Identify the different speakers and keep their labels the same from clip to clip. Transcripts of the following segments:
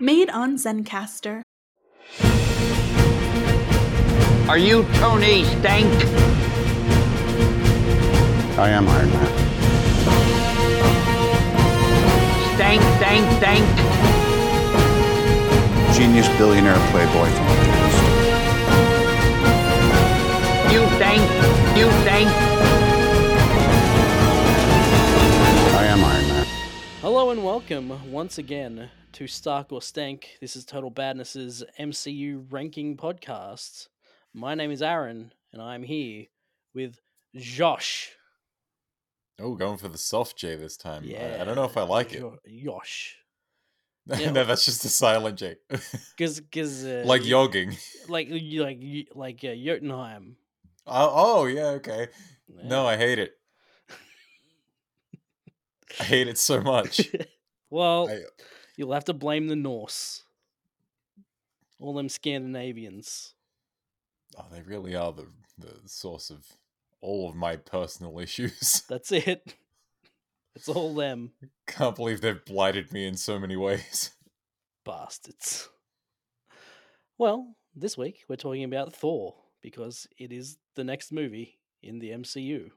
Speaker 1: Made on Zencaster.
Speaker 2: Are you Tony Stank?
Speaker 3: I am Iron Man.
Speaker 2: Stank, stank, stank.
Speaker 3: Genius billionaire playboy philanthropist.
Speaker 2: You stank, you stank.
Speaker 3: I am Iron Man.
Speaker 4: Hello and welcome once again to Stark or Stank. This is Total Badness's MCU ranking podcast. My name is Aaron, and I'm here with Josh.
Speaker 5: Oh, going for the soft J this time. uh, I, I don't know if I
Speaker 4: Yeah,
Speaker 5: like it.
Speaker 4: Jo- Josh, yeah.
Speaker 5: no, that's just a silent J.
Speaker 4: because because uh,
Speaker 5: like
Speaker 4: y-
Speaker 5: yogging.
Speaker 4: like y- like y- like uh, Jotunheim.
Speaker 5: Oh, oh, yeah, okay. No,
Speaker 4: Yeah.
Speaker 5: I hate it. I hate it so much.
Speaker 4: well,
Speaker 5: I- uh,
Speaker 4: you'll have to blame the Norse, all them Scandinavians.
Speaker 5: Oh, they really are the, the source of all of my personal issues.
Speaker 4: That's it. It's all them
Speaker 5: Can't believe they've blighted me in so many ways.
Speaker 4: bastards. Well, this week we're talking about Thor because it is the next movie in the MCU.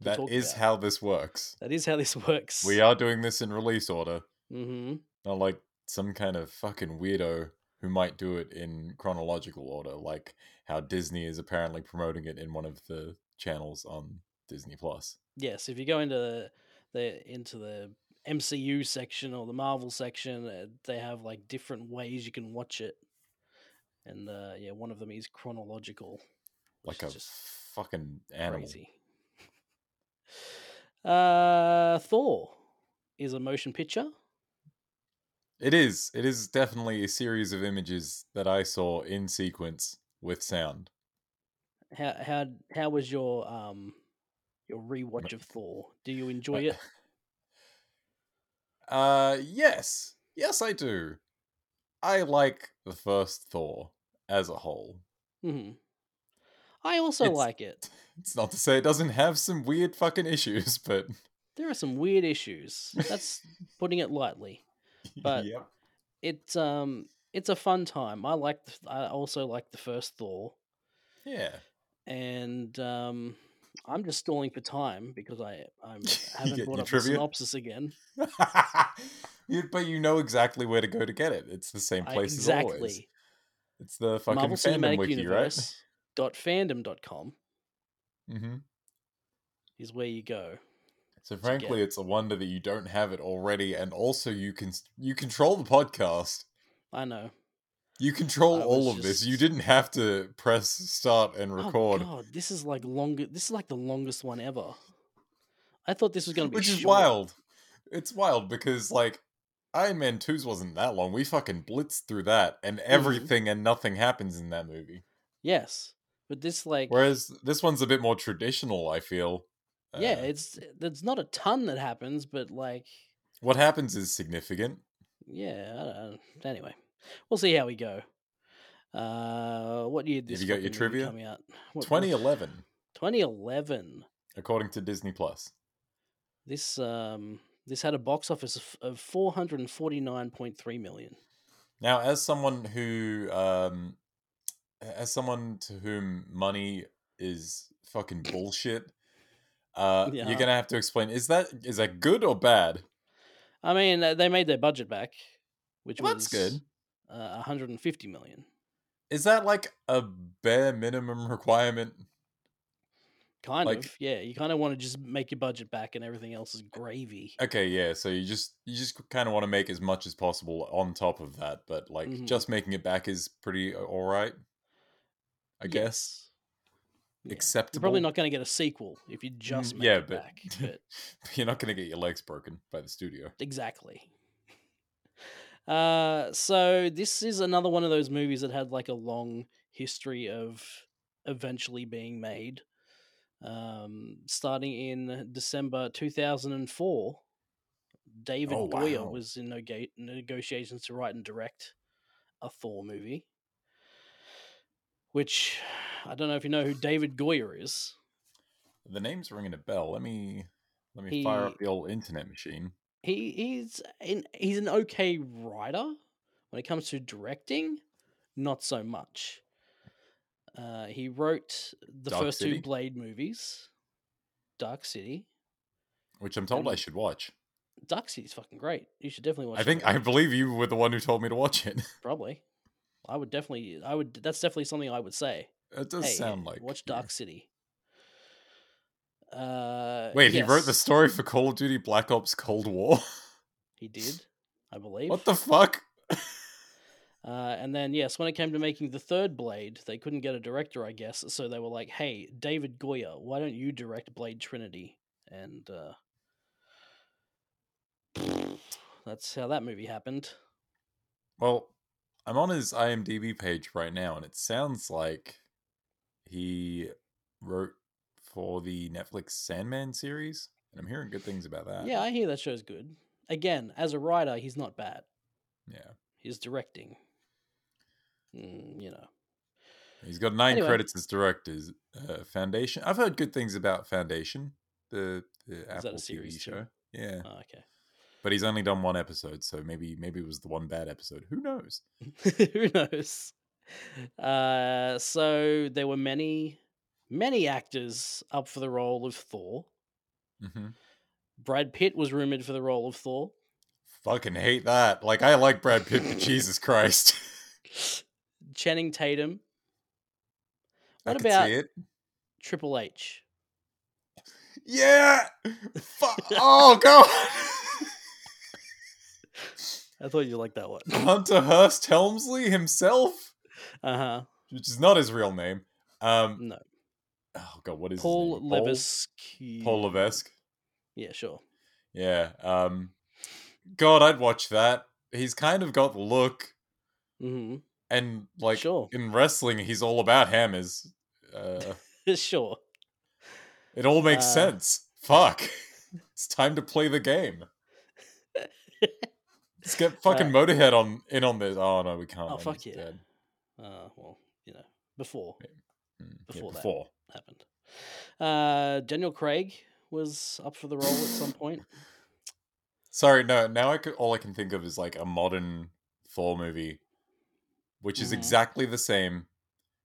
Speaker 5: That
Speaker 4: talk
Speaker 5: is
Speaker 4: about.
Speaker 5: how this works.
Speaker 4: That is how this works.
Speaker 5: We are doing this in release order,
Speaker 4: Mm-hmm.
Speaker 5: not like some kind of fucking weirdo who might do it in chronological order, like how Disney is apparently promoting it in one of the channels on Disney Plus.
Speaker 4: Yes, if you go into the, the into the MCU section or the Marvel section, uh, they have like different ways you can watch it, and uh, yeah, one of them is chronological.
Speaker 5: Like
Speaker 4: which
Speaker 5: a
Speaker 4: is just
Speaker 5: fucking animal.
Speaker 4: crazy. Uh, Thor is a motion picture.
Speaker 5: It is. It is definitely a series of images that I saw in sequence with sound.
Speaker 4: How how how was your um your rewatch of Thor? Do you enjoy it?
Speaker 5: Uh, yes, yes, I do. I like the first Thor as a whole.
Speaker 4: hmm I also
Speaker 5: It's-
Speaker 4: like it.
Speaker 5: It's not to say it doesn't have some weird fucking issues, but
Speaker 4: There are some weird issues. That's putting it lightly. But-
Speaker 5: yep.
Speaker 4: It's um it's a fun time. I like the, I also like the first Thor,
Speaker 5: yeah,
Speaker 4: and um I'm just stalling for time because I I'm, I haven't
Speaker 5: get
Speaker 4: brought
Speaker 5: your
Speaker 4: up the
Speaker 5: trivia?
Speaker 4: synopsis again.
Speaker 5: You- but you know exactly where to go to get it. It's the same
Speaker 4: I-
Speaker 5: place
Speaker 4: exactly.
Speaker 5: as always. It's the fucking fandom wiki,
Speaker 4: dot fandom dot com
Speaker 5: right? hmm
Speaker 4: is where you go.
Speaker 5: So
Speaker 4: get-
Speaker 5: frankly, it's a wonder that you don't have it already, and also you can you control the podcast.
Speaker 4: I know.
Speaker 5: You control
Speaker 4: I
Speaker 5: all
Speaker 4: was
Speaker 5: of this. You
Speaker 4: just-
Speaker 5: didn't have to press start and record,
Speaker 4: Oh god, this is like longer. This is like the longest one ever. I thought this was going to be,
Speaker 5: which is
Speaker 4: short.
Speaker 5: wild. It's wild because like Iron Man 2's wasn't that long. We fucking blitzed through that, and
Speaker 4: Mm-hmm.
Speaker 5: everything and nothing happens in that movie.
Speaker 4: Yes, but this like
Speaker 5: Whereas this one's a bit more traditional. I feel.
Speaker 4: yeah,
Speaker 5: Uh,
Speaker 4: it's there's not a ton that happens, but like
Speaker 5: what happens is significant.
Speaker 4: yeah. I don't, anyway, we'll see how we go. Uh, what year did
Speaker 5: Have
Speaker 4: this
Speaker 5: you got your
Speaker 4: fucking movie
Speaker 5: trivia?
Speaker 4: come out? What-
Speaker 5: 2011,
Speaker 4: 2011.
Speaker 5: according to Disney Plus.
Speaker 4: This um this had a box office of, of 449.3 million.
Speaker 5: Now, as someone who, um, as someone to whom money is fucking bullshit, uh,
Speaker 4: Yeah.
Speaker 5: you're gonna have to explain. Is that is that good or bad?
Speaker 4: I mean, uh, they made their budget back, which
Speaker 5: Well,
Speaker 4: was
Speaker 5: that's good.
Speaker 4: Uh, 150 million.
Speaker 5: Is that like a bare minimum requirement?
Speaker 4: Kind
Speaker 5: Like-
Speaker 4: of, yeah. You kind of want to just make your budget back, and everything else is gravy.
Speaker 5: Okay, yeah. So you just you just kind of want to make as much as possible on top of that, but like
Speaker 4: Mhm.
Speaker 5: just making it back is pretty all right, I guess.
Speaker 4: Yeah. You're
Speaker 5: Acceptable.
Speaker 4: probably not going to get a sequel if you just
Speaker 5: Mm,
Speaker 4: make
Speaker 5: yeah,
Speaker 4: it
Speaker 5: but-
Speaker 4: back. But
Speaker 5: You're not gonna get your legs broken by the studio.
Speaker 4: exactly. Uh, so this is another one of those movies that had like a long history of eventually being made, um, starting in December 2004. David
Speaker 5: Oh,
Speaker 4: Goyer
Speaker 5: wow.
Speaker 4: was in nega- negotiations to write and direct a Thor movie, which I don't know if you know who David Goyer is.
Speaker 5: The name's ringing a bell. Let me let me fire up
Speaker 4: He-
Speaker 5: the old internet machine.
Speaker 4: he he's in he's an okay writer, When it comes to directing, not so much. Uh, he wrote the
Speaker 5: Dark
Speaker 4: first
Speaker 5: City?
Speaker 4: two Blade movies, Dark City.
Speaker 5: which I'm told I
Speaker 4: Um,
Speaker 5: should watch.
Speaker 4: Dark City's fucking great. You should definitely watch.
Speaker 5: I
Speaker 4: that
Speaker 5: think
Speaker 4: one.
Speaker 5: I believe you were the one who told me to watch it.
Speaker 4: probably. I would definitely. I would. That's definitely something I would say.
Speaker 5: It does
Speaker 4: hey,
Speaker 5: sound like
Speaker 4: watch
Speaker 5: you.
Speaker 4: Dark City. Uh,
Speaker 5: Wait, he wrote the
Speaker 4: yes,
Speaker 5: story for Call of Duty Black Ops Cold War.
Speaker 4: He did, I believe.
Speaker 5: what the fuck?
Speaker 4: Uh, and then yes, when it came to making the third Blade, they couldn't get a director, I guess. So they were like, "Hey, David Goya, why don't you direct Blade Trinity?" And uh, that's how that movie happened.
Speaker 5: Well, I'm on his IMDb page right now, and it sounds like he wrote for the Netflix Sandman series, and I'm hearing good things about that.
Speaker 4: Yeah, I hear that show's good. Again, as a writer, he's not bad.
Speaker 5: yeah.
Speaker 4: He's directing. Mm, you know,
Speaker 5: He's got nine
Speaker 4: Anyway.
Speaker 5: credits as directors. Uh, Foundation. I've heard good things about Foundation, the, the
Speaker 4: that a
Speaker 5: Apple TV
Speaker 4: series too?
Speaker 5: show. Yeah,
Speaker 4: oh, okay.
Speaker 5: but he's only done one episode, so maybe maybe it was the one bad episode. Who knows?
Speaker 4: Who knows? Uh, so there were many, many actors up for the role of Thor.
Speaker 5: hmm
Speaker 4: Brad Pitt was rumored for the role of Thor.
Speaker 5: Fucking hate that. Like I like Brad Pitt, but Jesus Christ,
Speaker 4: Channing Tatum,
Speaker 5: I
Speaker 4: What
Speaker 5: could see
Speaker 4: about-
Speaker 5: it.
Speaker 4: Triple H.
Speaker 5: Yeah. Fuck. oh god.
Speaker 4: I thought you liked that one.
Speaker 5: Hunter Hurst Helmsley himself,
Speaker 4: Uh huh.
Speaker 5: which is not his real name. Um.
Speaker 4: No.
Speaker 5: Oh god, what is
Speaker 4: Paul
Speaker 5: his name? Paul-
Speaker 4: Levesque.
Speaker 5: Paul Levesque.
Speaker 4: Yeah, sure.
Speaker 5: Yeah. Um God, I'd watch that. He's kind of got the look
Speaker 4: hmm
Speaker 5: and like
Speaker 4: Sure.
Speaker 5: in wrestling he's all about hammers. Uh
Speaker 4: sure.
Speaker 5: it all makes
Speaker 4: Uh.
Speaker 5: sense. Fuck. It's time to play the game. Let's get fucking
Speaker 4: Uh.
Speaker 5: Motorhead on in on this. Oh no, we can't.
Speaker 4: Oh,
Speaker 5: Andy's
Speaker 4: fuck yeah.
Speaker 5: dead.
Speaker 4: Uh, well, you know, before
Speaker 5: Mm, yeah,
Speaker 4: Before that.
Speaker 5: before.
Speaker 4: it happened. Uh, Daniel Craig was up for the role at some point.
Speaker 5: Sorry, no. Now I could, all I can think of is like a modern Thor movie, which is
Speaker 4: Mhm.
Speaker 5: exactly the same.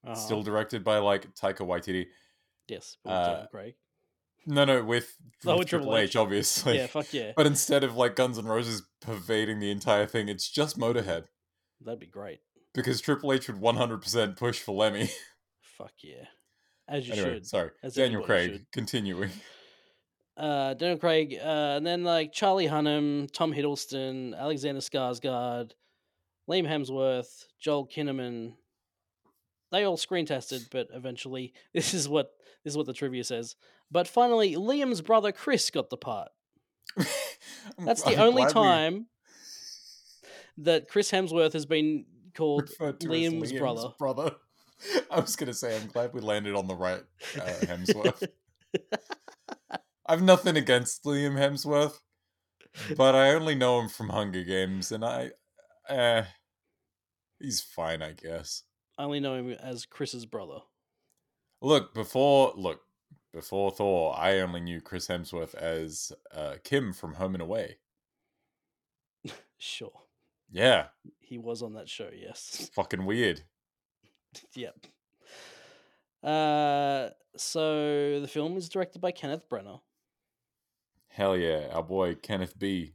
Speaker 4: Uh-huh.
Speaker 5: Still directed by like Taika Waititi.
Speaker 4: yes, but with Daniel
Speaker 5: uh,
Speaker 4: Craig.
Speaker 5: No, no, with,
Speaker 4: Oh,
Speaker 5: with
Speaker 4: with
Speaker 5: Triple
Speaker 4: Triple
Speaker 5: H,
Speaker 4: H.
Speaker 5: obviously.
Speaker 4: yeah, fuck yeah,
Speaker 5: But instead of like Guns N' Roses pervading the entire thing, it's just Motorhead
Speaker 4: that'd be great.
Speaker 5: because Triple H would 100% push for Lemmy.
Speaker 4: Fuck yeah, as you
Speaker 5: anyway,
Speaker 4: should.
Speaker 5: sorry,
Speaker 4: As
Speaker 5: Daniel
Speaker 4: everybody
Speaker 5: Craig,
Speaker 4: should.
Speaker 5: continuing.
Speaker 4: Uh, Daniel Craig, uh, and then like Charlie Hunnam, Tom Hiddleston, Alexander Skarsgård, Liam Hemsworth, Joel Kinnaman. They all screen tested, but eventually, this is what this is what the trivia says. But finally, Liam's brother Chris got the part.
Speaker 5: I'm-
Speaker 4: That's the
Speaker 5: I'm
Speaker 4: only
Speaker 5: glad we
Speaker 4: time that Chris Hemsworth has been called
Speaker 5: referred to as
Speaker 4: Liam's brother.
Speaker 5: brother. I was going to say, I'm glad we landed on the right uh, Hemsworth. I've nothing against Liam Hemsworth, but I only know him from Hunger Games, and I. Eh, he's fine, I guess.
Speaker 4: I only know him as Chris's brother.
Speaker 5: Look, before look, before Thor, I only knew Chris Hemsworth as uh, Kim from Home and Away.
Speaker 4: Sure,
Speaker 5: Yeah,
Speaker 4: he was on that show. Yes,
Speaker 5: fucking weird.
Speaker 4: yep. Uh, so the film is directed by Kenneth Brenner,
Speaker 5: Hell yeah, our boy Kenneth B,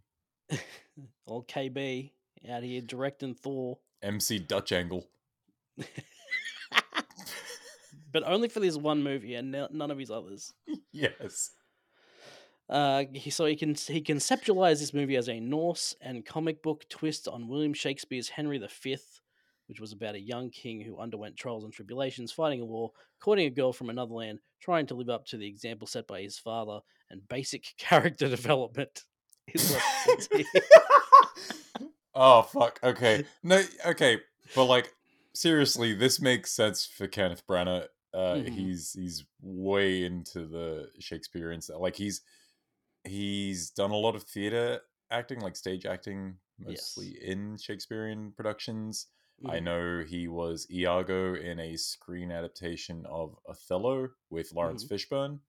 Speaker 4: old KB, out here directing Thor,
Speaker 5: MC Dutch Angle.
Speaker 4: but only for this one movie and no- none of his others.
Speaker 5: Yes.
Speaker 4: Uh, he, so he can he conceptualized this movie as a Norse and comic book twist on William Shakespeare's Henry V, which was about a young king who underwent trials and tribulations, fighting a war, courting a girl from another land, trying to live up to the example set by his father, and basic character development. Is what it says here.
Speaker 5: oh fuck. Okay. No. Okay. But like, seriously, this makes sense for Kenneth Branagh. Uh,
Speaker 4: Mhm.
Speaker 5: He's he's way into the Shakespearean stuff. Like he's he's done a lot of theater acting, like stage acting,
Speaker 4: Yes.
Speaker 5: mostly in Shakespearean productions. I
Speaker 4: Mhm.
Speaker 5: know he was Iago in a screen adaptation of Othello with Lawrence Fishburne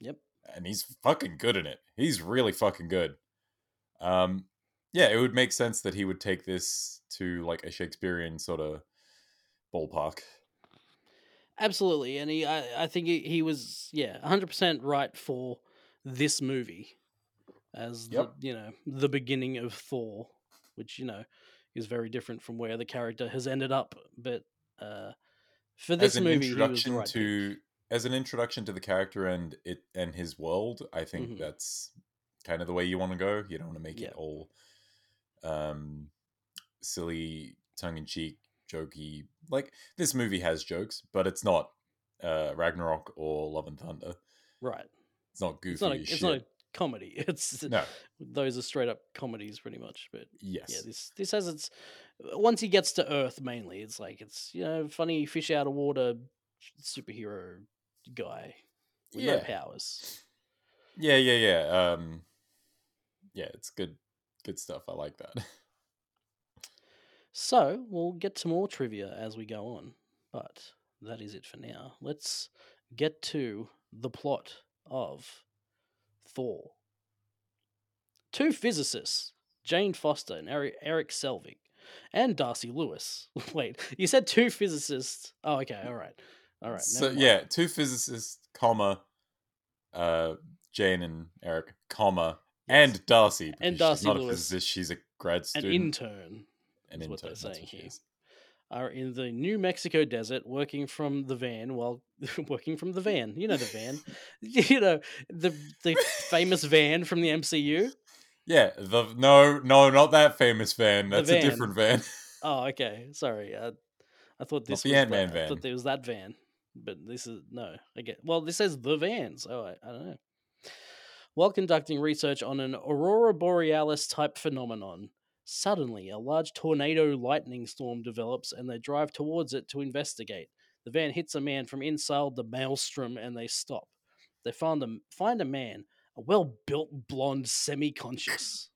Speaker 4: Yep.
Speaker 5: and he's fucking good in it. He's really fucking good. Um, yeah, it would make sense that he would take this to like a Shakespearean sort of ballpark.
Speaker 4: Absolutely, and he, I, I think he, he was, yeah, hundred percent right for this movie as
Speaker 5: Yep.
Speaker 4: the, you know the beginning of Thor, which you know is very different from where the character has ended up. But uh, for this
Speaker 5: as an
Speaker 4: movie, he was the
Speaker 5: introduction
Speaker 4: right pick.
Speaker 5: to as an introduction to the character and it and his world, I think
Speaker 4: Mhm.
Speaker 5: that's kind of the way you want to go. You don't want to make
Speaker 4: Yeah.
Speaker 5: it all um silly, tongue in cheek, jokey. Like this movie has jokes, but it's not uh Ragnarok or Love and Thunder.
Speaker 4: right.
Speaker 5: It's not goofy
Speaker 4: It's not a,
Speaker 5: as
Speaker 4: it's
Speaker 5: shit.
Speaker 4: not a comedy. It's
Speaker 5: no,
Speaker 4: those are straight up comedies, pretty much. But
Speaker 5: yes.
Speaker 4: yeah, this this has its uh, once he gets to Earth mainly, it's like it's you know funny fish out of water superhero guy with no
Speaker 5: yeah.
Speaker 4: powers.
Speaker 5: yeah, yeah, yeah. Um yeah, it's good good stuff. I like that.
Speaker 4: So we'll get to more trivia as we go on, but that is it for now. Let's get to the plot of Thor. Two physicists, Jane Foster and Eri- Eric Selvig, and Darcy Lewis. Wait, you said two physicists? Oh, okay, all right, all right.
Speaker 5: so
Speaker 4: never mind.
Speaker 5: yeah, two physicists, comma, uh, Jane and Eric, comma,
Speaker 4: Yes.
Speaker 5: and Darcy. because she's
Speaker 4: Darcy
Speaker 5: not a
Speaker 4: Lewis.
Speaker 5: physicist; she's a grad
Speaker 4: an
Speaker 5: student.
Speaker 4: intern
Speaker 5: an
Speaker 4: is what they're
Speaker 5: intern, that's what
Speaker 4: saying
Speaker 5: she
Speaker 4: here.
Speaker 5: is.
Speaker 4: are in the New Mexico desert working from the van while working from the van. You know the van. you know the the famous van from the MCU.
Speaker 5: Yeah, the no, no, not that famous van.
Speaker 4: The
Speaker 5: That's
Speaker 4: van.
Speaker 5: a different van.
Speaker 4: Oh, okay. Sorry. I, I thought
Speaker 5: the
Speaker 4: this was
Speaker 5: Ant-Man
Speaker 4: that- I thought
Speaker 5: van.
Speaker 4: there was that van, but this is no. I get well. This says the van, so I, I don't know. While conducting research on an aurora borealis type phenomenon, suddenly a large tornado lightning storm develops, and they drive towards it to investigate. The van hits a man from inside the maelstrom, and they stop. They find a find a man, a well built blonde, semi conscious.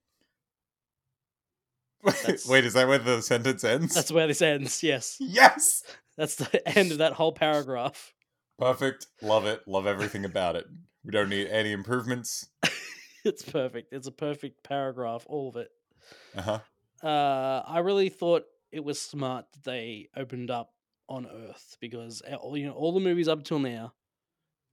Speaker 4: That's-
Speaker 5: Wait, is that where the sentence ends?
Speaker 4: That's where this ends. Yes,
Speaker 5: yes,
Speaker 4: that's the end of that whole paragraph.
Speaker 5: perfect. Love it. Love everything about it. We don't need any improvements.
Speaker 4: it's perfect. It's a perfect paragraph, all of it.
Speaker 5: Uh huh.
Speaker 4: Uh, I really thought it was smart that they opened up on Earth because uh, all you know, all the movies up till now,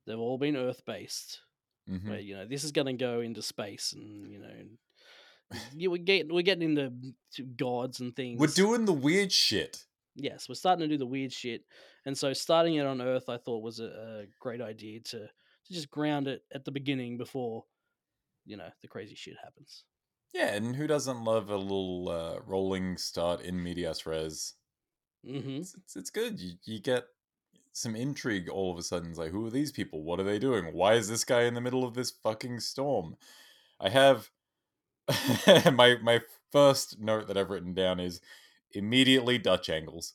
Speaker 4: they've all been Earth based.
Speaker 5: hmm
Speaker 4: Where you know this is going to go into space, and you know, you we're getting we're getting into mm, to gods and things.
Speaker 5: We're doing the weird shit.
Speaker 4: yes, we're starting to do the weird shit, and so starting it on Earth, I thought was a, a great idea to to just ground it at the beginning before you know the crazy shit happens.
Speaker 5: Yeah, and who doesn't love a little uh, rolling start in medias res?
Speaker 4: hmm
Speaker 5: it's, it's, it's good. You, you get some intrigue all of a sudden. It's like, who are these people? What are they doing? Why is this guy in the middle of this fucking storm? I have my my first note that I've written down is immediately Dutch angles.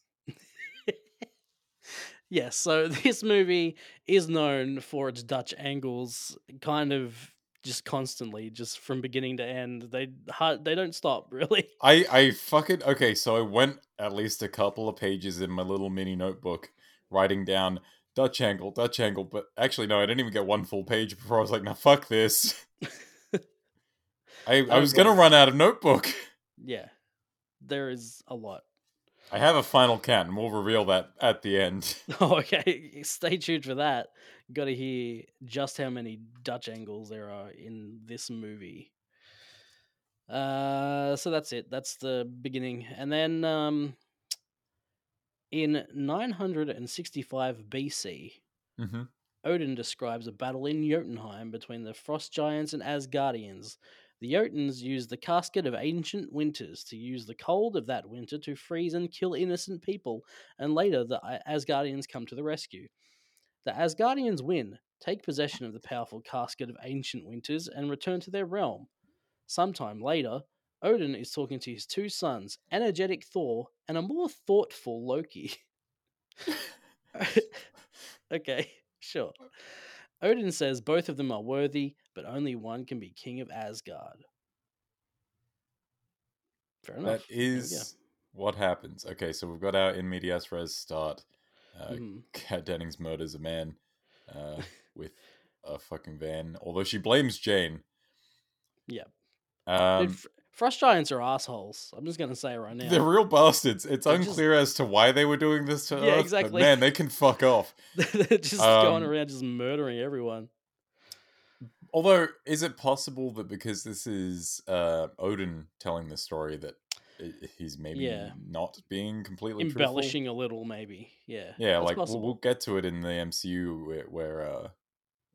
Speaker 4: Yes, so this movie is known for its Dutch angles, kind of just constantly, just from beginning to end. They ha- they don't stop really.
Speaker 5: I I fucking okay. So I went at least a couple of pages in my little mini notebook writing down Dutch angle, Dutch angle. But actually, no, I didn't even get one full page before I was like, now fuck this. I, I
Speaker 4: That
Speaker 5: was
Speaker 4: was
Speaker 5: gonna
Speaker 4: rough.
Speaker 5: run out of notebook.
Speaker 4: Yeah, there is a lot.
Speaker 5: I have a final count, and we'll reveal that at the end.
Speaker 4: Oh, okay, stay tuned for that. Got to hear just how many Dutch angles there are in this movie. Uh, so that's it. That's the beginning, and then um, in 965 BC,
Speaker 5: Mm-hmm.
Speaker 4: Odin describes a battle in Jotunheim between the Frost Giants and Asgardians. The Jotuns used the casket of ancient winters to use the cold of that winter to freeze and kill innocent people, and later the A- Asgardians come to the rescue. The Asgardians win, take possession of the powerful casket of ancient winters, and return to their realm. Sometime later, Odin is talking to his two sons, energetic Thor and a more thoughtful Loki. okay, sure. Odin says both of them are worthy, but only one can be king of Asgard. Fair enough.
Speaker 5: That
Speaker 4: There we go.
Speaker 5: is what happens. Okay, so we've got our in medias res start. Uh,
Speaker 4: Mhm.
Speaker 5: Kat Dennings murders a man uh, with a fucking van, although she blames Jane.
Speaker 4: Yep. Dude,
Speaker 5: Um,
Speaker 4: Fr- Frost giants are assholes. I'm just gonna say it right now.
Speaker 5: They're real bastards. It's
Speaker 4: They're just-
Speaker 5: unclear as to why they were doing this to
Speaker 4: Yeah,
Speaker 5: Earth,
Speaker 4: exactly.
Speaker 5: but man, they can fuck off.
Speaker 4: They're just going
Speaker 5: Um,
Speaker 4: around just murdering everyone.
Speaker 5: Although, is it possible that because this is uh, Odin telling the story that i- he's maybe
Speaker 4: Yeah.
Speaker 5: not being completely truthful?
Speaker 4: Embellishing a little, maybe. Yeah.
Speaker 5: Yeah,
Speaker 4: that's
Speaker 5: like we'll,
Speaker 4: possible.
Speaker 5: we'll get to it in the MCU where, where uh,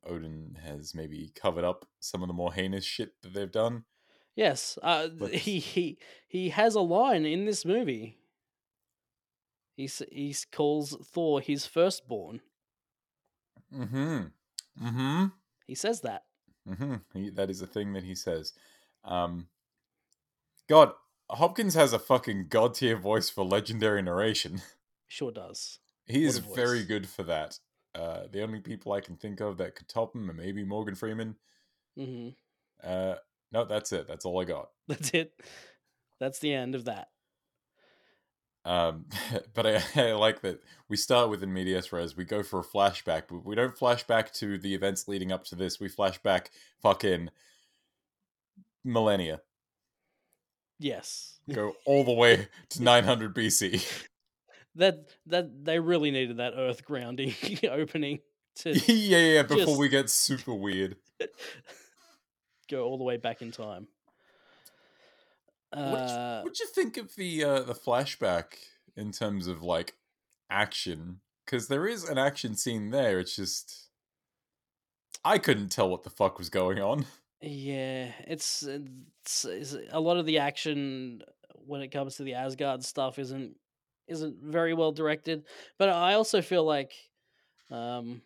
Speaker 5: Odin has maybe covered up some of the more heinous shit that they've done.
Speaker 4: Yes, uh,
Speaker 5: But-
Speaker 4: he he he has a line in this movie. He s- he s- calls Thor his firstborn.
Speaker 5: Mm-hmm. Mm-hmm.
Speaker 4: He says that.
Speaker 5: Mm-hmm. He, that is a thing that he says. Um, God, Hopkins has a fucking god tier voice for legendary narration.
Speaker 4: Sure does.
Speaker 5: He
Speaker 4: What
Speaker 5: is
Speaker 4: a voice.
Speaker 5: very good for that. Uh, the only people I can think of that could top him are maybe Morgan Freeman.
Speaker 4: hmm
Speaker 5: Uh, no, that's it. That's all I got.
Speaker 4: That's it. That's the end of that.
Speaker 5: Um, but I, I like that we start with in medias res. We go for a flashback, but we don't flash back to the events leading up to this. We flash back fucking millennia.
Speaker 4: Yes,
Speaker 5: Go all the way to 900 BC.
Speaker 4: that that they really needed that earth grounding opening to
Speaker 5: yeah, yeah, yeah, before
Speaker 4: Just-
Speaker 5: we get super weird.
Speaker 4: go all the way back in time.
Speaker 5: What did you-
Speaker 4: Uh,
Speaker 5: What'd you think of the uh, the flashback in terms of like action? Because there is an action scene there. It's just I couldn't tell what the fuck was going on.
Speaker 4: Yeah, it's, it's, it's a lot of the action when it comes to the Asgard stuff isn't isn't very well directed. But I also feel like, um,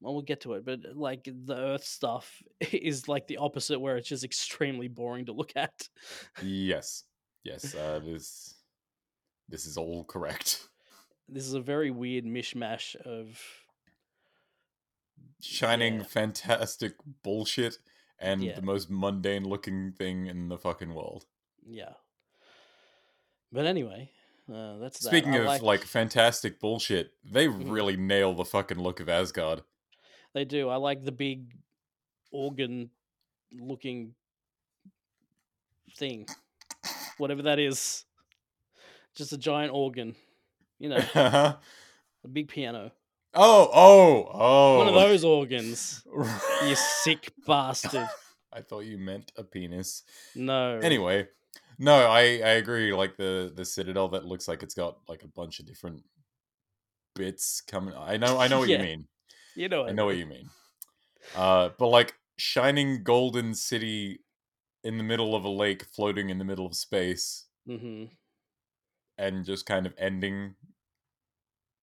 Speaker 4: well, we'll get to it. But like the Earth stuff is like the opposite, where it's just extremely boring to look at.
Speaker 5: yes, yes, uh, this this is all correct.
Speaker 4: This is a very weird mishmash of
Speaker 5: Shining,
Speaker 4: Yeah.
Speaker 5: fantastic bullshit, and
Speaker 4: Yeah.
Speaker 5: the most mundane looking thing in the fucking world.
Speaker 4: yeah. But anyway, uh, that's that.
Speaker 5: Speaking
Speaker 4: I
Speaker 5: of like Mm-hmm. fantastic bullshit, they
Speaker 4: Mhm.
Speaker 5: really nail the fucking look of Asgard.
Speaker 4: They do. I like the big organ looking thing. Whatever that is. Just a giant organ. You know,
Speaker 5: oh,
Speaker 4: a big piano.
Speaker 5: oh, oh.
Speaker 4: One of those organs. You
Speaker 5: Right.
Speaker 4: sick bastard.
Speaker 5: I thought you meant a penis.
Speaker 4: No.
Speaker 5: Anyway, no, I, I agree. Like the the citadel that looks like it's got like a bunch of different bits coming. I know, I know what
Speaker 4: Yeah.
Speaker 5: you mean.
Speaker 4: You know
Speaker 5: I know what you mean. Uh, but like shining golden city in the middle of a lake, floating in the middle of space,
Speaker 4: Mm-hmm.
Speaker 5: and just kind of ending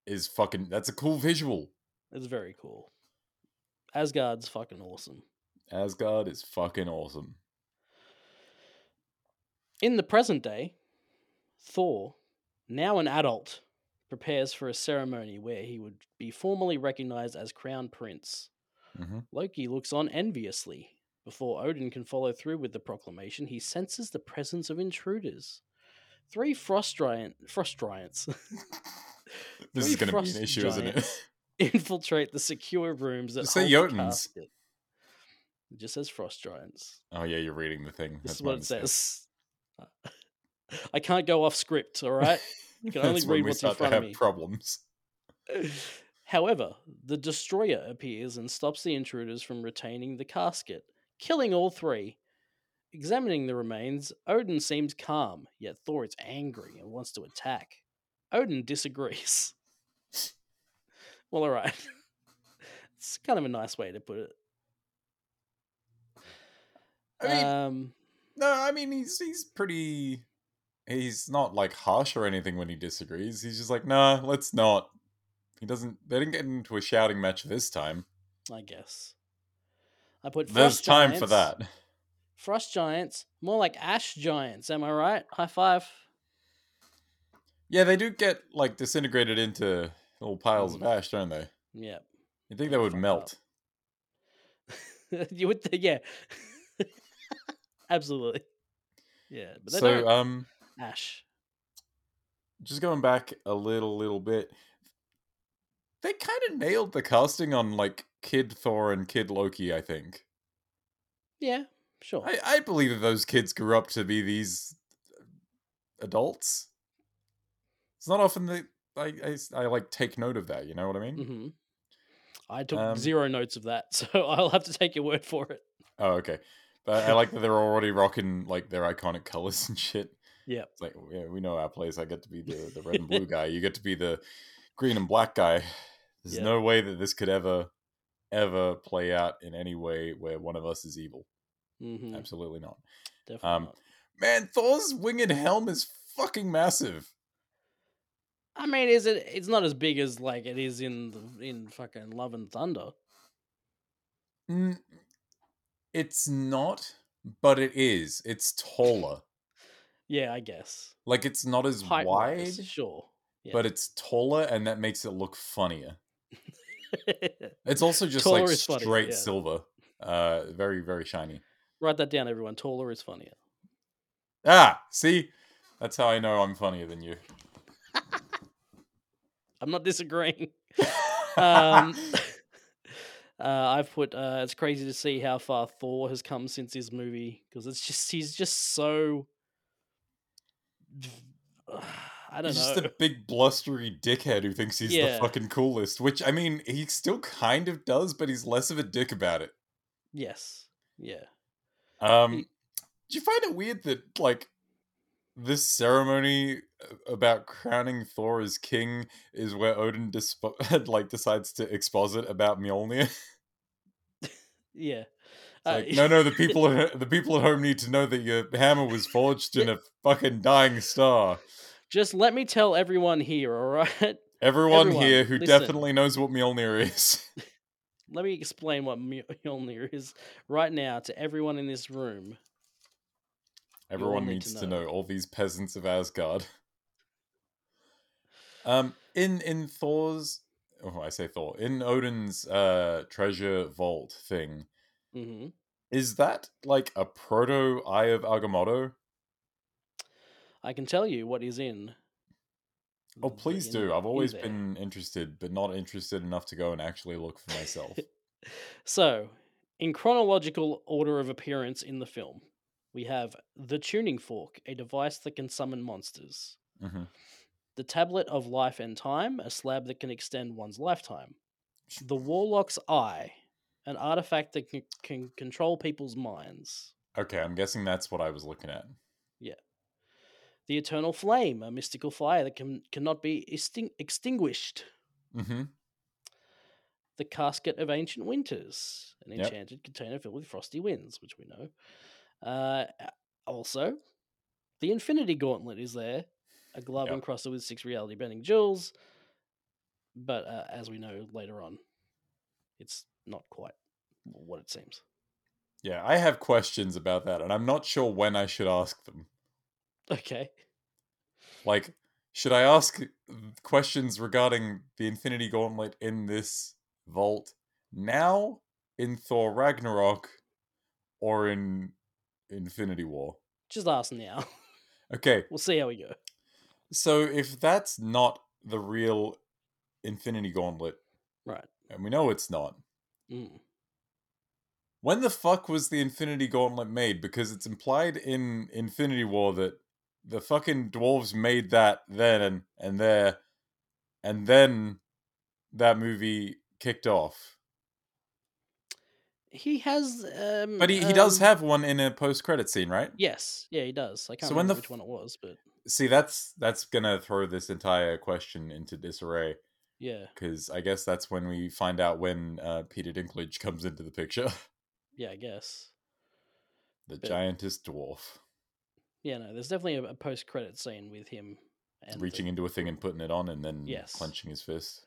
Speaker 5: is fucking. That's a cool visual.
Speaker 4: It's very cool. Asgard's fucking awesome.
Speaker 5: Asgard is fucking awesome.
Speaker 4: In the present day, Thor, now an adult, prepares for a ceremony where he would be formally recognized as crown prince.
Speaker 5: Mm-hmm.
Speaker 4: Loki looks on enviously. Before Odin can follow through with the proclamation, he senses the presence of intruders. Three frost giant, frost giants
Speaker 5: This
Speaker 4: Three
Speaker 5: is going to be
Speaker 4: frost
Speaker 5: an issue, isn't it?
Speaker 4: giants. infiltrate the secure rooms that
Speaker 5: Just say
Speaker 4: hold the
Speaker 5: Jotuns.
Speaker 4: casket. It just says frost giants.
Speaker 5: Oh yeah, you're reading the thing.
Speaker 4: This is
Speaker 5: my
Speaker 4: what it
Speaker 5: mistake.
Speaker 4: says. I can't go off script, all right? You can only
Speaker 5: That's when
Speaker 4: read
Speaker 5: we
Speaker 4: what's in
Speaker 5: start
Speaker 4: front
Speaker 5: to
Speaker 4: of
Speaker 5: have
Speaker 4: me.
Speaker 5: Problems.
Speaker 4: However, the destroyer appears and stops the intruders from retaining the casket, killing all three. Examining the remains, Odin seems calm, yet Thor is angry and wants to attack. Odin disagrees. well, alright. it's kind of a nice way to put it.
Speaker 5: I mean,
Speaker 4: um,
Speaker 5: no, I mean he's he's pretty. He's not like harsh or anything when he disagrees. He's just like, nah, let's not. He doesn't. They didn't get into a shouting match this time.
Speaker 4: I guess. I put
Speaker 5: There's
Speaker 4: frost
Speaker 5: time for
Speaker 4: giants-
Speaker 5: that.
Speaker 4: Frost giants, more like ash giants, am I right? High five.
Speaker 5: Yeah, they do get like disintegrated into little piles of
Speaker 4: Mm.
Speaker 5: ash, don't they?
Speaker 4: Yeah.
Speaker 5: You think they would
Speaker 4: Fuck up.
Speaker 5: melt?
Speaker 4: you would think, yeah. Absolutely. Yeah, but they
Speaker 5: So,
Speaker 4: don't
Speaker 5: um,
Speaker 4: ash.
Speaker 5: just going back a little little bit they kind of nailed the casting on like kid thor and kid loki i think
Speaker 4: Yeah. Sure.
Speaker 5: I, I believe that those kids grew up to be these adults. It's not often that I, I, I like take note of that. You know what I mean?
Speaker 4: hmm I took
Speaker 5: Um,
Speaker 4: zero notes of that, so I'll have to take your word for it.
Speaker 5: Oh, okay. But I like that they're already rocking like their iconic colors and shit.
Speaker 4: Yep.
Speaker 5: It's like yeah, we know our place. I get to be the, the red and blue guy. You get to be the green and black guy. There's
Speaker 4: Yeah.
Speaker 5: no way that this could ever, ever play out in any way where one of us is evil.
Speaker 4: hmm
Speaker 5: Absolutely not.
Speaker 4: Definitely.
Speaker 5: Uh, Um,
Speaker 4: not.
Speaker 5: Man, Thor's winged helm is fucking massive.
Speaker 4: I mean, is it? It's not as big as like it is in the, in fucking Love and Thunder.
Speaker 5: Mm, it's not, but it is. It's taller.
Speaker 4: Yeah, I guess.
Speaker 5: Like it's not as wide,
Speaker 4: Height-wise, sure. Yeah.
Speaker 5: but it's taller, and that makes it look funnier. It's also just like
Speaker 4: Taller is funny,
Speaker 5: straight
Speaker 4: yeah.
Speaker 5: silver. Uh very, very shiny.
Speaker 4: Write that down, everyone. Taller is funnier.
Speaker 5: Ah, see? That's how I know I'm funnier than you.
Speaker 4: I'm not disagreeing. um, uh, I've put uh, it's crazy to see how far Thor has come since his movie because it's just he's just so I don't
Speaker 5: He's
Speaker 4: know.
Speaker 5: just a big blustery dickhead who thinks he's
Speaker 4: Yeah.
Speaker 5: the fucking coolest, which I mean he still kind of does, but he's less of a dick about it.
Speaker 4: Yes, yeah.
Speaker 5: Um
Speaker 4: He-
Speaker 5: do you find it weird that like this ceremony uh, about crowning Thor as king is where Odin dispo- like decides to exposit about Mjolnir?
Speaker 4: Yeah. Uh,
Speaker 5: It's like, no, no, the people at, the people at home need to know that your hammer was forged in a fucking dying star.
Speaker 4: Just let me tell everyone here, all right?
Speaker 5: Everyone,
Speaker 4: Everyone,
Speaker 5: here who
Speaker 4: listen.
Speaker 5: definitely knows what Mjolnir is.
Speaker 4: Let me explain what Mj- Mjolnir is right now to everyone in this room.
Speaker 5: Everyone
Speaker 4: need
Speaker 5: needs
Speaker 4: to
Speaker 5: to
Speaker 4: know.
Speaker 5: know. all these peasants of Asgard. Um, in in Thor's, oh, I say Thor in Odin's uh treasure vault thing.
Speaker 4: hmm
Speaker 5: Is that like a proto Eye of Agamotto?
Speaker 4: I can tell you what is in.
Speaker 5: Oh,
Speaker 4: th-
Speaker 5: please
Speaker 4: in-
Speaker 5: do. I've
Speaker 4: in
Speaker 5: always
Speaker 4: there.
Speaker 5: been interested, but not interested enough to go and actually look for myself.
Speaker 4: So, in chronological order of appearance in the film, we have the tuning fork, a device that can summon monsters.
Speaker 5: hmm
Speaker 4: The tablet of life and time, a slab that can extend one's lifetime. The warlock's eye, an artifact that can, can control people's minds.
Speaker 5: Okay, I'm guessing that's what I was looking at.
Speaker 4: The eternal flame, a mystical fire that can cannot be extin- extinguished.
Speaker 5: Mm-hmm.
Speaker 4: the casket of ancient winters, an
Speaker 5: Yep.
Speaker 4: enchanted container filled with frosty winds, which we know. Uh, also, the infinity gauntlet is there, a glove
Speaker 5: Yep.
Speaker 4: and crosser with six reality bending jewels. But uh, as we know later on, it's not quite what it seems.
Speaker 5: Yeah, I have questions about that, and I'm not sure when I should ask them.
Speaker 4: Okay.
Speaker 5: Like, should I ask questions regarding the Infinity Gauntlet in this vault now, in Thor Ragnarok, or in Infinity War?
Speaker 4: Just ask now.
Speaker 5: Okay,
Speaker 4: we'll see how we go.
Speaker 5: so if that's not the real Infinity Gauntlet,
Speaker 4: Right.
Speaker 5: and we know it's not,
Speaker 4: Mm.
Speaker 5: When the fuck was the Infinity Gauntlet made? Because it's implied in Infinity War that the fucking dwarves made that then and, and there, and then that movie kicked off.
Speaker 4: He has. Um,
Speaker 5: But he, he does
Speaker 4: um,
Speaker 5: have one in a post credit scene, right?
Speaker 4: Yes. Yeah, he does. I can't
Speaker 5: So when
Speaker 4: remember
Speaker 5: the
Speaker 4: which
Speaker 5: f-
Speaker 4: one it was, but
Speaker 5: See, that's that's gonna throw this entire question into disarray
Speaker 4: yeah.
Speaker 5: because I guess that's when we find out when uh, Peter Dinklage comes into the picture,
Speaker 4: Yeah, I guess.
Speaker 5: the
Speaker 4: But-
Speaker 5: giantest dwarf
Speaker 4: Yeah, no, there's definitely a, a post credit scene with him and the-
Speaker 5: reaching into a thing and putting it on and then
Speaker 4: Yes.
Speaker 5: clenching his fist.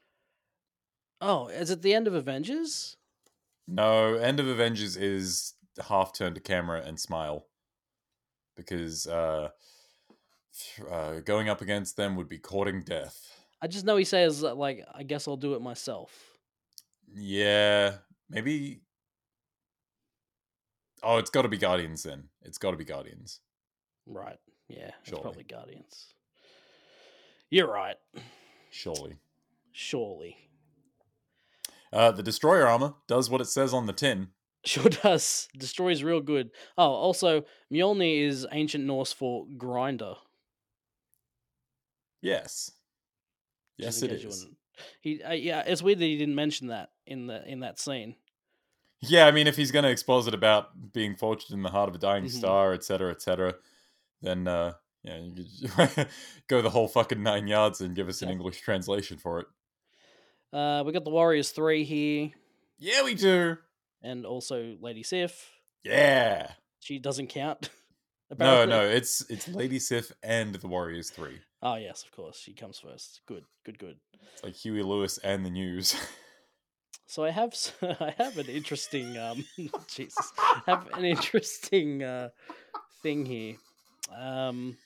Speaker 4: Oh, is it the end of Avengers?
Speaker 5: No, end of Avengers is half turn to camera and smile because uh, th- uh, going up against them would be courting death.
Speaker 4: I just know he says uh, like, I guess I'll do it myself.
Speaker 5: Yeah, maybe. Oh, it's got to be Guardians then. It's got to be Guardians.
Speaker 4: Right. Yeah. It's
Speaker 5: Surely.
Speaker 4: probably Guardians. You're right.
Speaker 5: Surely.
Speaker 4: Surely.
Speaker 5: Uh, the destroyer armor does what it says on the tin.
Speaker 4: Sure does. Destroys real good. Oh, also, Mjolnir is ancient Norse for grinder.
Speaker 5: Yes.
Speaker 4: just
Speaker 5: Yes,
Speaker 4: in
Speaker 5: it
Speaker 4: case you
Speaker 5: is.
Speaker 4: wouldn't- He, uh, yeah, it's weird that he didn't mention that in the in that scene.
Speaker 5: Yeah, I mean, if he's going to expose it about being fortunate in the heart of a dying
Speaker 4: Mhm.
Speaker 5: star, et star, etc., cetera, then uh, yeah, you could go the whole fucking nine yards and give us an
Speaker 4: Yeah.
Speaker 5: English translation for it.
Speaker 4: Uh, we got the Warriors three here,
Speaker 5: Yeah, we do.
Speaker 4: and also Lady Sif.
Speaker 5: Yeah.
Speaker 4: She doesn't count.
Speaker 5: No,
Speaker 4: apparently.
Speaker 5: no, it's it's Lady Sif and the Warriors Three.
Speaker 4: Oh yes, of course. She comes first. Good, good, good.
Speaker 5: It's like Huey Lewis and the News.
Speaker 4: So I have s- I have an interesting um Jesus I have an interesting uh thing here. Um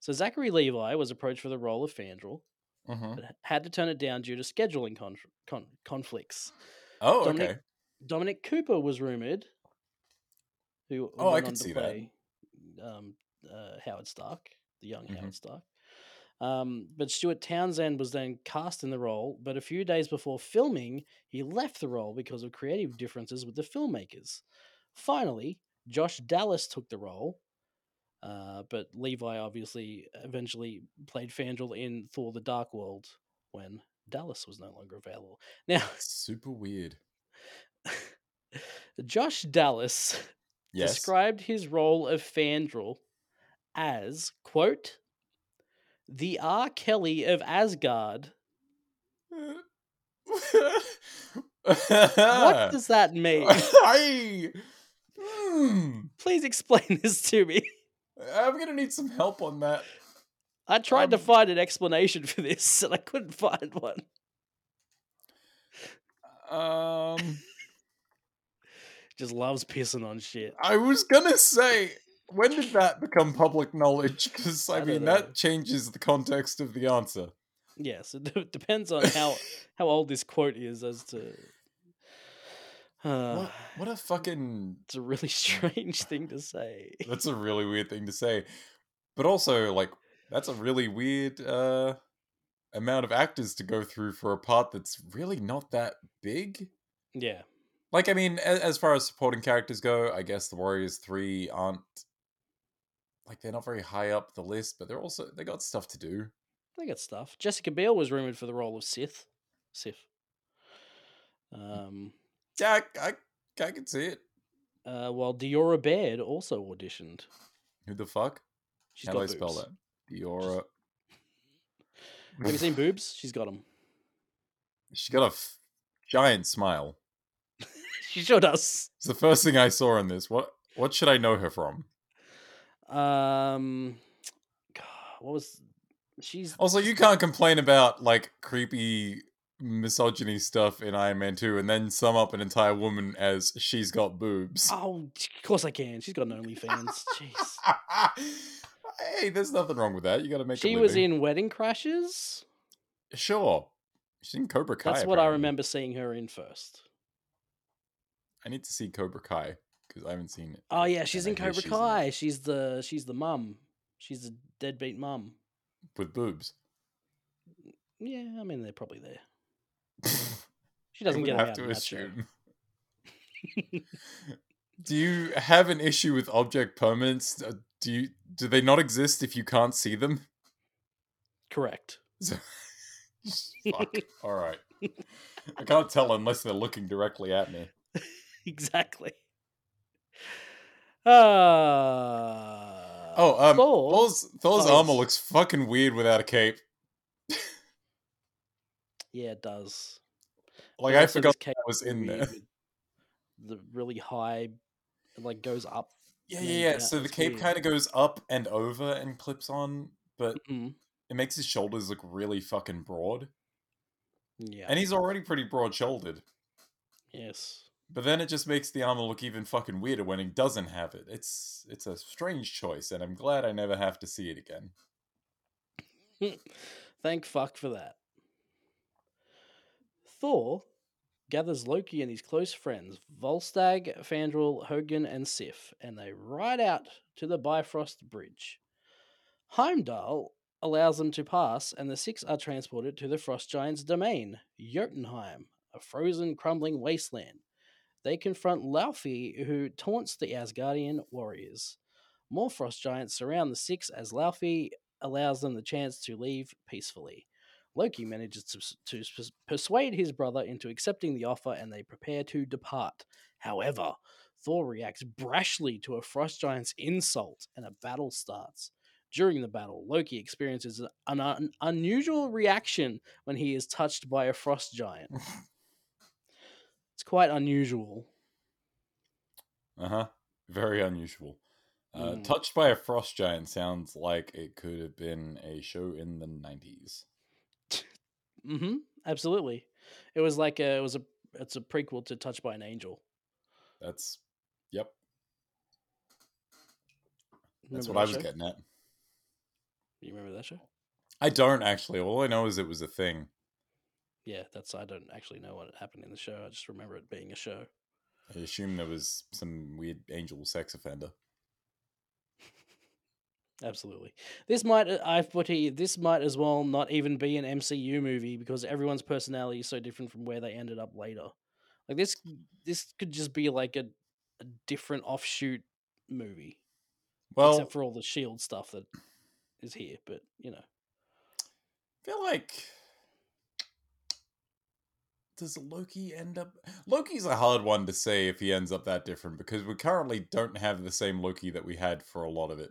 Speaker 4: so Zachary Levi was approached for the role of Fandral,
Speaker 5: hmm
Speaker 4: but had to turn it down due to scheduling con- con- conflicts.
Speaker 5: Oh,
Speaker 4: Dominic-
Speaker 5: okay.
Speaker 4: Dominic Cooper was rumored, who
Speaker 5: Oh, I
Speaker 4: went
Speaker 5: could
Speaker 4: on to
Speaker 5: see that.
Speaker 4: play um, uh, Howard Stark, the young
Speaker 5: Mhm.
Speaker 4: Howard Stark. Um, but Stuart Townsend was then cast in the role, but a few days before filming, he left the role because of creative differences with the filmmakers. Finally, Josh Dallas took the role, uh, but Levi obviously eventually played Fandral in Thor: The Dark World when Dallas was no longer available. Now,
Speaker 5: Super weird.
Speaker 4: Josh Dallas
Speaker 5: Yes.
Speaker 4: described his role of Fandral as, quote, the R. Kelly of Asgard.
Speaker 5: Ah.
Speaker 4: What does that mean?
Speaker 5: I? Hmm.
Speaker 4: Please explain this to me.
Speaker 5: I'm gonna need some help on that.
Speaker 4: I tried to
Speaker 5: Um,
Speaker 4: find an explanation for this and I couldn't find one.
Speaker 5: Um,
Speaker 4: Just loves pissing on shit.
Speaker 5: I was gonna say, when did that become public knowledge? Because I,
Speaker 4: I don't
Speaker 5: mean,
Speaker 4: know.
Speaker 5: that changes the context of the answer.
Speaker 4: Yes, it d- depends on how how old this quote is as to. Uh,
Speaker 5: What, what a fucking.
Speaker 4: it's a really strange thing to say.
Speaker 5: That's a really weird thing to say, but also like that's a really weird uh amount of actors to go through for a part that's really not that big.
Speaker 4: Yeah,
Speaker 5: Like, I mean, as, as far as supporting characters go, I guess the Warriors three aren't like they're not very high up the list, but they're also they got stuff to do.
Speaker 4: they got stuff. Jessica Biel was rumored for the role of Sith. Sif.
Speaker 5: Hmm.
Speaker 4: Um,
Speaker 5: Yeah, I, I, I can see it.
Speaker 4: uh, while Diora Baird also auditioned.
Speaker 5: Who the fuck?
Speaker 4: She's
Speaker 5: How do
Speaker 4: got boobs.
Speaker 5: I spell that? Diora.
Speaker 4: Have you seen boobs? She's got them.
Speaker 5: She got a f- giant smile.
Speaker 4: She showed us.
Speaker 5: It's the first thing I saw in this. What what should I know her from?
Speaker 4: Um, God, what was she's?
Speaker 5: Also, you can't complain about like creepy misogyny stuff in Iron Man 2 and then sum up an entire woman as she's got boobs.
Speaker 4: Oh, of course I can. She's got an OnlyFans. Jeez.
Speaker 5: hey, there's nothing wrong with that. You got to make.
Speaker 4: She
Speaker 5: a
Speaker 4: was
Speaker 5: living.
Speaker 4: in Wedding Crashes.
Speaker 5: Sure, she's in Cobra Kai.
Speaker 4: That's what I
Speaker 5: apparently.
Speaker 4: remember seeing her in first.
Speaker 5: I need to see Cobra Kai because I haven't seen it.
Speaker 4: Oh
Speaker 5: yet,
Speaker 4: yeah, she's in
Speaker 5: and I hear
Speaker 4: Cobra
Speaker 5: it
Speaker 4: Kai. She's the she's the mum. She's the deadbeat mum.
Speaker 5: with boobs.
Speaker 4: Yeah, I mean they're probably there.
Speaker 5: she
Speaker 4: She doesn't get
Speaker 5: have
Speaker 4: out
Speaker 5: to
Speaker 4: in that show.
Speaker 5: assume. do you have an issue with object permanence? Uh, Do you do they not exist if you can't see them?
Speaker 4: Correct.
Speaker 5: Fuck. All right. I can't tell unless they're looking directly at me.
Speaker 4: exactly. Uh,
Speaker 5: Oh, um,
Speaker 4: Thor-
Speaker 5: Thor's, Thor's
Speaker 4: Thor's-
Speaker 5: armor looks fucking weird without a cape.
Speaker 4: yeah, it does.
Speaker 5: Like
Speaker 4: But
Speaker 5: I
Speaker 4: also
Speaker 5: forgot
Speaker 4: this cape
Speaker 5: that was in
Speaker 4: weird
Speaker 5: there.
Speaker 4: with The really high, it, like goes up.
Speaker 5: Yeah,
Speaker 4: and then
Speaker 5: yeah, yeah.
Speaker 4: down.
Speaker 5: So the
Speaker 4: It's
Speaker 5: cape
Speaker 4: weird.
Speaker 5: kind of goes up and over and clips on, but
Speaker 4: Mhm.
Speaker 5: it makes his shoulders look really fucking broad.
Speaker 4: Yeah.
Speaker 5: And he's already pretty broad shouldered.
Speaker 4: yes.
Speaker 5: But then it just makes the armor look even fucking weirder when he doesn't have it. It's it's a strange choice, and I'm glad I never have to see it again.
Speaker 4: Thank fuck for that. Thor gathers Loki and his close friends, Volstagg, Fandral, Hogan, and Sif, and they ride out to the Bifrost Bridge. Heimdall allows them to pass, and the six are transported to the Frost Giant's domain, Jotunheim, a frozen, crumbling wasteland. they confront Laufey, who taunts the Asgardian warriors. More frost giants surround the six as Laufey allows them the chance to leave peacefully. Loki manages to, s- to s- persuade his brother into accepting the offer and they prepare to depart. However, Thor reacts brashly to a frost giant's insult and a battle starts. During the battle, Loki experiences an un- unusual reaction when he is touched by a frost giant. it's quite unusual.
Speaker 5: Uh huh. Very unusual. Uh,
Speaker 4: Mm.
Speaker 5: Touched by a frost giant sounds like it could have been a show in the 90s.
Speaker 4: Mm-hmm. Absolutely. It was like a it was a it's a prequel to Touched by an Angel.
Speaker 5: That's, yep, that's
Speaker 4: Remember
Speaker 5: what I
Speaker 4: that
Speaker 5: was
Speaker 4: show?
Speaker 5: getting at.
Speaker 4: You remember that show?
Speaker 5: I don't actually. All I know is it was a thing.
Speaker 4: Yeah, that's I don't actually know what happened in the show. I just remember it being a show.
Speaker 5: I assume there was some weird angel sex offender.
Speaker 4: Absolutely. This might uh, I've put here this might as well not even be an MCU movie because everyone's personality is so different from where they ended up later. Like this this could just be like a, a different offshoot movie.
Speaker 5: Well,
Speaker 4: except for all the shield E stuff that is here, but you know.
Speaker 5: I feel like does Loki end up Loki's a hard one to say if he ends up that different because we currently don't have the same Loki that we had for a lot of it.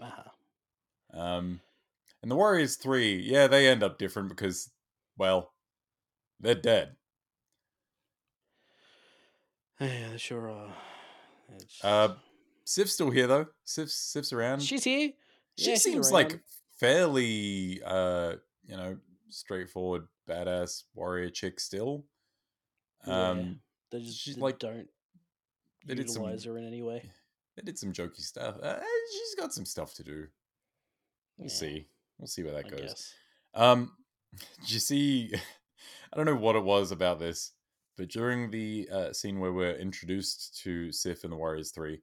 Speaker 4: Uh-huh.
Speaker 5: Um and the Warriors 3, yeah, they end up different because well, they're dead.
Speaker 4: Yeah, they sure are. It's-
Speaker 5: Uh, Siv's still here though. Siv's Siv's around.
Speaker 4: she's here.
Speaker 5: she
Speaker 4: Yeah, she's
Speaker 5: seems
Speaker 4: around.
Speaker 5: like fairly uh, you know, straightforward badass warrior chick still.
Speaker 4: Yeah,
Speaker 5: Um
Speaker 4: they just
Speaker 5: she's
Speaker 4: they
Speaker 5: like-
Speaker 4: don't
Speaker 5: they did some-
Speaker 4: utilize her in any way.
Speaker 5: They did some jokey stuff. Uh, eh, she's got some stuff to do. We'll
Speaker 4: Yeah,
Speaker 5: see. We'll see where that
Speaker 4: I
Speaker 5: goes.
Speaker 4: guess.
Speaker 5: Um, did you see? I don't know what it was about this, but during the uh, scene where we're introduced to Sif and the Warriors Three,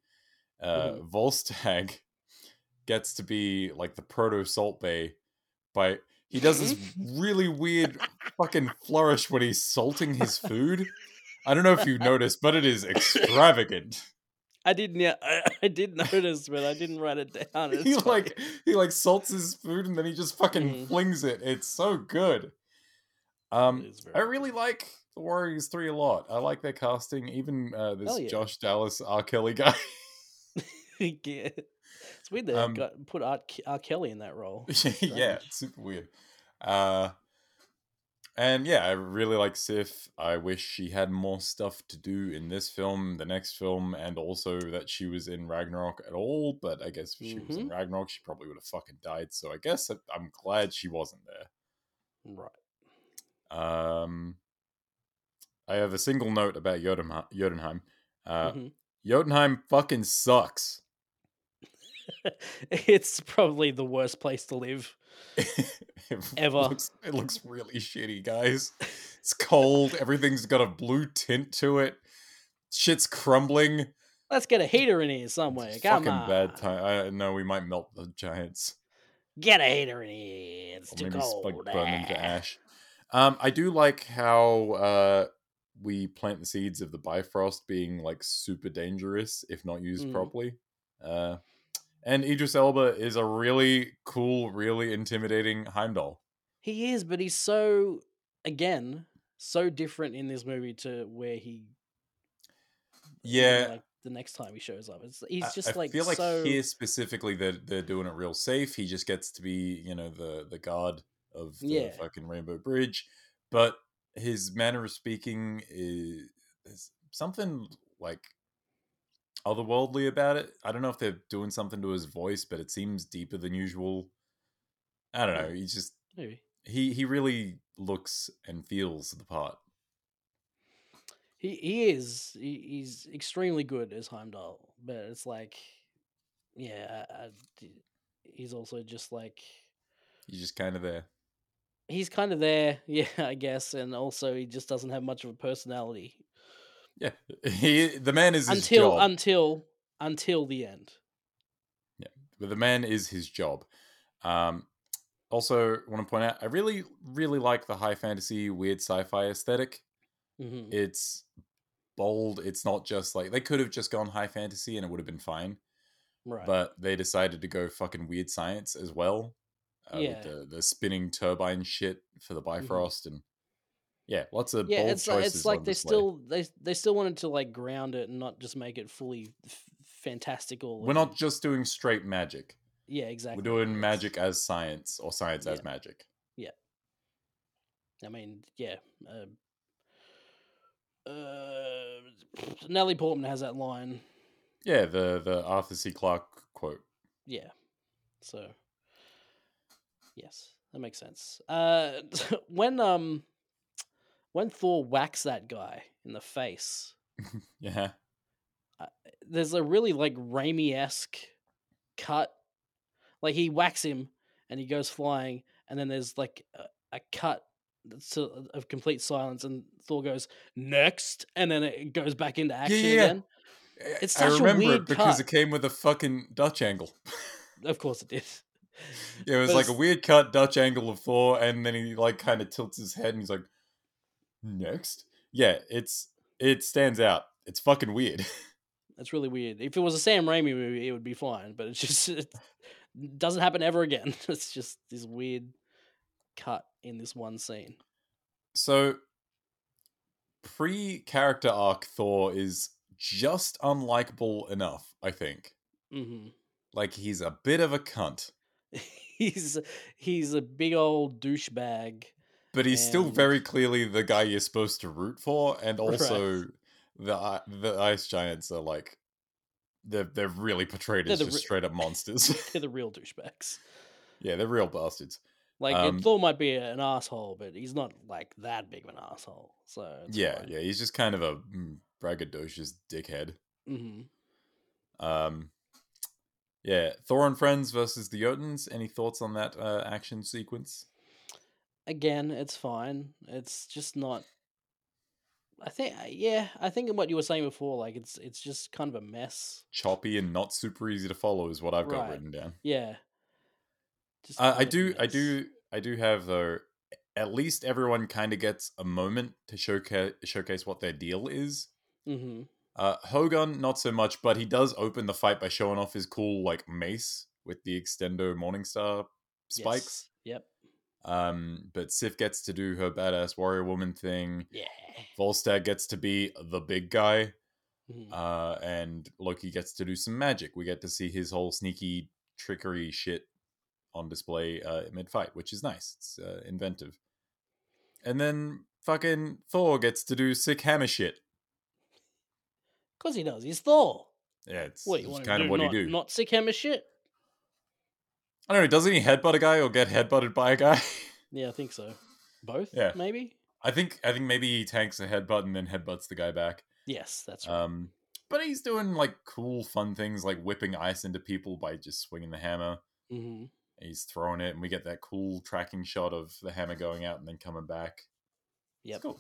Speaker 5: uh, Volstagg gets to be like the proto Salt Bay by he does this really weird fucking flourish when he's salting his food. I don't know if you noticed, but it is extravagant.
Speaker 4: I didn't. Yeah, I, I did notice, but I didn't write it down.
Speaker 5: he
Speaker 4: It's
Speaker 5: like he like salts his food and then he just fucking
Speaker 4: Mhm.
Speaker 5: flings it. It's so good.
Speaker 4: fine.
Speaker 5: Um,
Speaker 4: It's
Speaker 5: I
Speaker 4: very
Speaker 5: really like the Warriors three a lot. I like their casting, even uh, this
Speaker 4: yeah.
Speaker 5: Josh Dallas R Kelly guy.
Speaker 4: good. Yeah. It's weird they
Speaker 5: Um,
Speaker 4: got put Art, Ke- R. Kelly in that role.
Speaker 5: yeah,
Speaker 4: Strange.
Speaker 5: it's super weird. Uh, and yeah, I really like Sif. I wish she had more stuff to do in this film, the next film, and also that she was in Ragnarok at all. But I guess if she was in Ragnarok, she probably would have fucking died. So I guess I- I'm glad she wasn't there.
Speaker 4: Right.
Speaker 5: Um, I have a single note about Jotunheim. Jotunheim. Uh,
Speaker 4: Mhm.
Speaker 5: Jotunheim fucking sucks.
Speaker 4: it's probably the worst place to live.
Speaker 5: it
Speaker 4: Ever.
Speaker 5: Looks, it looks really shitty, guys. It's cold. Everything's got a blue tint to it. Shit's crumbling.
Speaker 4: Let's get a heater in here somewhere.
Speaker 5: It's a
Speaker 4: Come
Speaker 5: fucking
Speaker 4: on,
Speaker 5: bad time. I know we might melt the giants.
Speaker 4: Get a heater in here. It's
Speaker 5: or
Speaker 4: too
Speaker 5: maybe
Speaker 4: cold.
Speaker 5: like burn them
Speaker 4: Ah.
Speaker 5: to ash. Um, I do like how uh, we plant the seeds of the Bifrost being like super dangerous if not used
Speaker 4: Mm.
Speaker 5: properly. Uh, and Idris Elba is a really cool, really intimidating Heimdall.
Speaker 4: He is, but he's so again so different in this movie to where he you know,
Speaker 5: Yeah,
Speaker 4: like the next time he shows up. It's
Speaker 5: I-
Speaker 4: he's just
Speaker 5: I,
Speaker 4: like
Speaker 5: feel like
Speaker 4: so
Speaker 5: here specifically they're they're doing it real safe. He just gets to be you know the the guard of the
Speaker 4: Yeah.
Speaker 5: fucking Rainbow Bridge, but his manner of speaking is, is something like otherworldly about it. I don't know if they're doing something to his voice, but it seems deeper than usual. I don't know.
Speaker 4: Hmm.
Speaker 5: He just
Speaker 4: maybe.
Speaker 5: he he really looks and feels the part.
Speaker 4: He he is he, he's extremely good as Heimdall, but it's like yeah, I, I d- he's also just like
Speaker 5: He's just kind of there.
Speaker 4: he's kind of there, yeah, I guess, and also he just doesn't have much of a personality
Speaker 5: Yeah, he the man is his
Speaker 4: until
Speaker 5: job.
Speaker 4: until until the end.
Speaker 5: but the man is his job. Um, also, want to point out, I really, really like the high fantasy, weird sci-fi aesthetic.
Speaker 4: hmm
Speaker 5: It's bold. It's not just like they could have just gone high fantasy and it would have been fine,
Speaker 4: Right.
Speaker 5: but they decided to go fucking weird science as well. Uh,
Speaker 4: Yeah. Mm-hmm.
Speaker 5: With the, the spinning turbine shit for the Bifrost and yeah, lots of
Speaker 4: yeah,
Speaker 5: bold
Speaker 4: it's like,
Speaker 5: choices.
Speaker 4: it's like
Speaker 5: on
Speaker 4: they
Speaker 5: display.
Speaker 4: still they they still wanted to like ground it and not just make it fully f- fantastical.
Speaker 5: We're not
Speaker 4: and-
Speaker 5: just doing straight magic.
Speaker 4: yeah, exactly.
Speaker 5: We're doing
Speaker 4: It's-
Speaker 5: magic as science or science as
Speaker 4: Yeah.
Speaker 5: magic.
Speaker 4: I mean, yeah. Uh, uh, Natalie Portman has that line.
Speaker 5: Yeah, the the Arthur C. Clarke quote.
Speaker 4: Yeah. So yes, that makes sense. Uh when um when Thor whacks that guy in the face,
Speaker 5: Yeah.
Speaker 4: there's a really like Raimi-esque cut. Like he whacks him and he goes flying and then there's like a, a cut to, of complete silence and Thor goes next and then it goes back into action
Speaker 5: yeah, yeah.
Speaker 4: again.
Speaker 5: I-
Speaker 4: It's
Speaker 5: I
Speaker 4: such a
Speaker 5: remember
Speaker 4: weird
Speaker 5: it because
Speaker 4: cut.
Speaker 5: it came with a fucking Dutch angle.
Speaker 4: Of course it did.
Speaker 5: Yeah, it was
Speaker 4: But
Speaker 5: like a
Speaker 4: it's-
Speaker 5: weird cut Dutch angle of Thor, and then he like kind of tilts his head and he's like, "Next." Yeah, it's it stands out. It's fucking weird.
Speaker 4: It's really weird. If it was a Sam Raimi movie, it would be fine, but it's just it doesn't happen ever again. It's just this weird cut in this one scene.
Speaker 5: So, pre character arc Thor is just unlikable enough. I think
Speaker 4: hmm
Speaker 5: like he's a bit of a cunt,
Speaker 4: he's he's a big old douchebag.
Speaker 5: but he's still
Speaker 4: And-
Speaker 5: very clearly the guy you're supposed to root for, and
Speaker 4: Right.
Speaker 5: also the i- the ice giants are like. They're, they're really portrayed
Speaker 4: They're
Speaker 5: as
Speaker 4: the
Speaker 5: just
Speaker 4: re-
Speaker 5: straight up monsters.
Speaker 4: They're the real douchebags.
Speaker 5: yeah, they're real bastards.
Speaker 4: Like
Speaker 5: Um,
Speaker 4: Thor might be an asshole, but he's not like that big of an asshole. So it's
Speaker 5: yeah, yeah, he's just kind of a mm, braggadocious dickhead.
Speaker 4: hmm
Speaker 5: Um, yeah, Thor and Friends versus the Jotuns. Any thoughts on that uh, action sequence?
Speaker 4: Again, it's fine. It's just not. I think uh, yeah. I think in what you were saying before, like it's it's just kind of a mess.
Speaker 5: Choppy and not super easy to follow is what I've got
Speaker 4: Right.
Speaker 5: written down.
Speaker 4: Yeah. Just
Speaker 5: Uh, I
Speaker 4: kind of a
Speaker 5: do, I
Speaker 4: mess.
Speaker 5: do, I do have though. At least everyone kind of gets a moment to showcase showcase what their deal is.
Speaker 4: Mhm.
Speaker 5: Uh, Hogan, not so much, but he does open the fight by showing off his cool like mace with the Extendo Morningstar spikes.
Speaker 4: Yes.
Speaker 5: Um, but Sif gets to do her badass warrior woman thing.
Speaker 4: Yep.
Speaker 5: Volstagg gets to be the big guy,
Speaker 4: Yeah. Mhm.
Speaker 5: uh, and Loki gets to do some magic. We get to see his whole sneaky trickery shit on display uh, mid fight, which is nice. It's uh, inventive. And then fucking Thor gets to do sick hammer shit.
Speaker 4: Cause he does. He's Thor.
Speaker 5: Yeah, it's,
Speaker 4: What you
Speaker 5: it's
Speaker 4: want
Speaker 5: kind
Speaker 4: to
Speaker 5: of
Speaker 4: do?
Speaker 5: what
Speaker 4: not,
Speaker 5: he do.
Speaker 4: Not sick hammer shit.
Speaker 5: I don't know. Doesn't he headbutt a guy or get headbutted by a guy?
Speaker 4: Yeah, I think so. Both.
Speaker 5: Yeah.
Speaker 4: Maybe.
Speaker 5: I think I think maybe he tanks a headbutt and then headbutts the guy back.
Speaker 4: Yes, that's right.
Speaker 5: Um, but he's doing like cool, fun things like whipping ice into people by just swinging the hammer.
Speaker 4: hmm
Speaker 5: He's throwing it, and we get that cool tracking shot of the hammer going out and then coming back. It's
Speaker 4: Yep.
Speaker 5: cool.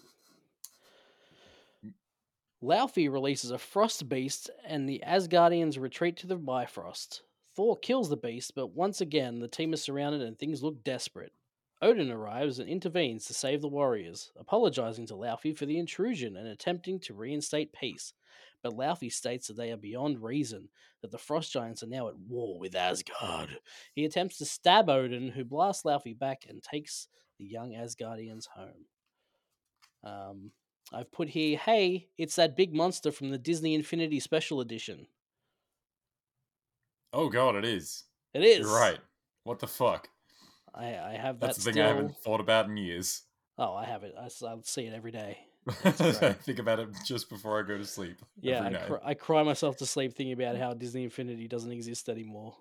Speaker 4: Laufey releases a frost beast, and the Asgardians retreat to the Bifrost. Thor kills the beast, but once again the team is surrounded and things look desperate. Odin arrives and intervenes to save the warriors, apologizing to Laufey for the intrusion and attempting to reinstate peace. But Laufey states that they are beyond reason, that the frost giants are now at war with Asgard. He attempts to stab Odin, who blasts Laufey back and takes the young Asgardians home. Um, I've put here, hey, it's that big monster from the Disney Infinity Special Edition.
Speaker 5: Oh god, it is.
Speaker 4: It is.
Speaker 5: You're right. What the fuck?
Speaker 4: I, I have that
Speaker 5: That's the
Speaker 4: still.
Speaker 5: thing I haven't thought about in years.
Speaker 4: Oh, I have it. I, s- I see it every day.
Speaker 5: I
Speaker 4: great.
Speaker 5: think about it just before I go to sleep.
Speaker 4: Yeah,
Speaker 5: every
Speaker 4: I,
Speaker 5: night.
Speaker 4: cr- I cry myself to sleep thinking about how Disney Infinity doesn't exist anymore.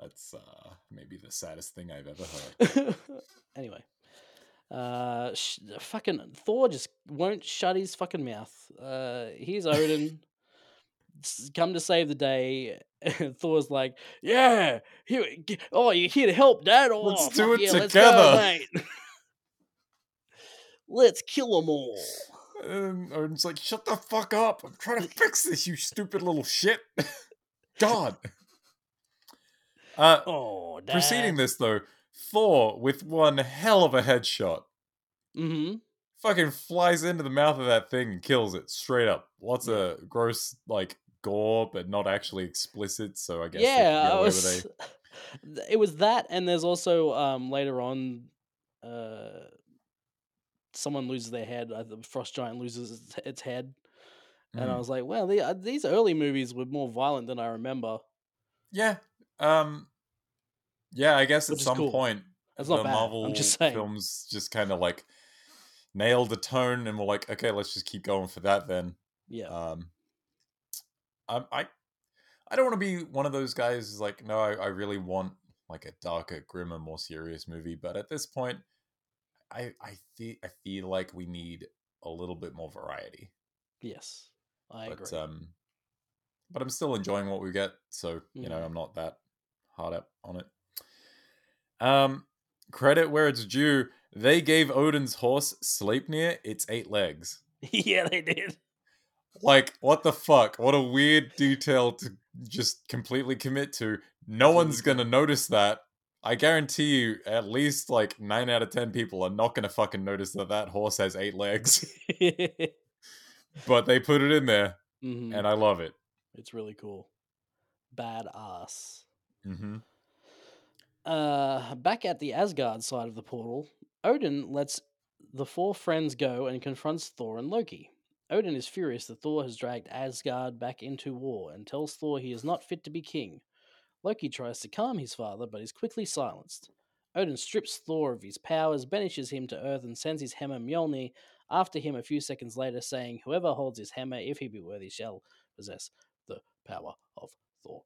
Speaker 5: That's uh, maybe the saddest thing I've ever heard.
Speaker 4: anyway, uh, sh- fucking Thor just won't shut his fucking mouth. Uh, here's Odin. s- Come to save the day, and Thor's like, "Yeah, here, g- oh, you're here to help, Dad. Oh,
Speaker 5: Let's do
Speaker 4: fuck
Speaker 5: it
Speaker 4: yeah,
Speaker 5: together."
Speaker 4: Let's, go, mate. let's kill them all."
Speaker 5: And Odin's Um, like, "Shut the fuck up! I'm trying to fix this, you stupid little shit." God. Uh,
Speaker 4: Oh, Dad.
Speaker 5: preceding this though, Thor with one hell of a headshot.
Speaker 4: Mm-hmm.
Speaker 5: fucking flies into the mouth of that thing and kills it straight up. Lots of gross like gore, but not actually explicit. So I guess they can
Speaker 4: yeah,
Speaker 5: get
Speaker 4: I
Speaker 5: away with
Speaker 4: was, th- it was that, and there's also um, later on, uh, someone loses their head. Uh, the frost giant loses its, its head,
Speaker 5: a-
Speaker 4: and
Speaker 5: Mm.
Speaker 4: I was like, "Well, the, uh, these early movies were more violent than I remember."
Speaker 5: Yeah. Um. Yeah, I guess
Speaker 4: Which
Speaker 5: at
Speaker 4: is
Speaker 5: some
Speaker 4: cool.
Speaker 5: point
Speaker 4: That's not
Speaker 5: the
Speaker 4: bad.
Speaker 5: Marvel
Speaker 4: I'm just saying.
Speaker 5: films just kind of like nailed the tone, and we're like, okay, let's just keep going for that then.
Speaker 4: Yeah,
Speaker 5: Um, I'm, I, I don't want to be one of those guys who's like, no, I, I really want like a darker, grimmer, more serious movie. But at this point, I, I feel, I feel like we need a little bit more variety.
Speaker 4: yes, I
Speaker 5: but
Speaker 4: agree.
Speaker 5: um, but I'm still enjoying what we get, so you know,
Speaker 4: Mhm.
Speaker 5: I'm not that hard up on it. Um, credit where it's due. They gave Odin's horse Sleipnir its eight legs.
Speaker 4: yeah, they did.
Speaker 5: Like, what the fuck? What a weird detail to just completely commit to. No one's gonna notice that. I guarantee you, at least like nine out of ten people are not gonna fucking notice that that horse has eight legs. but they put it in there,
Speaker 4: Mhm,
Speaker 5: and I love it.
Speaker 4: It's really cool. Badass.
Speaker 5: Mm-hmm.
Speaker 4: Uh, back at the Asgard side of the portal, Odin lets the four friends go and confronts Thor and Loki. Odin is furious that Thor has dragged Asgard back into war and tells Thor he is not fit to be king. Loki tries to calm his father but is quickly silenced. Odin strips Thor of his powers, banishes him to Earth, and sends his hammer Mjolnir after him a few seconds later, saying, Whoever holds his hammer, if he be worthy, shall possess the power of Thor.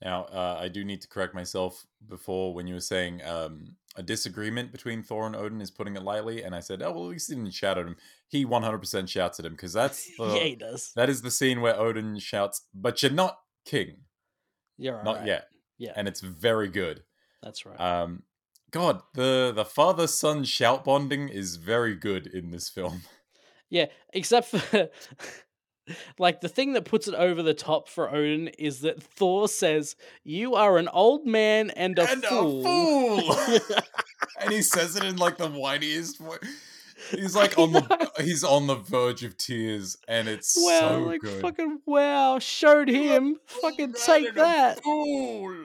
Speaker 5: Now, uh, I do need to correct myself before when you were saying um, a disagreement between Thor and Odin is putting it lightly, and I said, "Oh, well, at least he didn't shout at him." He 100% shouts at him because that's the
Speaker 4: yeah, he does.
Speaker 5: that is the scene where Odin shouts, "But you're not king,
Speaker 4: You're
Speaker 5: not
Speaker 4: alright.
Speaker 5: yet,"
Speaker 4: Yeah,
Speaker 5: and it's very good.
Speaker 4: that's right.
Speaker 5: Um, God, the the father son shout bonding is very good in this film.
Speaker 4: Yeah, except for like the thing that puts it over the top for Odin is that Thor says, "You are an old man and a
Speaker 5: and
Speaker 4: fool."
Speaker 5: a fool. and he says it in like the whiniest voice. He's like on the he's on the verge of tears, and it's
Speaker 4: Wow,
Speaker 5: so
Speaker 4: like
Speaker 5: good.
Speaker 4: fucking wow, showed him. Fucking take that.
Speaker 5: Fool.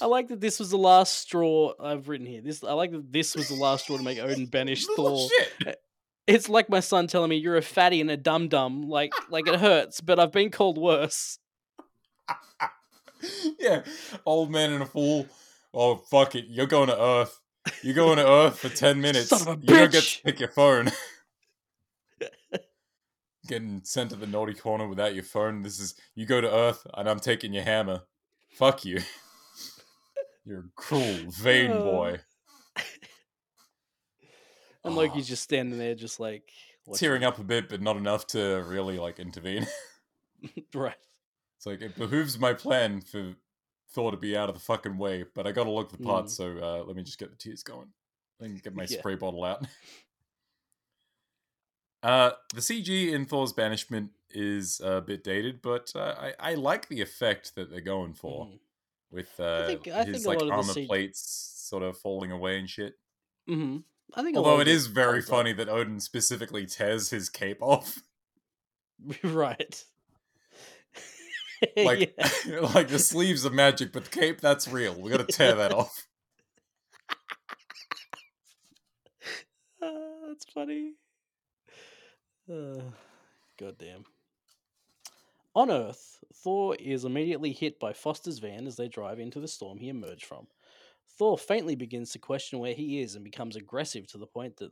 Speaker 4: I like that this was the last straw I've written here. This I like that this was the last straw to make Odin banish Thor.
Speaker 5: Little shit.
Speaker 4: It's like my son telling me you're a fatty and a dum dum. Like like it hurts, but I've been called worse.
Speaker 5: yeah, old man and a fool. Oh fuck it, you're going to Earth. You're going to Earth for ten minutes.
Speaker 4: Son of a
Speaker 5: you don't get to
Speaker 4: bitch.
Speaker 5: pick your phone. Getting sent to the naughty corner without your phone. This is you go to Earth and I'm taking your hammer. Fuck you. You're a cruel, vain
Speaker 4: Oh.
Speaker 5: boy.
Speaker 4: And
Speaker 5: Ah.
Speaker 4: Loki's just standing there, just like watching.
Speaker 5: Tearing up a bit, but not enough to really like intervene.
Speaker 4: Right.
Speaker 5: It's like it behooves my plan for Thor to be out of the fucking way, but I gotta look the part,
Speaker 4: Mm.
Speaker 5: so uh, let me just get the tears going. Then get my
Speaker 4: Yeah.
Speaker 5: spray bottle out. uh, the CG in Thor's banishment is a bit dated, but uh, I I like the effect that they're going for
Speaker 4: Mhm.
Speaker 5: with uh,
Speaker 4: think- I
Speaker 5: his
Speaker 4: think a
Speaker 5: like
Speaker 4: lot of the
Speaker 5: armor
Speaker 4: CG
Speaker 5: plates sort of falling away and shit.
Speaker 4: hmm I think. a lot
Speaker 5: Although
Speaker 4: of
Speaker 5: it is very
Speaker 4: comes up.
Speaker 5: funny that Odin specifically tears his cape off,
Speaker 4: right.
Speaker 5: like
Speaker 4: Yeah.
Speaker 5: like the sleeves are magic, but the cape that's real. We gotta tear that off.
Speaker 4: Ah, that's funny. Uh, goddamn. On Earth, Thor is immediately hit by Foster's van as they drive into the storm he emerged from. Thor faintly begins to question where he is and becomes aggressive to the point that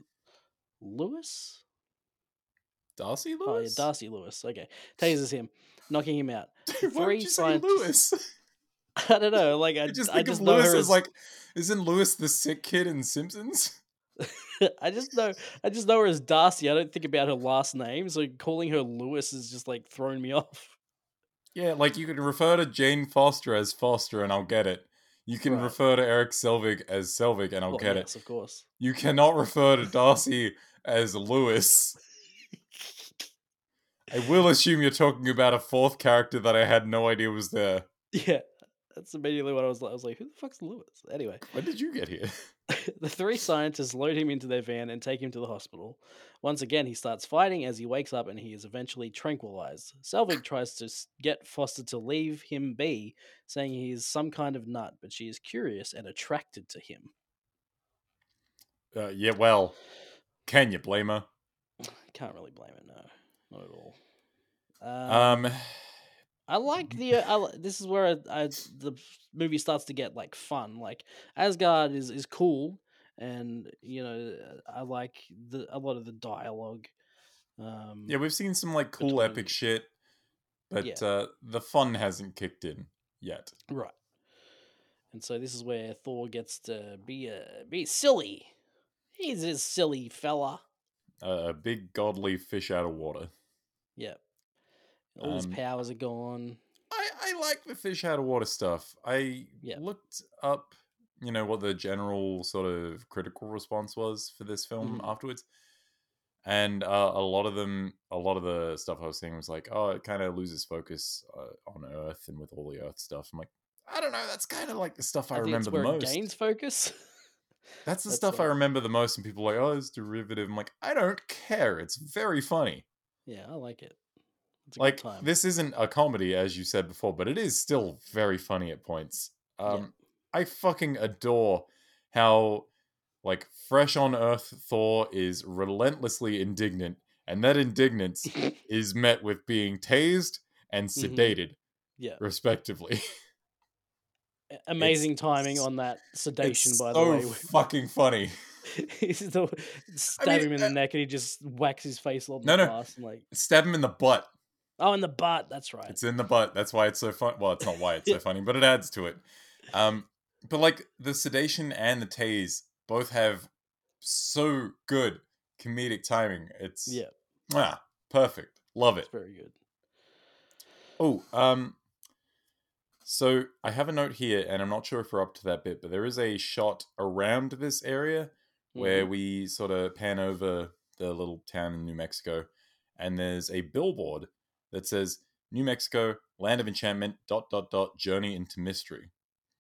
Speaker 4: Lewis,
Speaker 5: Darcy
Speaker 4: oh yeah,
Speaker 5: Lewis?
Speaker 4: Darcy Lewis, okay, tases him, knocking him out.
Speaker 5: Dude, why
Speaker 4: three
Speaker 5: would you
Speaker 4: scientists-
Speaker 5: say Lewis?
Speaker 4: I don't know, like I,
Speaker 5: I just
Speaker 4: I
Speaker 5: think
Speaker 4: just
Speaker 5: of
Speaker 4: know
Speaker 5: Lewis
Speaker 4: her
Speaker 5: as,
Speaker 4: as
Speaker 5: like, isn't Lewis the sick kid in Simpsons?
Speaker 4: I just know I just know her as Darcy. I don't think about her last name, so calling her Lewis has just like thrown me off.
Speaker 5: Yeah, like you can refer to Jane Foster as Foster and I'll get it. You can
Speaker 4: Right.
Speaker 5: refer to Eric Selvig as Selvig and I'll
Speaker 4: Well,
Speaker 5: get
Speaker 4: yes,
Speaker 5: it.
Speaker 4: of course.
Speaker 5: You cannot refer to Darcy as Lewis. I will assume you're talking about a fourth character that I had no idea was there.
Speaker 4: Yeah. That's immediately what I was like. I was like, who the fuck's Lewis? Anyway,
Speaker 5: When did you get here?
Speaker 4: the three scientists load him into their van and take him to the hospital. Once again, he starts fighting as he wakes up and he is eventually tranquilized. Selvig tries to s- get Foster to leave him be, saying he is some kind of nut, but she is curious and attracted to him.
Speaker 5: Uh, yeah, well, can you blame her?
Speaker 4: Can't really blame it, no. Not at all. Um,
Speaker 5: Um,
Speaker 4: I like the. uh, I, li- this is where I, I, the movie starts to get like fun. Like Asgard is is cool, and you know I like the a lot of the dialogue. Um,
Speaker 5: yeah, we've seen some like cool
Speaker 4: Between-
Speaker 5: epic shit, but
Speaker 4: Yeah.
Speaker 5: uh, the fun hasn't kicked in yet.
Speaker 4: right. And so this is where Thor gets to be a be silly. He's a silly fella.
Speaker 5: Uh, a big godly fish out of water.
Speaker 4: Yep. All his
Speaker 5: Um,
Speaker 4: powers are gone.
Speaker 5: I, I like the fish out of water stuff. I
Speaker 4: Yeah.
Speaker 5: looked up, you know, what the general sort of critical response was for this film
Speaker 4: Mhm.
Speaker 5: afterwards, and uh, a lot of them, a lot of the stuff I was seeing was like, oh, it kind of loses focus uh, on Earth and with all the Earth stuff. I'm like, I don't know. That's kind of like the stuff I,
Speaker 4: think
Speaker 5: remember
Speaker 4: it's where
Speaker 5: the
Speaker 4: it
Speaker 5: most.
Speaker 4: gains focus.
Speaker 5: That's the
Speaker 4: That's
Speaker 5: stuff I
Speaker 4: what-
Speaker 5: remember the most, and people are like, oh, it's derivative. I'm like, I don't care. It's very funny.
Speaker 4: yeah, I like it. It's a
Speaker 5: Like
Speaker 4: good time.
Speaker 5: this isn't a comedy, as you said before, but it is still very funny at points.
Speaker 4: Yeah.
Speaker 5: Um, I fucking adore how like fresh on Earth Thor is relentlessly indignant, and that indignance is met with being tased and
Speaker 4: Mhm.
Speaker 5: sedated,
Speaker 4: yeah.
Speaker 5: respectively.
Speaker 4: A- amazing timing
Speaker 5: s-
Speaker 4: on that sedation
Speaker 5: it's
Speaker 4: by the
Speaker 5: so
Speaker 4: way
Speaker 5: fucking funny.
Speaker 4: He's the- stab him in the
Speaker 5: uh,
Speaker 4: neck and he just whacks his face on
Speaker 5: No,
Speaker 4: the
Speaker 5: no.
Speaker 4: glass and like
Speaker 5: Stab him in the butt.
Speaker 4: oh in the butt that's right
Speaker 5: It's in the butt. That's why it's so fun. Well, it's not why it's so funny, but it adds to it. Um, but like the sedation and the tase both have so good comedic timing. It's
Speaker 4: yeah
Speaker 5: ah, perfect. Love it.
Speaker 4: it's very good
Speaker 5: Oh, um, so I have a note here, and I'm not sure if we're up to that bit, but there is a shot around this area where
Speaker 4: Mhm.
Speaker 5: we sort of pan over the little town in New Mexico, and there's a billboard that says New Mexico, land of enchantment, dot dot dot, journey into mystery,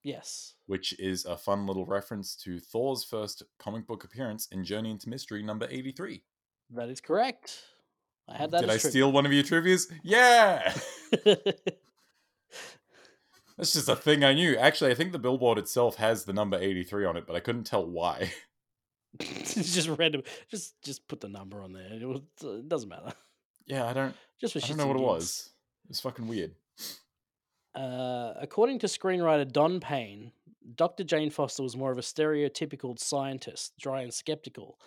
Speaker 4: yes
Speaker 5: which is a fun little reference to Thor's first comic book appearance in Journey into Mystery number 83.
Speaker 4: that is correct I had that
Speaker 5: Did I
Speaker 4: as trivia.
Speaker 5: steal one of your trivias? Yeah! That's just a thing I knew. Actually, I think the billboard itself has the number 83 on it, but I couldn't tell why.
Speaker 4: It's just random just just put the number on there it, will- it doesn't matter
Speaker 5: Yeah, I don't
Speaker 4: just for
Speaker 5: I
Speaker 4: shits
Speaker 5: don't know what
Speaker 4: and
Speaker 5: it
Speaker 4: gigs.
Speaker 5: was. It's fucking weird.
Speaker 4: Uh, according to screenwriter Don Payne, Dr. Jane Foster was more of a stereotypical scientist, dry and skeptical.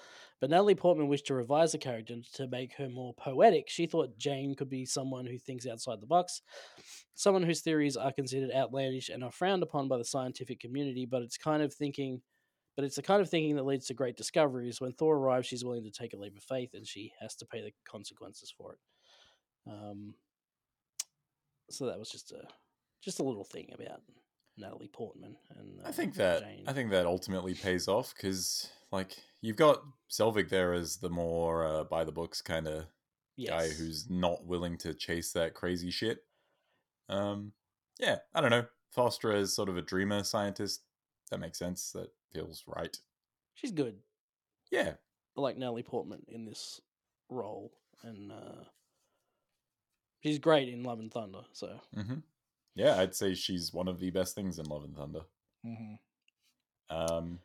Speaker 4: But Natalie Portman wished to revise the character to make her more poetic. She thought Jane could be someone who thinks outside the box, someone whose theories are considered outlandish and are frowned upon by the scientific community, but it's kind of thinking but it's the kind of thinking that leads to great discoveries. When Thor arrives, she's willing to take a leap of faith and she has to pay the consequences for it. Um, so that was just a just a little thing about Natalie Portman and
Speaker 5: I
Speaker 4: uh,
Speaker 5: think that
Speaker 4: Jane.
Speaker 5: I think that ultimately pays off because like you've got Selvig there as the more uh, by the books kind of guy
Speaker 4: Yes.
Speaker 5: who's not willing to chase that crazy shit. Um, yeah, I don't know. Foster is sort of a dreamer scientist. That makes sense. That feels right.
Speaker 4: she's good.
Speaker 5: Yeah,
Speaker 4: I like Natalie Portman in this role, and uh, she's great in Love and Thunder. So
Speaker 5: hmm yeah. I'd say she's one of the best things in Love and Thunder. Um,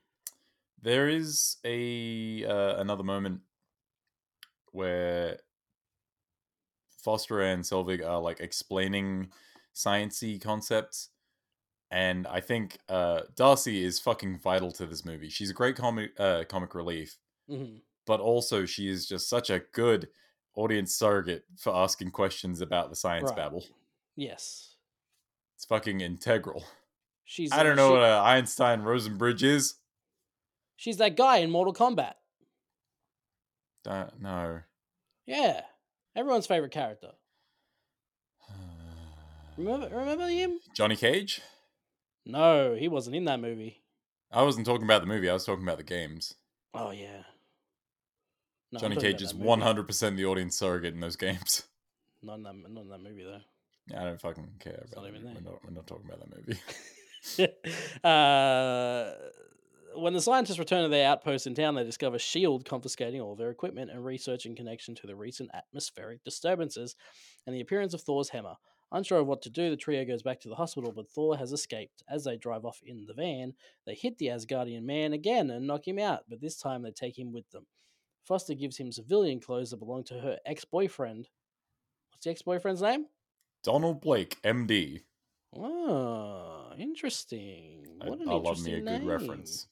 Speaker 5: there is a uh, another moment where Foster and Selvig are like explaining sciency concepts, and I think uh, Darcy is fucking vital to this movie. She's a great comic uh, comic relief,
Speaker 4: Mhm.
Speaker 5: but also she is just such a good audience surrogate for asking questions about the science
Speaker 4: Right.
Speaker 5: babble.
Speaker 4: yes,
Speaker 5: It's fucking integral.
Speaker 4: she's.
Speaker 5: I
Speaker 4: uh,
Speaker 5: don't know
Speaker 4: she-
Speaker 5: what a Einstein Rosenbridge is.
Speaker 4: she's that guy in Mortal Kombat.
Speaker 5: Don't know.
Speaker 4: Yeah, everyone's favorite character. Remember, remember him?
Speaker 5: Uh, Johnny Cage?
Speaker 4: No, he wasn't in that movie.
Speaker 5: I wasn't talking about the movie. I was talking about the games.
Speaker 4: Oh yeah. No, I'm
Speaker 5: Johnny
Speaker 4: talking
Speaker 5: Cage
Speaker 4: about
Speaker 5: is
Speaker 4: that movie.
Speaker 5: one hundred percent the audience surrogate in those games.
Speaker 4: Not in that, not in that movie though.
Speaker 5: Yeah, I don't fucking care
Speaker 4: It's
Speaker 5: about
Speaker 4: not
Speaker 5: that
Speaker 4: even there.
Speaker 5: movie. We're not, we're not talking about that movie.
Speaker 4: uh, when the scientists return to their outpost in town, they discover S.H.I.E.L.D. E confiscating all their equipment and research in connection to the recent atmospheric disturbances and the appearance of Thor's hammer. Unsure of what to do, the trio goes back to the hospital, but Thor has escaped. As they drive off in the van, they hit the Asgardian man again and knock him out, but this time they take him with them. Foster gives him civilian clothes that belong to her ex boyfriend. What's the ex boyfriend's name?
Speaker 5: Donald Blake, MD.
Speaker 4: Oh, interesting.
Speaker 5: I,
Speaker 4: What an
Speaker 5: I love me a
Speaker 4: interesting name.
Speaker 5: good reference.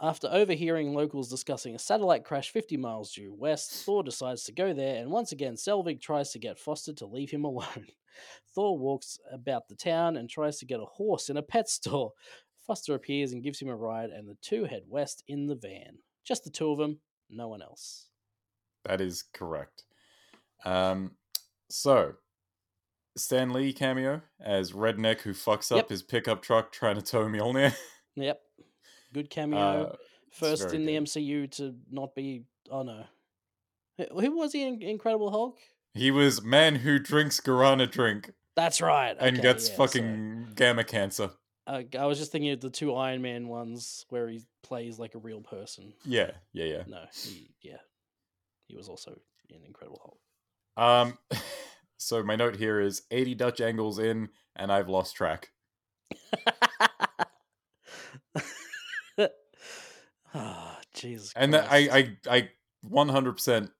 Speaker 4: After overhearing locals discussing a satellite crash 50 miles due west, Thor decides to go there, and once again, Selvig tries to get Foster to leave him alone. Thor walks about the town and tries to get a horse in a pet store. Foster appears and gives him a ride, and the two head west in the van. Just the two of them, no one else.
Speaker 5: That is correct. Um, so Stan Lee cameo as redneck who fucks up
Speaker 4: Yep.
Speaker 5: his pickup truck trying to tow Mjolnir.
Speaker 4: Yep. Good cameo.
Speaker 5: Uh, it's
Speaker 4: First
Speaker 5: very
Speaker 4: in the
Speaker 5: good.
Speaker 4: MCU to not be. Oh no. Who- Who was he in Incredible Hulk?
Speaker 5: He was man who drinks guarana drink
Speaker 4: That's right.
Speaker 5: and
Speaker 4: okay,
Speaker 5: gets
Speaker 4: yeah, sorry.
Speaker 5: fucking gamma cancer.
Speaker 4: Uh, I was just thinking of the two Iron Man ones where he plays like a real person.
Speaker 5: Yeah, yeah, yeah.
Speaker 4: No, he, yeah, he was also in Incredible Hulk.
Speaker 5: Um, so my note here is 80 Dutch angles in, and I've lost track.
Speaker 4: Ah, Jesus.
Speaker 5: And that, I,
Speaker 4: Christ.
Speaker 5: I, I 100%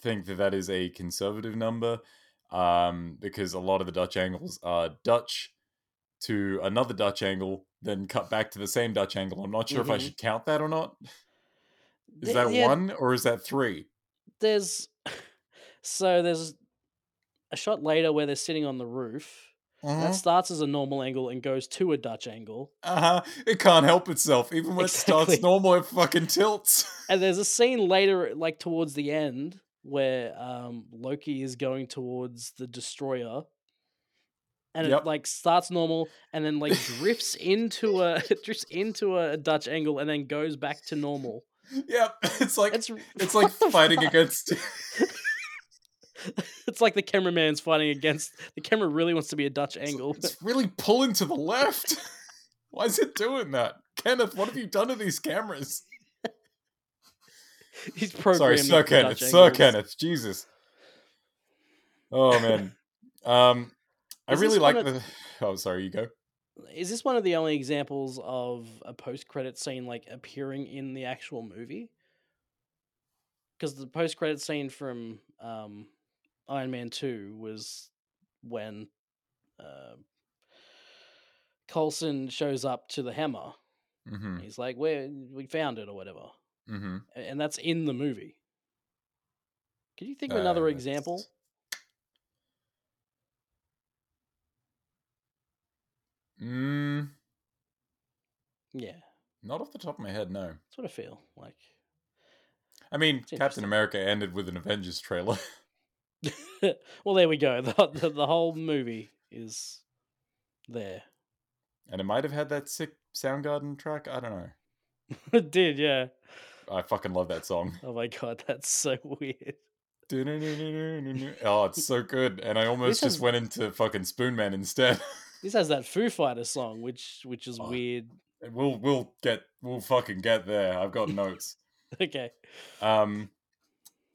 Speaker 5: think that that is a conservative number, um, because a lot of the Dutch angles are Dutch to another Dutch angle, then cut back to the same Dutch angle. I'm not sure if I
Speaker 4: Mhm.
Speaker 5: should count that or not. Is
Speaker 4: Th-
Speaker 5: that
Speaker 4: yeah,
Speaker 5: one or is that three?
Speaker 4: There's so there's a shot later where they're sitting on the roof.
Speaker 5: Uh-huh.
Speaker 4: That starts as a normal angle and goes to a Dutch angle.
Speaker 5: Uh huh. It can't help itself. Even when it
Speaker 4: Exactly.
Speaker 5: starts normal, it fucking tilts.
Speaker 4: And there's a scene later, like towards the end, where um, Loki is going towards the destroyer, and
Speaker 5: Yep.
Speaker 4: it like starts normal and then like drifts into a drifts into a Dutch angle and then goes back to normal.
Speaker 5: yep. It's like
Speaker 4: It's
Speaker 5: it's,
Speaker 4: r-
Speaker 5: like
Speaker 4: what the
Speaker 5: fighting
Speaker 4: fuck?
Speaker 5: against.
Speaker 4: It's like the cameraman's fighting against the camera. Really wants to be a Dutch angle.
Speaker 5: It's really pulling to the left. Why is it doing that, Kenneth? What have you done to these cameras?
Speaker 4: He's programmed.
Speaker 5: Sorry, Sir
Speaker 4: for Dutch
Speaker 5: Kenneth. Sir
Speaker 4: angles.
Speaker 5: Kenneth. Jesus. Oh man. Um, I
Speaker 4: Is this
Speaker 5: really like
Speaker 4: one
Speaker 5: the. Oh, sorry. You go.
Speaker 4: Is this one of the only examples of a post-credit scene like appearing in the actual movie? Because the post-credit scene from um, Iron Man Two was when uh, Coulson shows up to the hammer.
Speaker 5: Mm-hmm.
Speaker 4: He's like, "Where we found it or whatever,"
Speaker 5: Mm-hmm.
Speaker 4: a- and that's in the movie. Could you
Speaker 5: Uh,
Speaker 4: think of another example?
Speaker 5: Mm,
Speaker 4: Yeah,
Speaker 5: not off the top of my head, no.
Speaker 4: that's what I feel like.
Speaker 5: I mean,
Speaker 4: interesting.
Speaker 5: Captain America ended with an Avengers trailer.
Speaker 4: well, there we go. The, the, the whole movie is there.
Speaker 5: And it might have had that sick Soundgarden track. I don't know.
Speaker 4: it did, yeah.
Speaker 5: I fucking love that song.
Speaker 4: Oh my god, that's so weird.
Speaker 5: oh, it's so good. And I almost
Speaker 4: has-
Speaker 5: just went into fucking Spoon Man instead.
Speaker 4: This has that Foo Fighter song, which which is
Speaker 5: Oh.
Speaker 4: weird.
Speaker 5: we'll we'll get we'll fucking get there. I've got notes.
Speaker 4: Okay,
Speaker 5: Um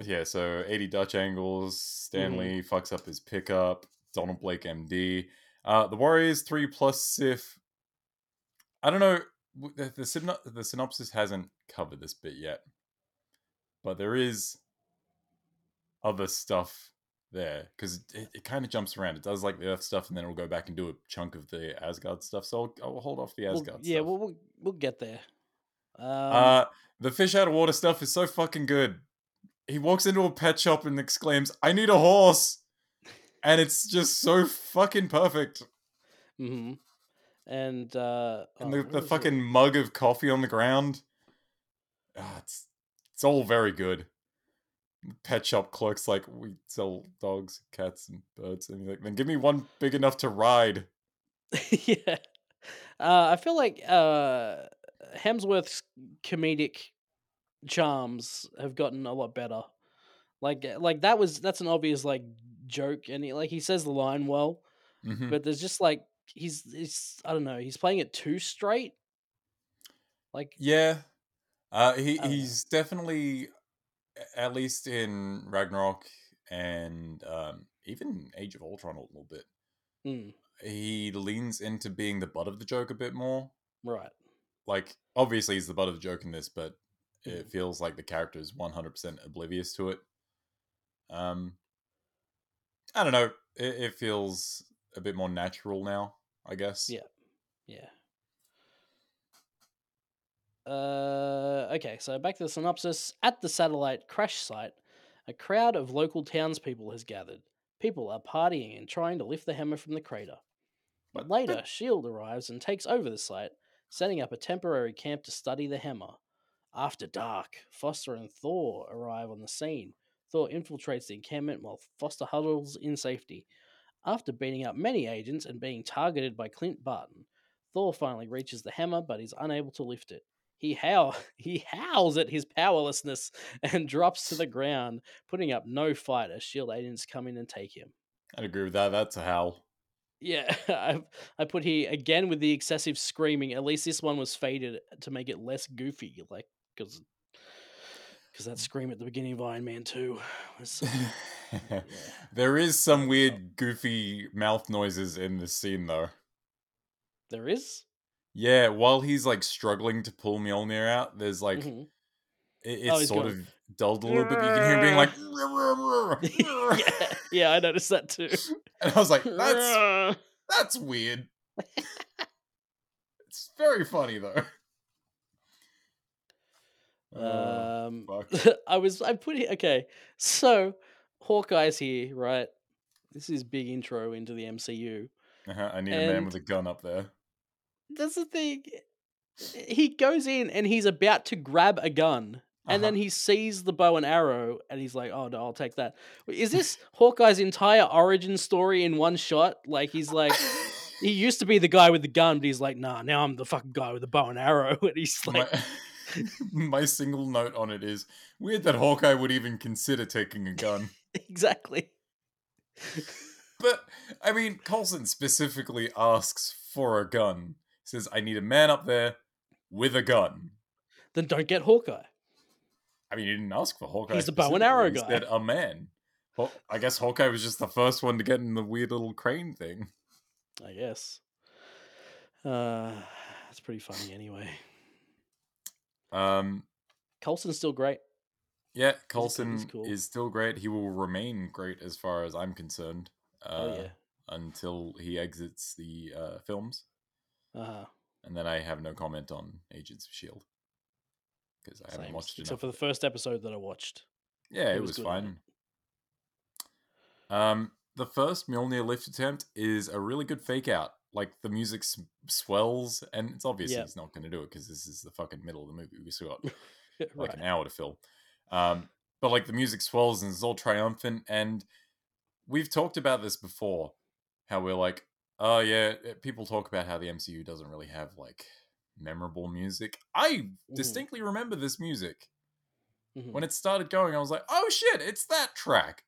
Speaker 5: yeah, so 80 Dutch angles,
Speaker 4: Mhm.
Speaker 5: Stanley fucks up his pickup, Donald Blake MD. Uh the Warriors 3 plus Sif. I don't know w- the the, syno- the synopsis hasn't covered this bit yet. But there is other stuff there because it, it kind of jumps around. It does like the Earth stuff, and then it'll go back and do a chunk of the Asgard stuff. So I'll, I'll hold off the
Speaker 4: we'll-
Speaker 5: Asgard.
Speaker 4: yeah,
Speaker 5: stuff.
Speaker 4: we'll, we'll we'll get there. Um,
Speaker 5: Uh, the fish out of water stuff is so fucking good. He walks into a pet shop and exclaims, "I need a horse," and it's just so fucking perfect.
Speaker 4: mhm. And uh, oh,
Speaker 5: And the,
Speaker 4: what
Speaker 5: the
Speaker 4: is it?
Speaker 5: fucking mug of coffee on the ground, Ah, it's it's all very good. Pet shop clerks like we sell dogs, cats, and birds, and you're like, then give me one big enough to ride.
Speaker 4: yeah. Uh, I feel like uh, Hemsworth's comedic charms have gotten a lot better. Like, like that was that's an obvious like joke and he, like he says the line well,
Speaker 5: Mhm.
Speaker 4: but there's just like he's it's I don't know, he's playing it too straight. Like
Speaker 5: Yeah. Uh, he
Speaker 4: Oh, yeah.
Speaker 5: he's definitely a- at least in Ragnarok and um, even Age of Ultron a little bit.
Speaker 4: mm,
Speaker 5: He leans into being the butt of the joke a bit more.
Speaker 4: right.
Speaker 5: Like obviously he's the butt of the joke in this, but it
Speaker 4: Mhm.
Speaker 5: feels like the character is 100% oblivious to it. Um I don't know. It, it feels a bit more natural now, I guess.
Speaker 4: Yeah. Yeah. Uh, okay, so back to the synopsis. At the satellite crash site, a crowd of local townspeople has gathered. People are partying and trying to lift the hammer from the crater. But later, S.H.I.E.L.D. E arrives and takes over the site, setting up a temporary camp to study the hammer. After dark, Foster and Thor arrive on the scene. Thor infiltrates the encampment while Foster huddles in safety. After beating up many agents and being targeted by Clint Barton, Thor finally reaches the hammer but is unable to lift it. He howl he howls at his powerlessness and drops to the ground, putting up no fight as shield agents come in and take him.
Speaker 5: I'd agree with that. That's a howl.
Speaker 4: Yeah, I I put here again with the excessive screaming. At least this one was faded to make it less goofy, like because because that scream at the beginning of Iron Man Two was
Speaker 5: There is some
Speaker 4: Oh.
Speaker 5: weird, goofy mouth noises in this scene, though.
Speaker 4: there is?
Speaker 5: Yeah, while he's like struggling to pull Mjolnir out, there's like
Speaker 4: Mhm.
Speaker 5: i-
Speaker 4: Oh,
Speaker 5: it's
Speaker 4: he's
Speaker 5: sort
Speaker 4: going-
Speaker 5: of dulled a little bit. But you can hear him being like,
Speaker 4: yeah, yeah, I noticed that too.
Speaker 5: and I was like, that's that's weird. it's very funny though. Uh,
Speaker 4: Um,
Speaker 5: fuck.
Speaker 4: I was I put it okay. So Hawkeye's here, right? This is big intro into the MCU.
Speaker 5: uh-huh, I need a man
Speaker 4: and-
Speaker 5: with a gun up there.
Speaker 4: That's the thing. eh, He goes in and he's about to grab a gun, and then
Speaker 5: Uh-huh.
Speaker 4: he sees the bow and arrow, and he's like, "Oh no, I'll take that." Is this Hawkeye's entire origin story in one shot? Like he's like. He used to be the guy with the gun, but he's like, nah, now I'm the fucking guy with the bow and arrow. And he's like,
Speaker 5: my, my single note on it is weird that Hawkeye would even consider taking a gun.
Speaker 4: exactly.
Speaker 5: But I mean, Coulson specifically asks for a gun. He says, "I need a man up there with a gun."
Speaker 4: Then don't get Hawkeye.
Speaker 5: I mean, he didn't ask for Hawkeye.
Speaker 4: He's the bow and
Speaker 5: specifically,
Speaker 4: arrow
Speaker 5: he
Speaker 4: guy.
Speaker 5: Said a man. Haw- I guess Hawkeye was just the first one to get in the weird little crane thing.
Speaker 4: I guess. Uh, it's pretty funny anyway.
Speaker 5: Um,
Speaker 4: Colson's still great.
Speaker 5: yeah,
Speaker 4: cool, he's
Speaker 5: Coulson
Speaker 4: cool.
Speaker 5: is still great. He will remain great as far as I'm concerned. Uh,
Speaker 4: oh yeah.
Speaker 5: Until he exits the uh, films.
Speaker 4: Uh huh.
Speaker 5: And then I have no comment on Agents of Shield because I haven't
Speaker 4: Same,
Speaker 5: watched it.
Speaker 4: except for the first episode that I watched.
Speaker 5: Yeah,
Speaker 4: it
Speaker 5: it
Speaker 4: was
Speaker 5: was
Speaker 4: good on it.
Speaker 5: fine. Um, the first Mjolnir lift attempt is a really good fake out. Like the music s- swells, and it's obvious
Speaker 4: Yeah.
Speaker 5: he's not going to do it because this is the fucking middle of the movie. We still got like
Speaker 4: right.
Speaker 5: an hour to fill. Um, but like the music swells and it's all triumphant. And we've talked about this before, how we're like, oh yeah, eh, people talk about how the MCU doesn't really have like memorable music. I
Speaker 4: Mhm.
Speaker 5: distinctly remember this music
Speaker 4: Mhm.
Speaker 5: when it started going. I was like, oh shit, it's that track.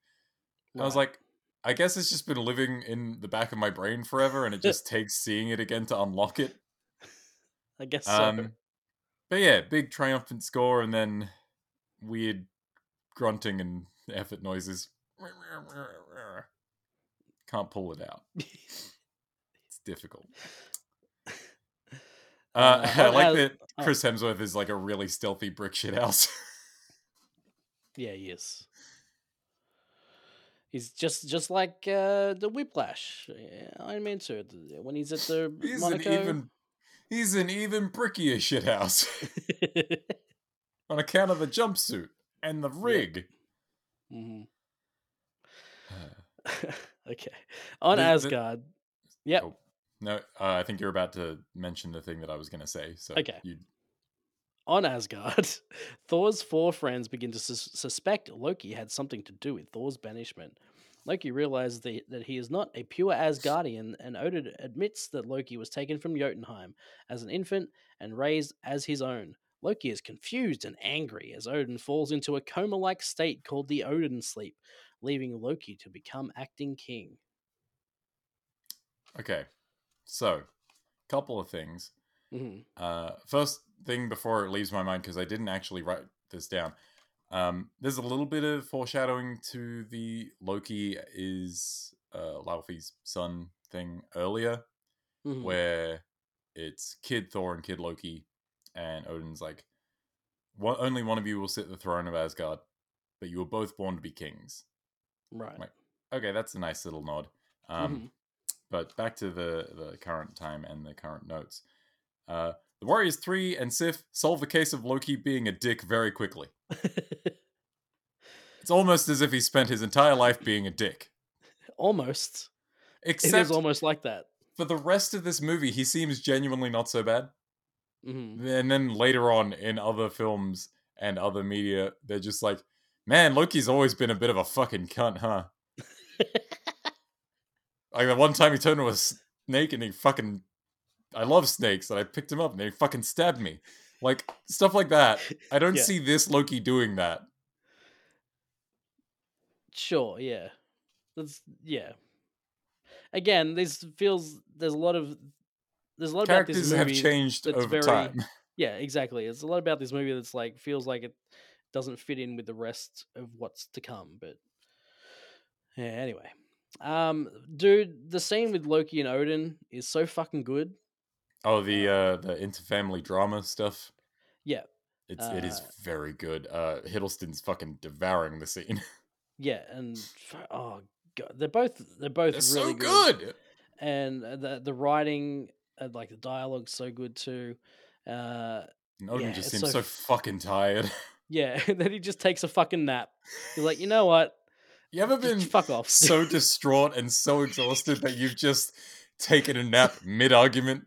Speaker 5: And I was
Speaker 4: Right.
Speaker 5: like, I guess it's just been living in the back of my brain forever, and it just takes seeing it again to unlock it.
Speaker 4: I guess so.
Speaker 5: Um, but yeah, big triumphant score, and then weird grunting and effort noises. Can't pull it out. It's difficult. Uh,
Speaker 4: Uh,
Speaker 5: I
Speaker 4: what
Speaker 5: like
Speaker 4: has-
Speaker 5: that
Speaker 4: oh.
Speaker 5: Chris Hemsworth is like a really stealthy brick shit house.
Speaker 4: yeah, he is. He's just just like uh, the Whiplash, yeah, Iron Man two. the- When he's at the
Speaker 5: he's
Speaker 4: Monaco.
Speaker 5: an even he's an even brickier shit house on account of the jumpsuit and the rig.
Speaker 4: Mhm. okay, on
Speaker 5: Uh. The- the-
Speaker 4: Asgard. Yep.
Speaker 5: Oh, No, uh, I think you're about to mention the thing that I was going to say. So
Speaker 4: Okay.
Speaker 5: you
Speaker 4: On Asgard, Thor's four friends begin to sus- suspect Loki had something to do with Thor's banishment. Loki realizes that, that he is not a pure Asgardian, and Odin admits that Loki was taken from Jotunheim as an infant and raised as his own. Loki is confused and angry as Odin falls into a coma like state called the Odin sleep, leaving Loki to become acting king.
Speaker 5: Okay. So, couple of things.
Speaker 4: hmm
Speaker 5: Uh, first thing before it leaves my mind, because I didn't actually write this down. Um, there's a little bit of foreshadowing to the Loki is uh, Laufey's son thing earlier,
Speaker 4: hmm
Speaker 5: where it's Kid Thor and Kid Loki, and Odin's like, "One- only one of you will sit the throne of Asgard, but you were both born to be kings.
Speaker 4: Right.
Speaker 5: Like- Okay, that's a nice little nod. Um,
Speaker 4: Mhm.
Speaker 5: But back to the, the current time and the current notes. Uh, the Warriors 3 and Sif solve the case of Loki being a dick very quickly. It's almost as if he spent his entire life being a dick.
Speaker 4: almost. it
Speaker 5: Except
Speaker 4: is almost like that.
Speaker 5: for the rest of this movie, he seems genuinely not so bad.
Speaker 4: hmm
Speaker 5: And then later on in other films and other media, they're just like, man, Loki's always been a bit of a fucking cunt, huh? Like the one time he turned into a snake and he fucking. I love snakes and I picked him up and they fucking stabbed me. Like stuff like that. I don't
Speaker 4: Yeah.
Speaker 5: see this Loki doing that.
Speaker 4: Sure, yeah. That's yeah. Again, this feels there's a lot of there's a lot
Speaker 5: Characters
Speaker 4: about
Speaker 5: have
Speaker 4: this movie.
Speaker 5: changed
Speaker 4: that's
Speaker 5: over
Speaker 4: very-
Speaker 5: time.
Speaker 4: yeah, exactly. There's a lot about this movie that's like feels like it doesn't fit in with the rest of what's to come, but yeah, anyway. Um dude, the scene with Loki and Odin is so fucking good.
Speaker 5: Oh, the uh the interfamily drama stuff.
Speaker 4: Yeah.
Speaker 5: It's it is
Speaker 4: Uh,
Speaker 5: very good. Uh Hiddleston's fucking devouring the scene.
Speaker 4: Yeah, and f- oh god, they're both they're both
Speaker 5: They're
Speaker 4: really
Speaker 5: so good.
Speaker 4: and uh, the the writing and like the dialogue's so good too. Uh
Speaker 5: And Odin
Speaker 4: Yeah,
Speaker 5: just
Speaker 4: it's
Speaker 5: seems
Speaker 4: so
Speaker 5: so fucking tired.
Speaker 4: yeah, and then he just takes a fucking nap. He's like, "You know what?
Speaker 5: you ever
Speaker 4: Just
Speaker 5: been
Speaker 4: fuck off."
Speaker 5: so distraught and so exhausted that you've just taken a nap mid argument?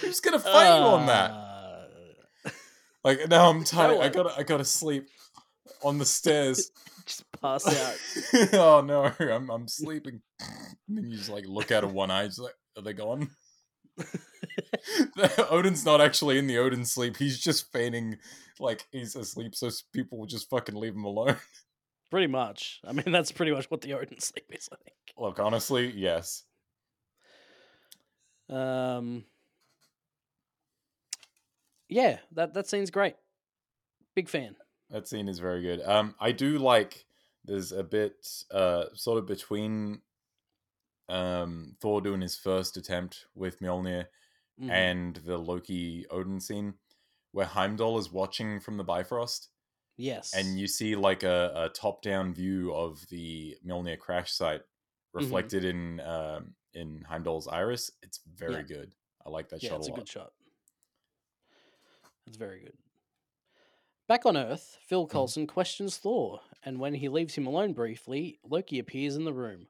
Speaker 5: Who's gonna fight you on that?
Speaker 4: Uh,
Speaker 5: Like now I'm tired. I
Speaker 4: what?
Speaker 5: gotta I gotta sleep on the stairs.
Speaker 4: Just pass out.
Speaker 5: oh no, I'm I'm sleeping. And then you just like look out of one eye, just like are they gone? Odin's not actually in the Odin sleep. He's just feigning like he's asleep, so s- people will just fucking leave him alone.
Speaker 4: Pretty much. I mean, that's pretty much what the Odin sleep is, I think.
Speaker 5: Look, honestly, yes.
Speaker 4: Um, yeah, that, that scene's great. Big fan.
Speaker 5: That scene is very good. Um, I do like there's a bit uh sort of between um Thor doing his first attempt with Mjolnir
Speaker 4: Mhm.
Speaker 5: and the Loki Odin scene where Heimdall is watching from the Bifrost
Speaker 4: yes.
Speaker 5: and you see like a, a top down view of the Mjolnir crash site
Speaker 4: Mm-hmm.
Speaker 5: reflected in um in Heimdall's iris. It's very
Speaker 4: Yeah.
Speaker 5: good. I like that
Speaker 4: yeah,
Speaker 5: shot
Speaker 4: it's a
Speaker 5: a lot.
Speaker 4: good shot. It's very good. Back on Earth, Phil
Speaker 5: Mm-hmm.
Speaker 4: Coulson questions Thor, and when he leaves him alone briefly, Loki appears in the room.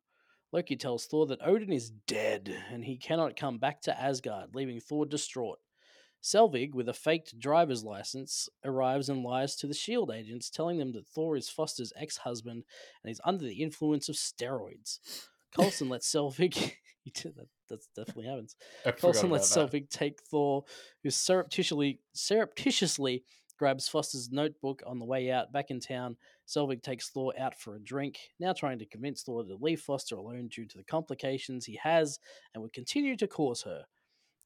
Speaker 4: Loki tells Thor that Odin is dead and he cannot come back to Asgard, leaving Thor distraught. Selvig, with a faked driver's license, arrives and lies to the S.H.I.E.L.D. E agents, telling them that Thor is Foster's ex husband and is under the influence of steroids. Coulson lets Selvig. He did that, that's definitely happens.
Speaker 5: I forgot
Speaker 4: Coulson
Speaker 5: about
Speaker 4: lets
Speaker 5: that.
Speaker 4: Selvig take Thor, who surreptitiously, surreptitiously grabs Foster's notebook on the way out back in town. Selvig takes Thor out for a drink, now trying to convince Thor to leave Foster alone due to the complications he has and would continue to cause her.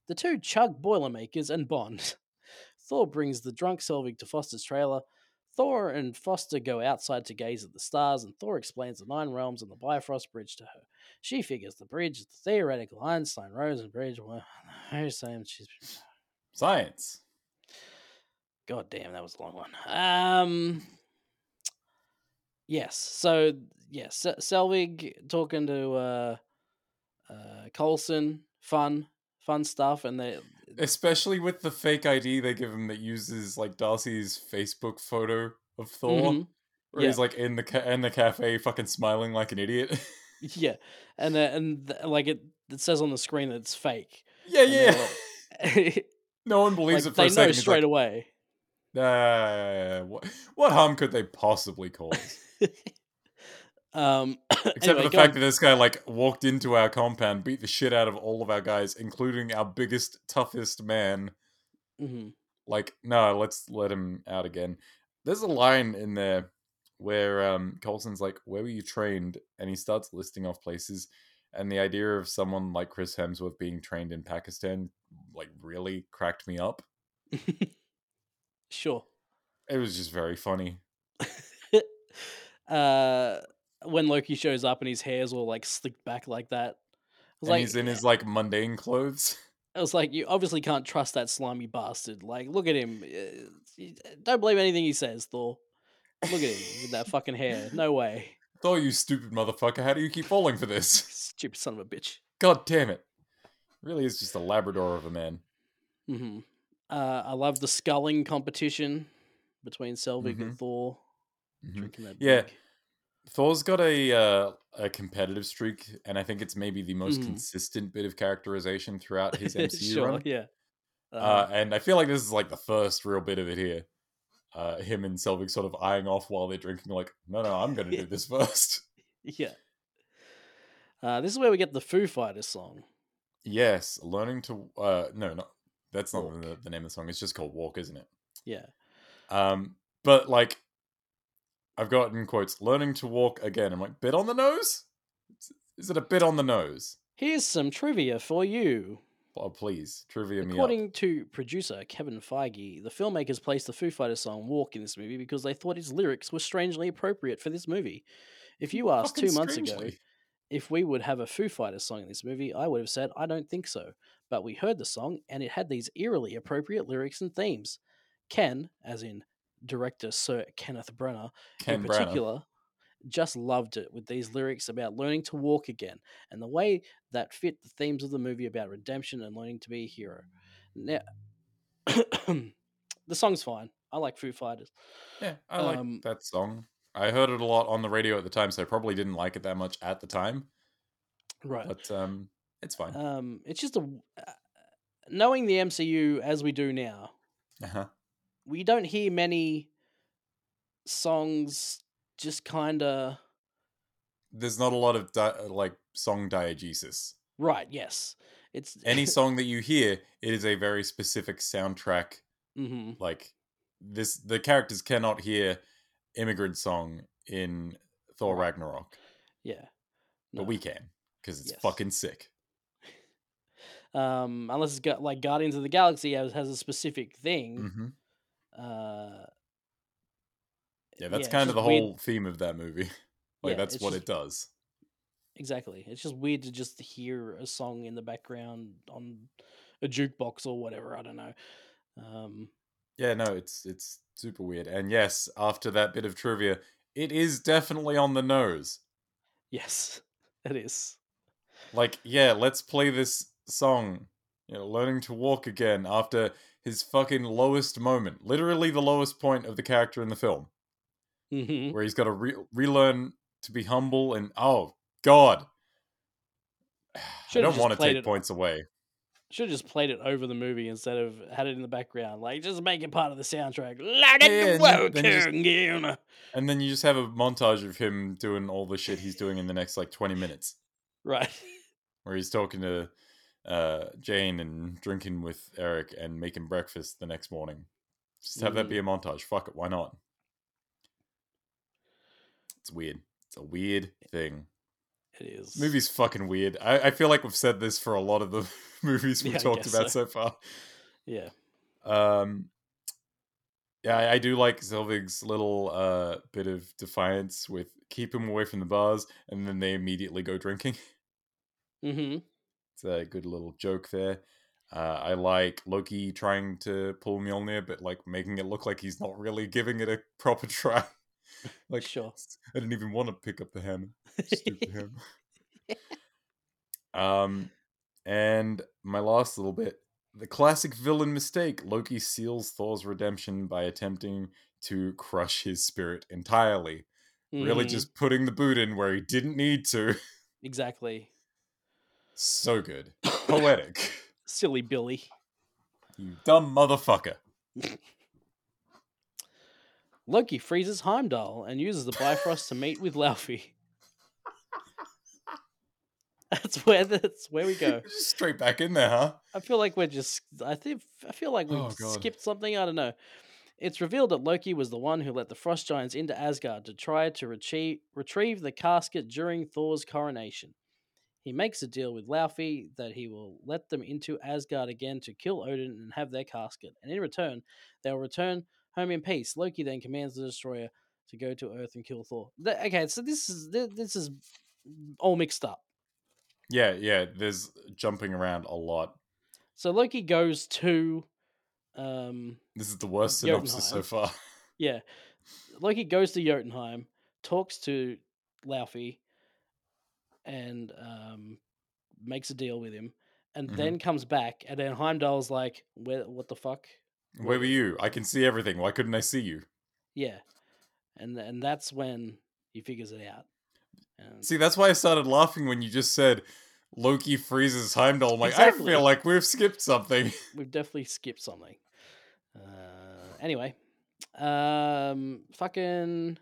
Speaker 4: The two chug Boilermakers and Bond. Thor brings the drunk Selvig to Foster's trailer. Thor and Foster go outside to gaze at the stars, and Thor explains the Nine Realms and the Bifrost Bridge to her. She figures the bridge is the theoretical Einstein Rosen bridge. Well, her same. She's
Speaker 5: Science.
Speaker 4: God damn, that was a long one. Um, yes. So yes, S- Selvig talking to uh, uh, Colson. Fun, fun stuff, and they
Speaker 5: especially with the fake ID they give him that uses like Darcy's Facebook photo of Thor,
Speaker 4: Mhm,
Speaker 5: where he's like in the ca- in the cafe, fucking smiling like an idiot.
Speaker 4: yeah, and uh, and th- like it, it says on the screen that it's fake.
Speaker 5: yeah,
Speaker 4: And they're
Speaker 5: yeah. No one
Speaker 4: like,
Speaker 5: believes it for
Speaker 4: they
Speaker 5: a
Speaker 4: know
Speaker 5: second. He's
Speaker 4: straight
Speaker 5: like,
Speaker 4: away.
Speaker 5: "Nah, what, what harm could they possibly cause?
Speaker 4: Um,
Speaker 5: Except
Speaker 4: anyway,
Speaker 5: for the
Speaker 4: go
Speaker 5: fact
Speaker 4: on.
Speaker 5: that this guy like walked into our compound, beat the shit out of all of our guys, including our biggest, toughest man,
Speaker 4: hmm
Speaker 5: like no let's let him out again there's a line in there where um colson's like where were you trained and he starts listing off places and the idea of someone like chris hemsworth being trained in pakistan like really cracked me up
Speaker 4: Sure.
Speaker 5: it was just very funny
Speaker 4: uh, when Loki shows up and his hair's all like slicked back like that, I was
Speaker 5: and
Speaker 4: like,
Speaker 5: he's in his like mundane clothes
Speaker 4: I was like, you obviously can't trust that slimy bastard. Like, look at him. Uh, he- Don't believe anything he says, Thor. Look at him with that fucking hair. No way.
Speaker 5: oh you stupid motherfucker how do you keep falling for this
Speaker 4: Stupid son of a bitch.
Speaker 5: god damn it really is just a labrador of a man
Speaker 4: hmm Uh, I love the sculling competition between Selvig and Thor.
Speaker 5: Mhm.
Speaker 4: Drinking that
Speaker 5: Mm-hmm. Yeah.
Speaker 4: big-
Speaker 5: Thor's got a uh, a competitive streak, and I think it's maybe the most
Speaker 4: Mhm.
Speaker 5: consistent bit of characterization throughout his MCU
Speaker 4: sure,
Speaker 5: run.
Speaker 4: yeah. Uh,
Speaker 5: Uh, and I feel like this is like the first real bit of it here. Uh, him and Selvig sort of eyeing off while they're drinking, like, no, no, I'm going to do this first.
Speaker 4: yeah. Uh, this is where we get the Foo Fighters song.
Speaker 5: yes, learning to. Uh, no, no, that's not
Speaker 4: Walk.
Speaker 5: the, the name of the song. It's just called Walk, isn't it?
Speaker 4: Yeah.
Speaker 5: Um, but like, I've gotten quotes, learning to walk again. I'm like, bit on the nose? Is it a bit on the nose?
Speaker 4: Here's some trivia for you.
Speaker 5: Oh, please, trivia me up.
Speaker 4: According to producer Kevin Feige, the filmmakers placed the Foo Fighters song Walk in this movie because they thought its lyrics were strangely appropriate for this movie. If you asked
Speaker 5: Fucking
Speaker 4: two months ago
Speaker 5: strangely.
Speaker 4: if we would have a Foo Fighters song in this movie, I would have said, I don't think so. But we heard the song and it had these eerily appropriate lyrics and themes. Ken, as in director Sir Kenneth Brenner,
Speaker 5: Ken
Speaker 4: in
Speaker 5: Branagh.
Speaker 4: particular, just loved it with these lyrics about learning to walk again and the way that fit the themes of the movie about redemption and learning to be a hero. Now, the song's fine. I like Foo Fighters.
Speaker 5: Yeah, I like
Speaker 4: Um,
Speaker 5: that song. I heard it a lot on the radio at the time, so I probably didn't like it that much at the time.
Speaker 4: Right.
Speaker 5: But um, it's fine.
Speaker 4: Um, it's just a w- uh, knowing the MCU as we do now,
Speaker 5: Uh-huh.
Speaker 4: we don't hear many songs just kind of
Speaker 5: There's not a lot of di- uh, like song diegesis.
Speaker 4: right. Yes, it's
Speaker 5: Any song that you hear, it is a very specific soundtrack.
Speaker 4: hmm
Speaker 5: Like this, the characters cannot hear "Immigrant Song" in Thor
Speaker 4: Right.
Speaker 5: Ragnarok,
Speaker 4: yeah. No.
Speaker 5: but we can because it's
Speaker 4: Yes.
Speaker 5: fucking sick.
Speaker 4: um, unless it's got like Guardians of the Galaxy has, has a specific thing.
Speaker 5: hmm
Speaker 4: Uh,
Speaker 5: Yeah, that's
Speaker 4: it's
Speaker 5: kind of
Speaker 4: just
Speaker 5: the
Speaker 4: weird-
Speaker 5: whole theme of that movie. like
Speaker 4: Yeah,
Speaker 5: that's
Speaker 4: it's
Speaker 5: what
Speaker 4: just-
Speaker 5: it does.
Speaker 4: exactly. It's just weird to just hear a song in the background on a jukebox or whatever. I don't know. Um,
Speaker 5: Yeah, no, it's it's super weird. And yes, after that bit of trivia, it is definitely on the nose.
Speaker 4: yes, it is.
Speaker 5: Like, yeah, let's play this song. You know, learning to walk again after his fucking lowest moment, literally the lowest point of the character in the film,
Speaker 4: hmm
Speaker 5: where he's got to re- relearn to be humble and oh god, I
Speaker 4: Should've
Speaker 5: don't
Speaker 4: just
Speaker 5: want to
Speaker 4: played
Speaker 5: take
Speaker 4: it-
Speaker 5: points away.
Speaker 4: Should have just played it over the movie instead of had it in the background. Like, just make it part of the soundtrack. Light it
Speaker 5: Yeah,
Speaker 4: the
Speaker 5: and then- then just-
Speaker 4: welcome again.
Speaker 5: And then you just have a montage of him doing all the shit he's doing in the next like twenty minutes.
Speaker 4: Right.
Speaker 5: where he's talking to uh, Jane and drinking with Eric and making breakfast the next morning. Just have
Speaker 4: Mm.
Speaker 5: that be a montage. Fuck it, why not? It's weird. It's a weird thing.
Speaker 4: It is.
Speaker 5: This movie's fucking weird. I, I feel like we've said this for a lot of the movies we've
Speaker 4: Yeah, I
Speaker 5: talked
Speaker 4: guess
Speaker 5: about so, far.
Speaker 4: Yeah.
Speaker 5: Um, yeah, I, I do like Zelvig's little uh, bit of defiance with keep him away from the bars, and then they immediately go drinking.
Speaker 4: hmm
Speaker 5: It's a good little joke there. Uh, I like Loki trying to pull Mjolnir, but like making it look like he's not really giving it a proper try. like,
Speaker 4: Sure.
Speaker 5: "S- I didn't even want to pick up the hammer. Stupid hammer. Um, and my last little bit the classic villain mistake Loki seals Thor's redemption by attempting to crush his spirit entirely. Really
Speaker 4: Mhm.
Speaker 5: just putting the boot in where he didn't need to.
Speaker 4: Exactly.
Speaker 5: so good. Poetic.
Speaker 4: Silly Billy.
Speaker 5: You dumb motherfucker.
Speaker 4: Loki freezes Heimdall and uses the Bifrost to meet with Laufey. That's where that's where we go.
Speaker 5: Just straight back in there, huh?
Speaker 4: I feel like we're just. I think I feel like we've
Speaker 5: Oh, God.
Speaker 4: skipped something. I don't know. It's revealed that Loki was the one who let the Frost Giants into Asgard to try to retrieve retrieve the casket during Thor's coronation. He makes a deal with Laufey that he will let them into Asgard again to kill Odin and have their casket, and in return, they will return home in peace. Loki then commands the Destroyer to go to Earth and kill Thor. Th- okay, so this is thi- this is all mixed up.
Speaker 5: Yeah, yeah. There's jumping around a lot.
Speaker 4: So Loki goes to um
Speaker 5: This is the worst
Speaker 4: Jotunheim.
Speaker 5: synopsis so far.
Speaker 4: yeah. Loki goes to Jotunheim, talks to Laufey and um makes a deal with him and
Speaker 5: Mhm.
Speaker 4: then comes back and then Heimdall's like, Where what the fuck?
Speaker 5: Where were you? I can see everything. Why couldn't I see you?
Speaker 4: Yeah. And and that's when he figures it out. And
Speaker 5: See, that's why I started laughing when you just said Loki freezes Heimdall. I'm like, I
Speaker 4: Exactly.
Speaker 5: feel like we've skipped something.
Speaker 4: we've definitely skipped something. Uh anyway. Um fucking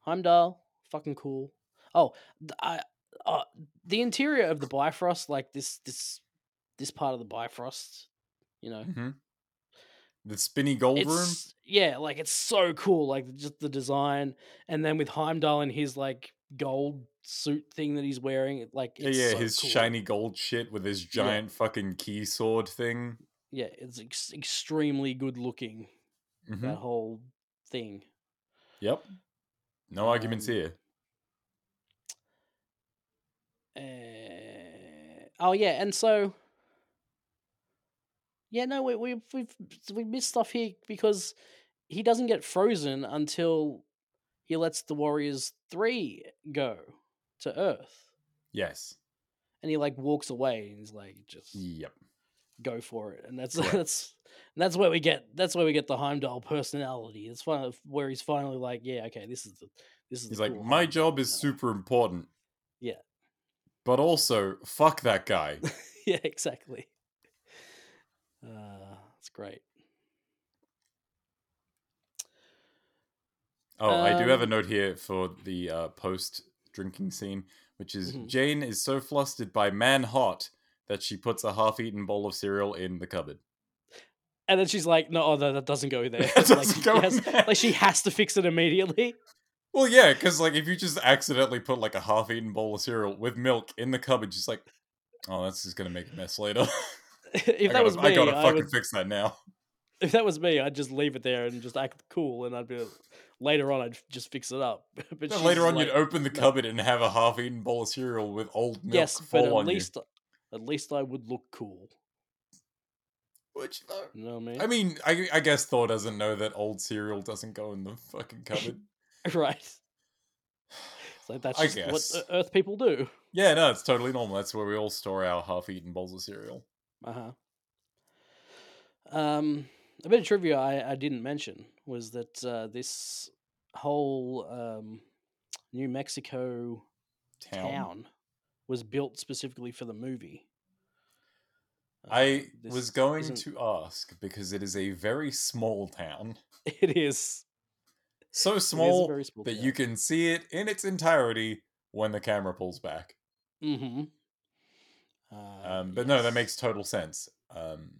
Speaker 4: Heimdall, fucking cool. Oh, th- I, uh, the interior of the Bifrost, like this, this, this part of the Bifrost, you know,
Speaker 5: Mhm. The spinny gold room.
Speaker 4: it's yeah, like it's so cool, like just the design, and then with Heimdall and his like gold suit thing that he's wearing, it, like
Speaker 5: Yeah,
Speaker 4: it's
Speaker 5: yeah,
Speaker 4: so
Speaker 5: his
Speaker 4: cool.
Speaker 5: shiny gold shit with his giant fucking key sword thing.
Speaker 4: yeah, it's ex- extremely good looking.
Speaker 5: Mhm.
Speaker 4: That whole thing.
Speaker 5: Yep. No arguments
Speaker 4: Um,
Speaker 5: here.
Speaker 4: Uh, oh yeah, and so yeah, no, we we we've we missed stuff here because he doesn't get frozen until he lets the Warriors three go to Earth,
Speaker 5: Yes.
Speaker 4: and he like walks away and he's like, just
Speaker 5: Yep.
Speaker 4: go for it, and that's
Speaker 5: Correct.
Speaker 4: that's and that's where we get that's where we get the Heimdall personality. It's finally where he's finally like, yeah, okay, this is the this is
Speaker 5: He's
Speaker 4: the
Speaker 5: like,
Speaker 4: cool
Speaker 5: my
Speaker 4: Heimdall
Speaker 5: job is
Speaker 4: personality."
Speaker 5: super important.
Speaker 4: Yeah.
Speaker 5: But also, fuck that guy.
Speaker 4: yeah, exactly. Uh, it's great.
Speaker 5: Oh, I do have a
Speaker 4: Um,
Speaker 5: note here for the uh, post drinking scene, which is
Speaker 4: Mhm.
Speaker 5: Jane is so flustered by man hot that she puts a half eaten bowl of cereal in the cupboard.
Speaker 4: And then she's like, "No, oh, that, that doesn't go there."
Speaker 5: That
Speaker 4: like,
Speaker 5: doesn't
Speaker 4: she
Speaker 5: go in
Speaker 4: has-
Speaker 5: there.
Speaker 4: like she has to fix it immediately.
Speaker 5: Well, yeah, because like if you just accidentally put like a half eaten bowl of cereal with milk in the cupboard, she's like, oh, that's just going to make a mess later.
Speaker 4: if
Speaker 5: I
Speaker 4: that
Speaker 5: gotta,
Speaker 4: was
Speaker 5: I
Speaker 4: me, I,
Speaker 5: gotta fucking
Speaker 4: would.
Speaker 5: fix that now.
Speaker 4: If that was me, I'd just leave it there and just act cool, and I'd be later on. I'd just fix it up. but
Speaker 5: Then
Speaker 4: she's
Speaker 5: later on,
Speaker 4: like,
Speaker 5: you'd open the
Speaker 4: no.
Speaker 5: cupboard and have a half eaten bowl of cereal with old milk
Speaker 4: yes, but
Speaker 5: fall
Speaker 4: at
Speaker 5: on
Speaker 4: least, at least I would look cool.
Speaker 5: you. Which, uh,
Speaker 4: You know what I mean?
Speaker 5: I mean, I, I guess Thor doesn't know that old cereal doesn't go in the fucking cupboard.
Speaker 4: right. It's like that's
Speaker 5: I
Speaker 4: just
Speaker 5: guess.
Speaker 4: what uh, Earth people do.
Speaker 5: Yeah, no, it's totally normal. That's where we all store our half-eaten bowls of cereal.
Speaker 4: Uh huh. Um, a bit of trivia I, I didn't mention was that uh, this whole um, New Mexico
Speaker 5: Town.
Speaker 4: town. was built specifically for the movie.
Speaker 5: I
Speaker 4: Uh, this
Speaker 5: was going
Speaker 4: isn't-
Speaker 5: to ask because it is a very small town,
Speaker 4: It is
Speaker 5: so
Speaker 4: it is a
Speaker 5: small
Speaker 4: very small
Speaker 5: that you can see it in its entirety when the camera pulls back.
Speaker 4: Mm-hmm. Uh,
Speaker 5: Um, but no, that makes total sense. Um,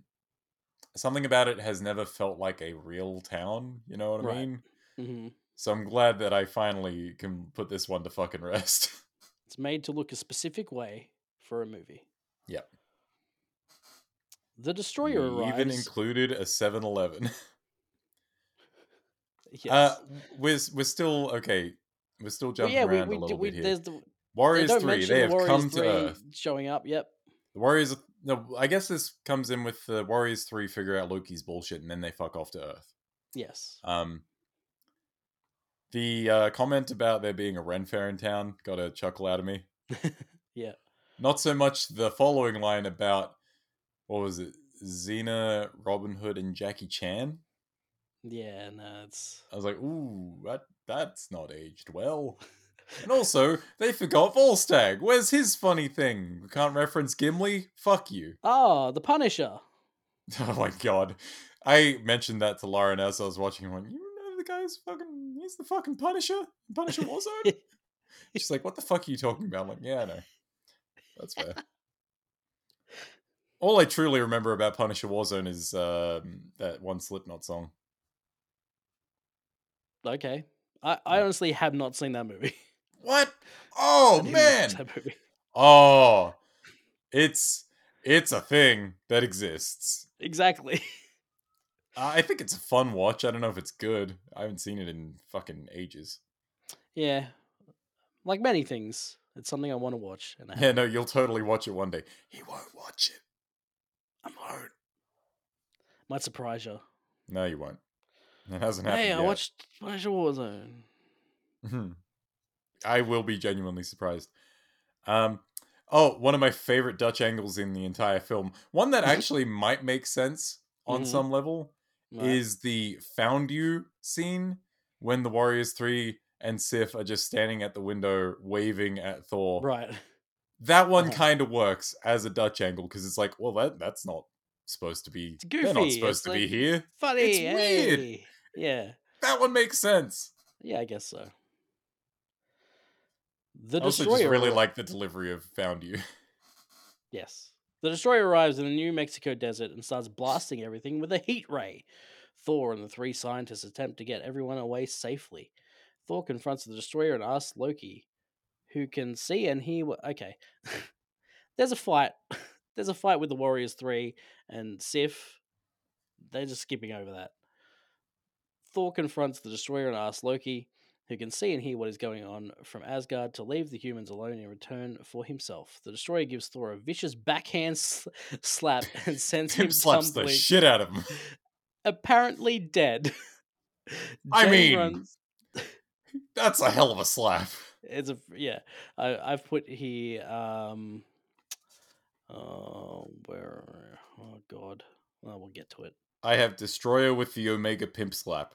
Speaker 5: something about it has never felt like a real town. You know what I
Speaker 4: Right.
Speaker 5: mean?
Speaker 4: hmm
Speaker 5: So I'm glad that I finally can put this one to fucking rest.
Speaker 4: It's made to look a specific way for a movie.
Speaker 5: Yep.
Speaker 4: The destroyer
Speaker 5: We even
Speaker 4: arrives.
Speaker 5: included a 7-Eleven.
Speaker 4: yes.
Speaker 5: Uh, we're s- we're still okay. We're still
Speaker 4: Well,
Speaker 5: jumping
Speaker 4: yeah, we,
Speaker 5: around
Speaker 4: we,
Speaker 5: a
Speaker 4: d-
Speaker 5: little
Speaker 4: we,
Speaker 5: bit here.
Speaker 4: there's the, They
Speaker 5: Warriors
Speaker 4: don't
Speaker 5: three,
Speaker 4: mention
Speaker 5: they have
Speaker 4: Warriors
Speaker 5: come
Speaker 4: 3
Speaker 5: to Earth.
Speaker 4: Showing up, yep.
Speaker 5: The Warriors, no, I guess this comes in with the Warriors three figure out Loki's bullshit and then they fuck off to Earth.
Speaker 4: Yes.
Speaker 5: Um, the uh, comment about there being a Ren fair in town got a chuckle out of me.
Speaker 4: Yeah.
Speaker 5: Not so much the following line about what was it, Xena, Robin Hood, and Jackie Chan.
Speaker 4: Yeah, no, it's
Speaker 5: I was like, ooh, that that's not aged well. And also, they forgot Volstagg. Where's his funny thing? We can't reference Gimli? Fuck you.
Speaker 4: Oh, the Punisher.
Speaker 5: Oh my god. I mentioned that to Lauren as I was watching and went, You know the guy's fucking he's the fucking Punisher? Punisher Warzone? She's like, What the fuck are you talking about? I'm like, yeah, I know. That's fair. All I truly remember about Punisher Warzone is um, that one Slipknot song.
Speaker 4: Okay. I, I honestly have not seen that movie.
Speaker 5: What? Oh
Speaker 4: I didn't watch
Speaker 5: man!
Speaker 4: that movie.
Speaker 5: Oh, it's it's a thing that exists.
Speaker 4: Exactly.
Speaker 5: Uh, I think it's a fun watch. I don't know if it's good. I haven't seen it in fucking ages.
Speaker 4: Yeah. Like many things, it's something I want to watch. And I
Speaker 5: Yeah,
Speaker 4: haven't.
Speaker 5: no, you'll totally watch it one day. He won't watch it.
Speaker 4: I'm hurt. Might surprise you.
Speaker 5: No, you won't. It hasn't happened.
Speaker 4: Hey, I
Speaker 5: yet.
Speaker 4: watched Punisher Warzone.
Speaker 5: Mhm. I will be genuinely surprised. Um, oh, one of my favorite Dutch angles in the entire film, one that actually might make sense on
Speaker 4: Mhm.
Speaker 5: some level,
Speaker 4: Right.
Speaker 5: is the found you scene when the Warriors 3 and Sif are just standing at the window waving at Thor.
Speaker 4: right.
Speaker 5: That one
Speaker 4: Uh-huh.
Speaker 5: kind of works as a Dutch angle because it's like, well, that that's not supposed to be.
Speaker 4: It's
Speaker 5: They're
Speaker 4: goofy,
Speaker 5: not supposed
Speaker 4: it's
Speaker 5: to be
Speaker 4: like-
Speaker 5: here.
Speaker 4: Funny.
Speaker 5: weird.
Speaker 4: hey. Yeah.
Speaker 5: That one makes sense.
Speaker 4: Yeah, I guess so. The
Speaker 5: I also
Speaker 4: destroyer.
Speaker 5: just really
Speaker 4: arri-
Speaker 5: like the delivery of found you.
Speaker 4: Yes. The destroyer arrives in the New Mexico desert and starts blasting everything with a heat ray. Thor and the three scientists attempt to get everyone away safely. Thor confronts the destroyer and asks Loki, who can see and hear. What... Okay. There's a fight. There's a fight with the Warriors 3 and Sif. They're just skipping over that. Thor confronts the destroyer and asks Loki, who can see and hear what is going on from Asgard, to leave the humans alone in return for himself. The destroyer gives Thor a vicious backhand sl- slap and sends him,
Speaker 5: Tim slaps
Speaker 4: tumbling
Speaker 5: the shit out of him.
Speaker 4: apparently dead.
Speaker 5: I
Speaker 4: Jane
Speaker 5: mean,
Speaker 4: runs-
Speaker 5: That's a hell of a slap.
Speaker 4: it's a yeah. I, I've put here. Um, oh, where? Oh God. Well, we'll get to it.
Speaker 5: I have Destroyer with the Omega Pimp Slap.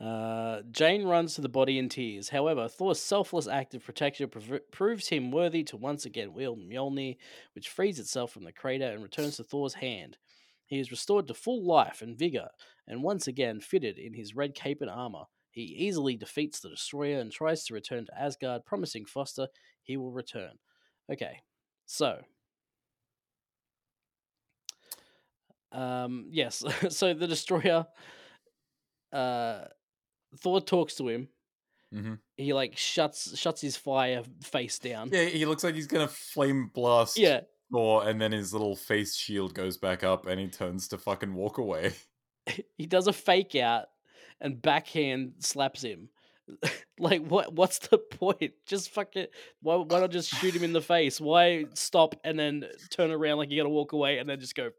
Speaker 4: Uh, Jane runs to the body in tears. However, Thor's selfless act of protection prov- proves him worthy to once again wield Mjolnir, which frees itself from the crater and returns to Thor's hand. He is restored to full life and vigor, and once again fitted in his red cape and armor. He easily defeats the destroyer and tries to return to Asgard, promising Foster he will return. Okay, so. Um, yes, so the destroyer. Uh, Thor talks to him.
Speaker 5: hmm
Speaker 4: He like shuts shuts his fire face down.
Speaker 5: Yeah, he looks like he's gonna flame blast
Speaker 4: Yeah,
Speaker 5: Thor, and then his little face shield goes back up, and he turns to fucking walk away.
Speaker 4: he does a fake out and backhand slaps him. like what? What's the point? Just fuck it. Why, why not just shoot him in the face? Why stop and then turn around like you gotta walk away and then just go?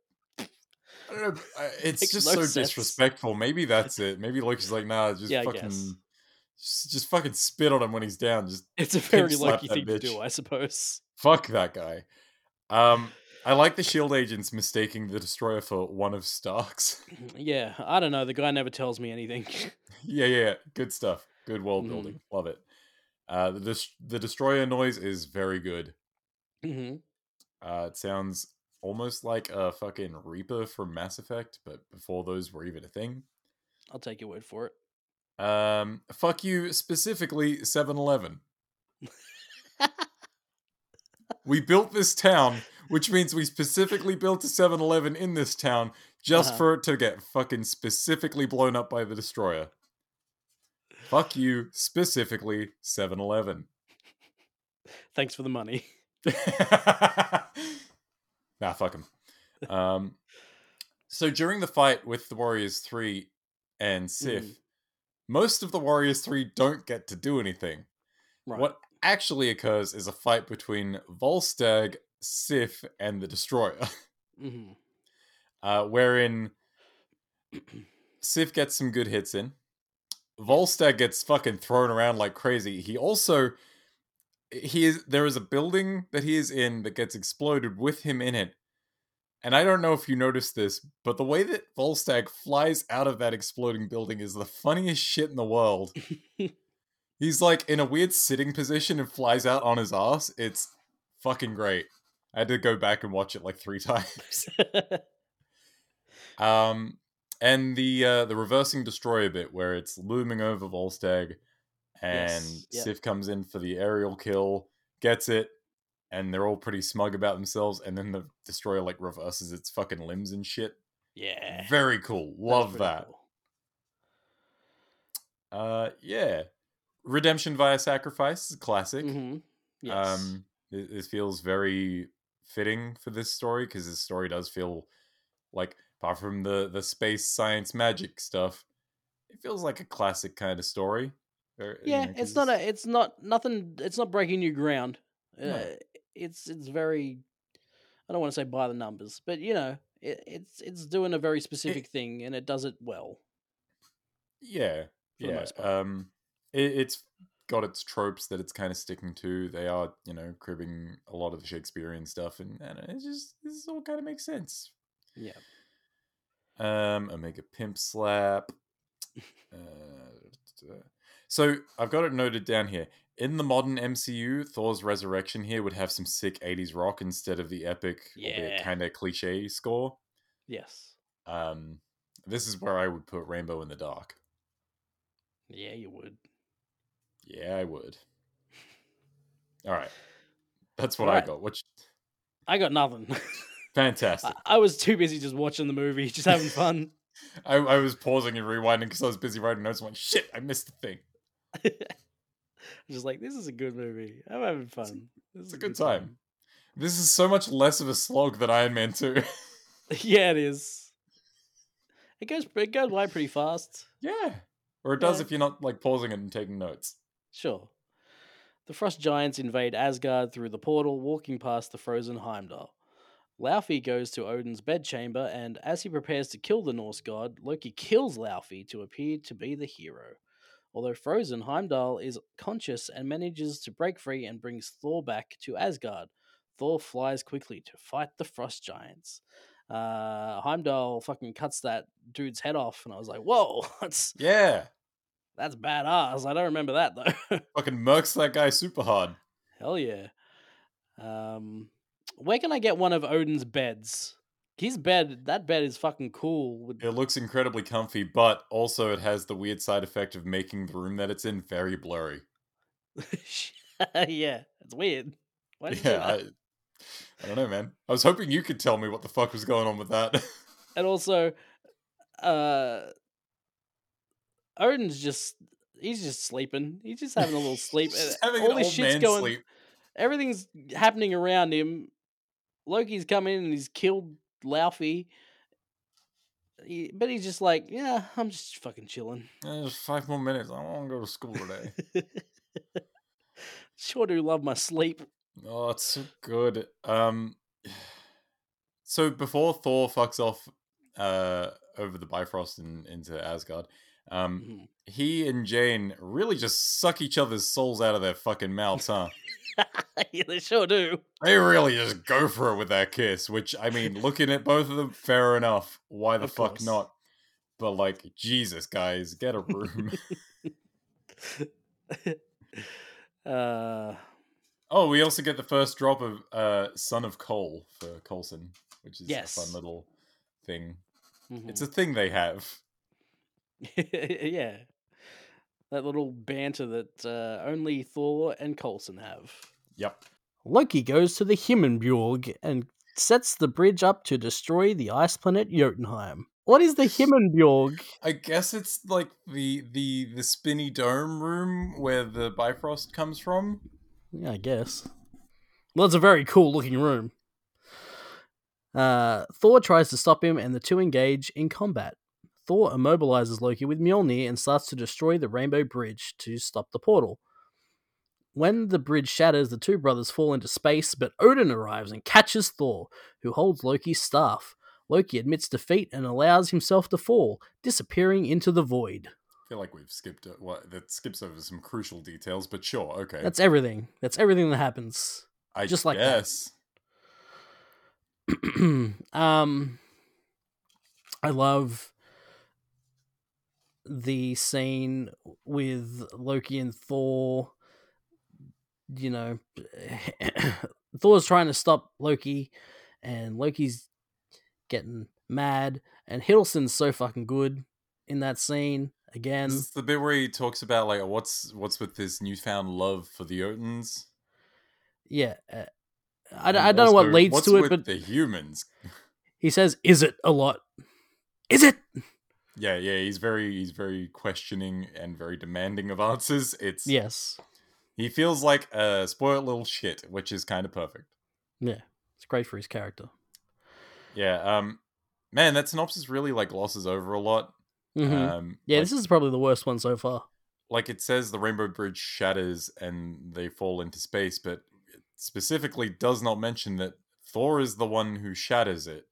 Speaker 5: I don't know. I- It's
Speaker 4: Makes
Speaker 5: just
Speaker 4: no
Speaker 5: so
Speaker 4: sense.
Speaker 5: disrespectful. Maybe that's it. Maybe Loki's like, nah, just
Speaker 4: Yeah, I
Speaker 5: fucking,
Speaker 4: guess.
Speaker 5: just, just fucking spit on him when he's down. Just
Speaker 4: It's a very
Speaker 5: slap
Speaker 4: lucky
Speaker 5: that
Speaker 4: thing to do,
Speaker 5: bitch.
Speaker 4: I suppose.
Speaker 5: fuck that guy. Um, I like the Shield agents mistaking the Destroyer for one of Stark's.
Speaker 4: Yeah, I don't know. The guy never tells me anything.
Speaker 5: Yeah, yeah, good stuff. Good world
Speaker 4: Mhm.
Speaker 5: building. Love it. Uh, the dis- the destroyer noise is very good.
Speaker 4: hmm
Speaker 5: Uh, it sounds almost like a fucking Reaper from Mass Effect, but before those were even a thing.
Speaker 4: I'll take your word for it.
Speaker 5: Um, fuck you specifically, 7-Eleven. we built this town, which means we specifically built a 7-Eleven in this town just
Speaker 4: Uh-huh.
Speaker 5: for it to get fucking specifically blown up by the destroyer. Fuck you specifically, 7-Eleven.
Speaker 4: Thanks for the money.
Speaker 5: nah, fuck him. Um, so during the fight with the Warriors 3 and Sif,
Speaker 4: Mhm.
Speaker 5: most of the Warriors 3 don't get to do anything.
Speaker 4: Right.
Speaker 5: What actually occurs is a fight between Volstagg, Sif, and the Destroyer,
Speaker 4: hmm
Speaker 5: uh, wherein Sif gets some good hits in. Volstagg gets fucking thrown around like crazy. He also he is there is a building that he is in that gets exploded with him in it. And I don't know if you noticed this, but the way that Volstagg flies out of that exploding building is the funniest shit in the world. He's like in a weird sitting position and flies out on his ass. It's fucking great. I had to go back and watch it like three times. Um, and the uh, the reversing destroyer bit where it's looming over Volstagg, and
Speaker 4: Yes, yep.
Speaker 5: Sif comes in for the aerial kill, gets it, and they're all pretty smug about themselves. And then the destroyer like reverses its fucking limbs and shit.
Speaker 4: Yeah. Eh, that's
Speaker 5: Very cool. Love
Speaker 4: pretty
Speaker 5: that.
Speaker 4: cool.
Speaker 5: Uh, yeah, redemption via sacrifice is a classic.
Speaker 4: Mhm. Yes.
Speaker 5: Um, th- this feels very fitting for this story because this story does feel like, apart from the the space science magic stuff, it feels like a classic kind of story. Or, you
Speaker 4: yeah,
Speaker 5: know, 'cause
Speaker 4: it's not a, it's not nothing. It's not breaking new ground.
Speaker 5: No.
Speaker 4: Uh, it's it's very. I don't want to say by the numbers, but you know, it, it's it's doing a very specific thing, and it does it well.
Speaker 5: yeah,
Speaker 4: the
Speaker 5: yeah.
Speaker 4: most part.
Speaker 5: Um, it, it's got its tropes that it's kind of sticking to. They are, you know, cribbing a lot of the Shakespearean stuff, and, and it just this all kind of makes sense.
Speaker 4: Yeah.
Speaker 5: Um, Omega Pimp Slap. Uh, so I've got it noted down here. In the modern MCU, Thor's resurrection here would have some sick 80s rock instead of the epic,
Speaker 4: Yeah.
Speaker 5: kind of cliche score.
Speaker 4: Yes.
Speaker 5: Um, this is where I would put Rainbow in the Dark.
Speaker 4: Yeah, you would.
Speaker 5: Yeah, I would. All right. That's what I
Speaker 4: Alright.
Speaker 5: got, which
Speaker 4: I got nothing.
Speaker 5: fantastic.
Speaker 4: I, I was too busy just watching the movie, just having fun.
Speaker 5: I, I was pausing and rewinding because I was busy writing notes. I'm like, shit, I missed the thing.
Speaker 4: just like this is a good movie. I'm having fun. This
Speaker 5: It's
Speaker 4: is
Speaker 5: a good time. This is so much less of a slog than Iron Man 2.
Speaker 4: time. yeah, it is. It goes it goes by pretty fast.
Speaker 5: yeah. Or it does
Speaker 4: Yeah.
Speaker 5: if you're not like pausing it and taking notes.
Speaker 4: Sure. The Frost Giants invade Asgard through the portal, walking past the frozen Heimdall. Laufey goes to Odin's bedchamber, and as he prepares to kill the Norse god, Loki kills Laufey to appear to be the hero. Although frozen, Heimdall is conscious and manages to break free and brings Thor back to Asgard. Thor flies quickly to fight the Frost Giants. Uh, Heimdall fucking cuts that dude's head off, and I was like, "Whoa, that's
Speaker 5: Yeah.
Speaker 4: that's badass." I don't remember that though.
Speaker 5: Fucking murks that guy super hard.
Speaker 4: Hell yeah. Um, where can I get one of Odin's beds? His bed, that bed is fucking cool. With,
Speaker 5: It looks incredibly comfy, but also it has the weird side effect of making the room that it's in very blurry.
Speaker 4: yeah, it's weird. Why did you do
Speaker 5: Yeah. I,
Speaker 4: that?
Speaker 5: I don't know, man. I was hoping you could tell me what the fuck was going on with that.
Speaker 4: And also, uh, Odin's just. He's just sleeping. He's just having a little sleep.
Speaker 5: Just
Speaker 4: and
Speaker 5: having an
Speaker 4: All this
Speaker 5: old
Speaker 4: shit's
Speaker 5: man
Speaker 4: going.
Speaker 5: sleep.
Speaker 4: Everything's happening around him. Loki's come in and he's killed Laufey. He- but he's just like, yeah, I'm just fucking chilling.
Speaker 5: Eh, just five more minutes. I want to go to school today.
Speaker 4: sure do love my sleep.
Speaker 5: Oh, it's so good. Um, so before Thor fucks off uh, over the Bifrost and into Asgard, um,
Speaker 4: Mhm.
Speaker 5: he and Jane really just suck each other's souls out of their fucking mouths, huh?
Speaker 4: yeah, they sure do.
Speaker 5: they really just go for it with that kiss. Which I mean, looking at both of them, fair enough. Why the
Speaker 4: Of
Speaker 5: fuck
Speaker 4: course.
Speaker 5: not? But like, Jesus, guys, get a room.
Speaker 4: uh,
Speaker 5: oh, we also get the first drop of uh, "Son of Coal" for Colson, which is
Speaker 4: Yes.
Speaker 5: a fun little thing. It's
Speaker 4: mhm.
Speaker 5: a thing they have.
Speaker 4: mm-hmm. yeah, that little banter that uh, only Thor and Coulson have.
Speaker 5: Yep.
Speaker 4: Loki goes to the Himmenbjorg and sets the bridge up to destroy the ice planet Jotunheim. What is the Himmenbjorg?
Speaker 5: I guess it's like the the the spinny dome room where the Bifrost comes from.
Speaker 4: Yeah, I guess. Well, it's a very cool looking room. Uh, Thor tries to stop him, and the two engage in combat. Thor immobilizes Loki with Mjolnir and starts to destroy the Rainbow Bridge to stop the portal. When the bridge shatters, the two brothers fall into space, but Odin arrives and catches Thor, who holds Loki's staff. Loki admits defeat and allows himself to fall, disappearing into the void.
Speaker 5: I feel like we've skipped it. Well, that skips over some crucial details, but sure, okay.
Speaker 4: That's everything. That's everything that happens.
Speaker 5: I
Speaker 4: just like that.
Speaker 5: guess.
Speaker 4: um I love the scene with Loki and Thor you know Thor's trying to stop Loki and Loki's getting mad and Hiddleston's so fucking good in that scene again
Speaker 5: This is the bit where he talks about like what's what's with this newfound love for the Otuns.
Speaker 4: yeah uh, I, d- I don't know what
Speaker 5: Also,
Speaker 4: leads
Speaker 5: what's
Speaker 4: to it,
Speaker 5: with
Speaker 4: but
Speaker 5: the humans.
Speaker 4: he says, "Is it a lot? Is it?"
Speaker 5: Yeah, yeah, he's very he's very questioning and very demanding of answers. It's
Speaker 4: Yes.
Speaker 5: he feels like a spoiled little shit, which is kind of perfect.
Speaker 4: Yeah, it's great for his character.
Speaker 5: Yeah, um, man, that synopsis really like glosses over a lot.
Speaker 4: Mhm.
Speaker 5: Um,
Speaker 4: yeah,
Speaker 5: like,
Speaker 4: this is probably the worst one so far.
Speaker 5: like it says the Rainbow Bridge shatters and they fall into space, but it specifically does not mention that Thor is the one who shatters it.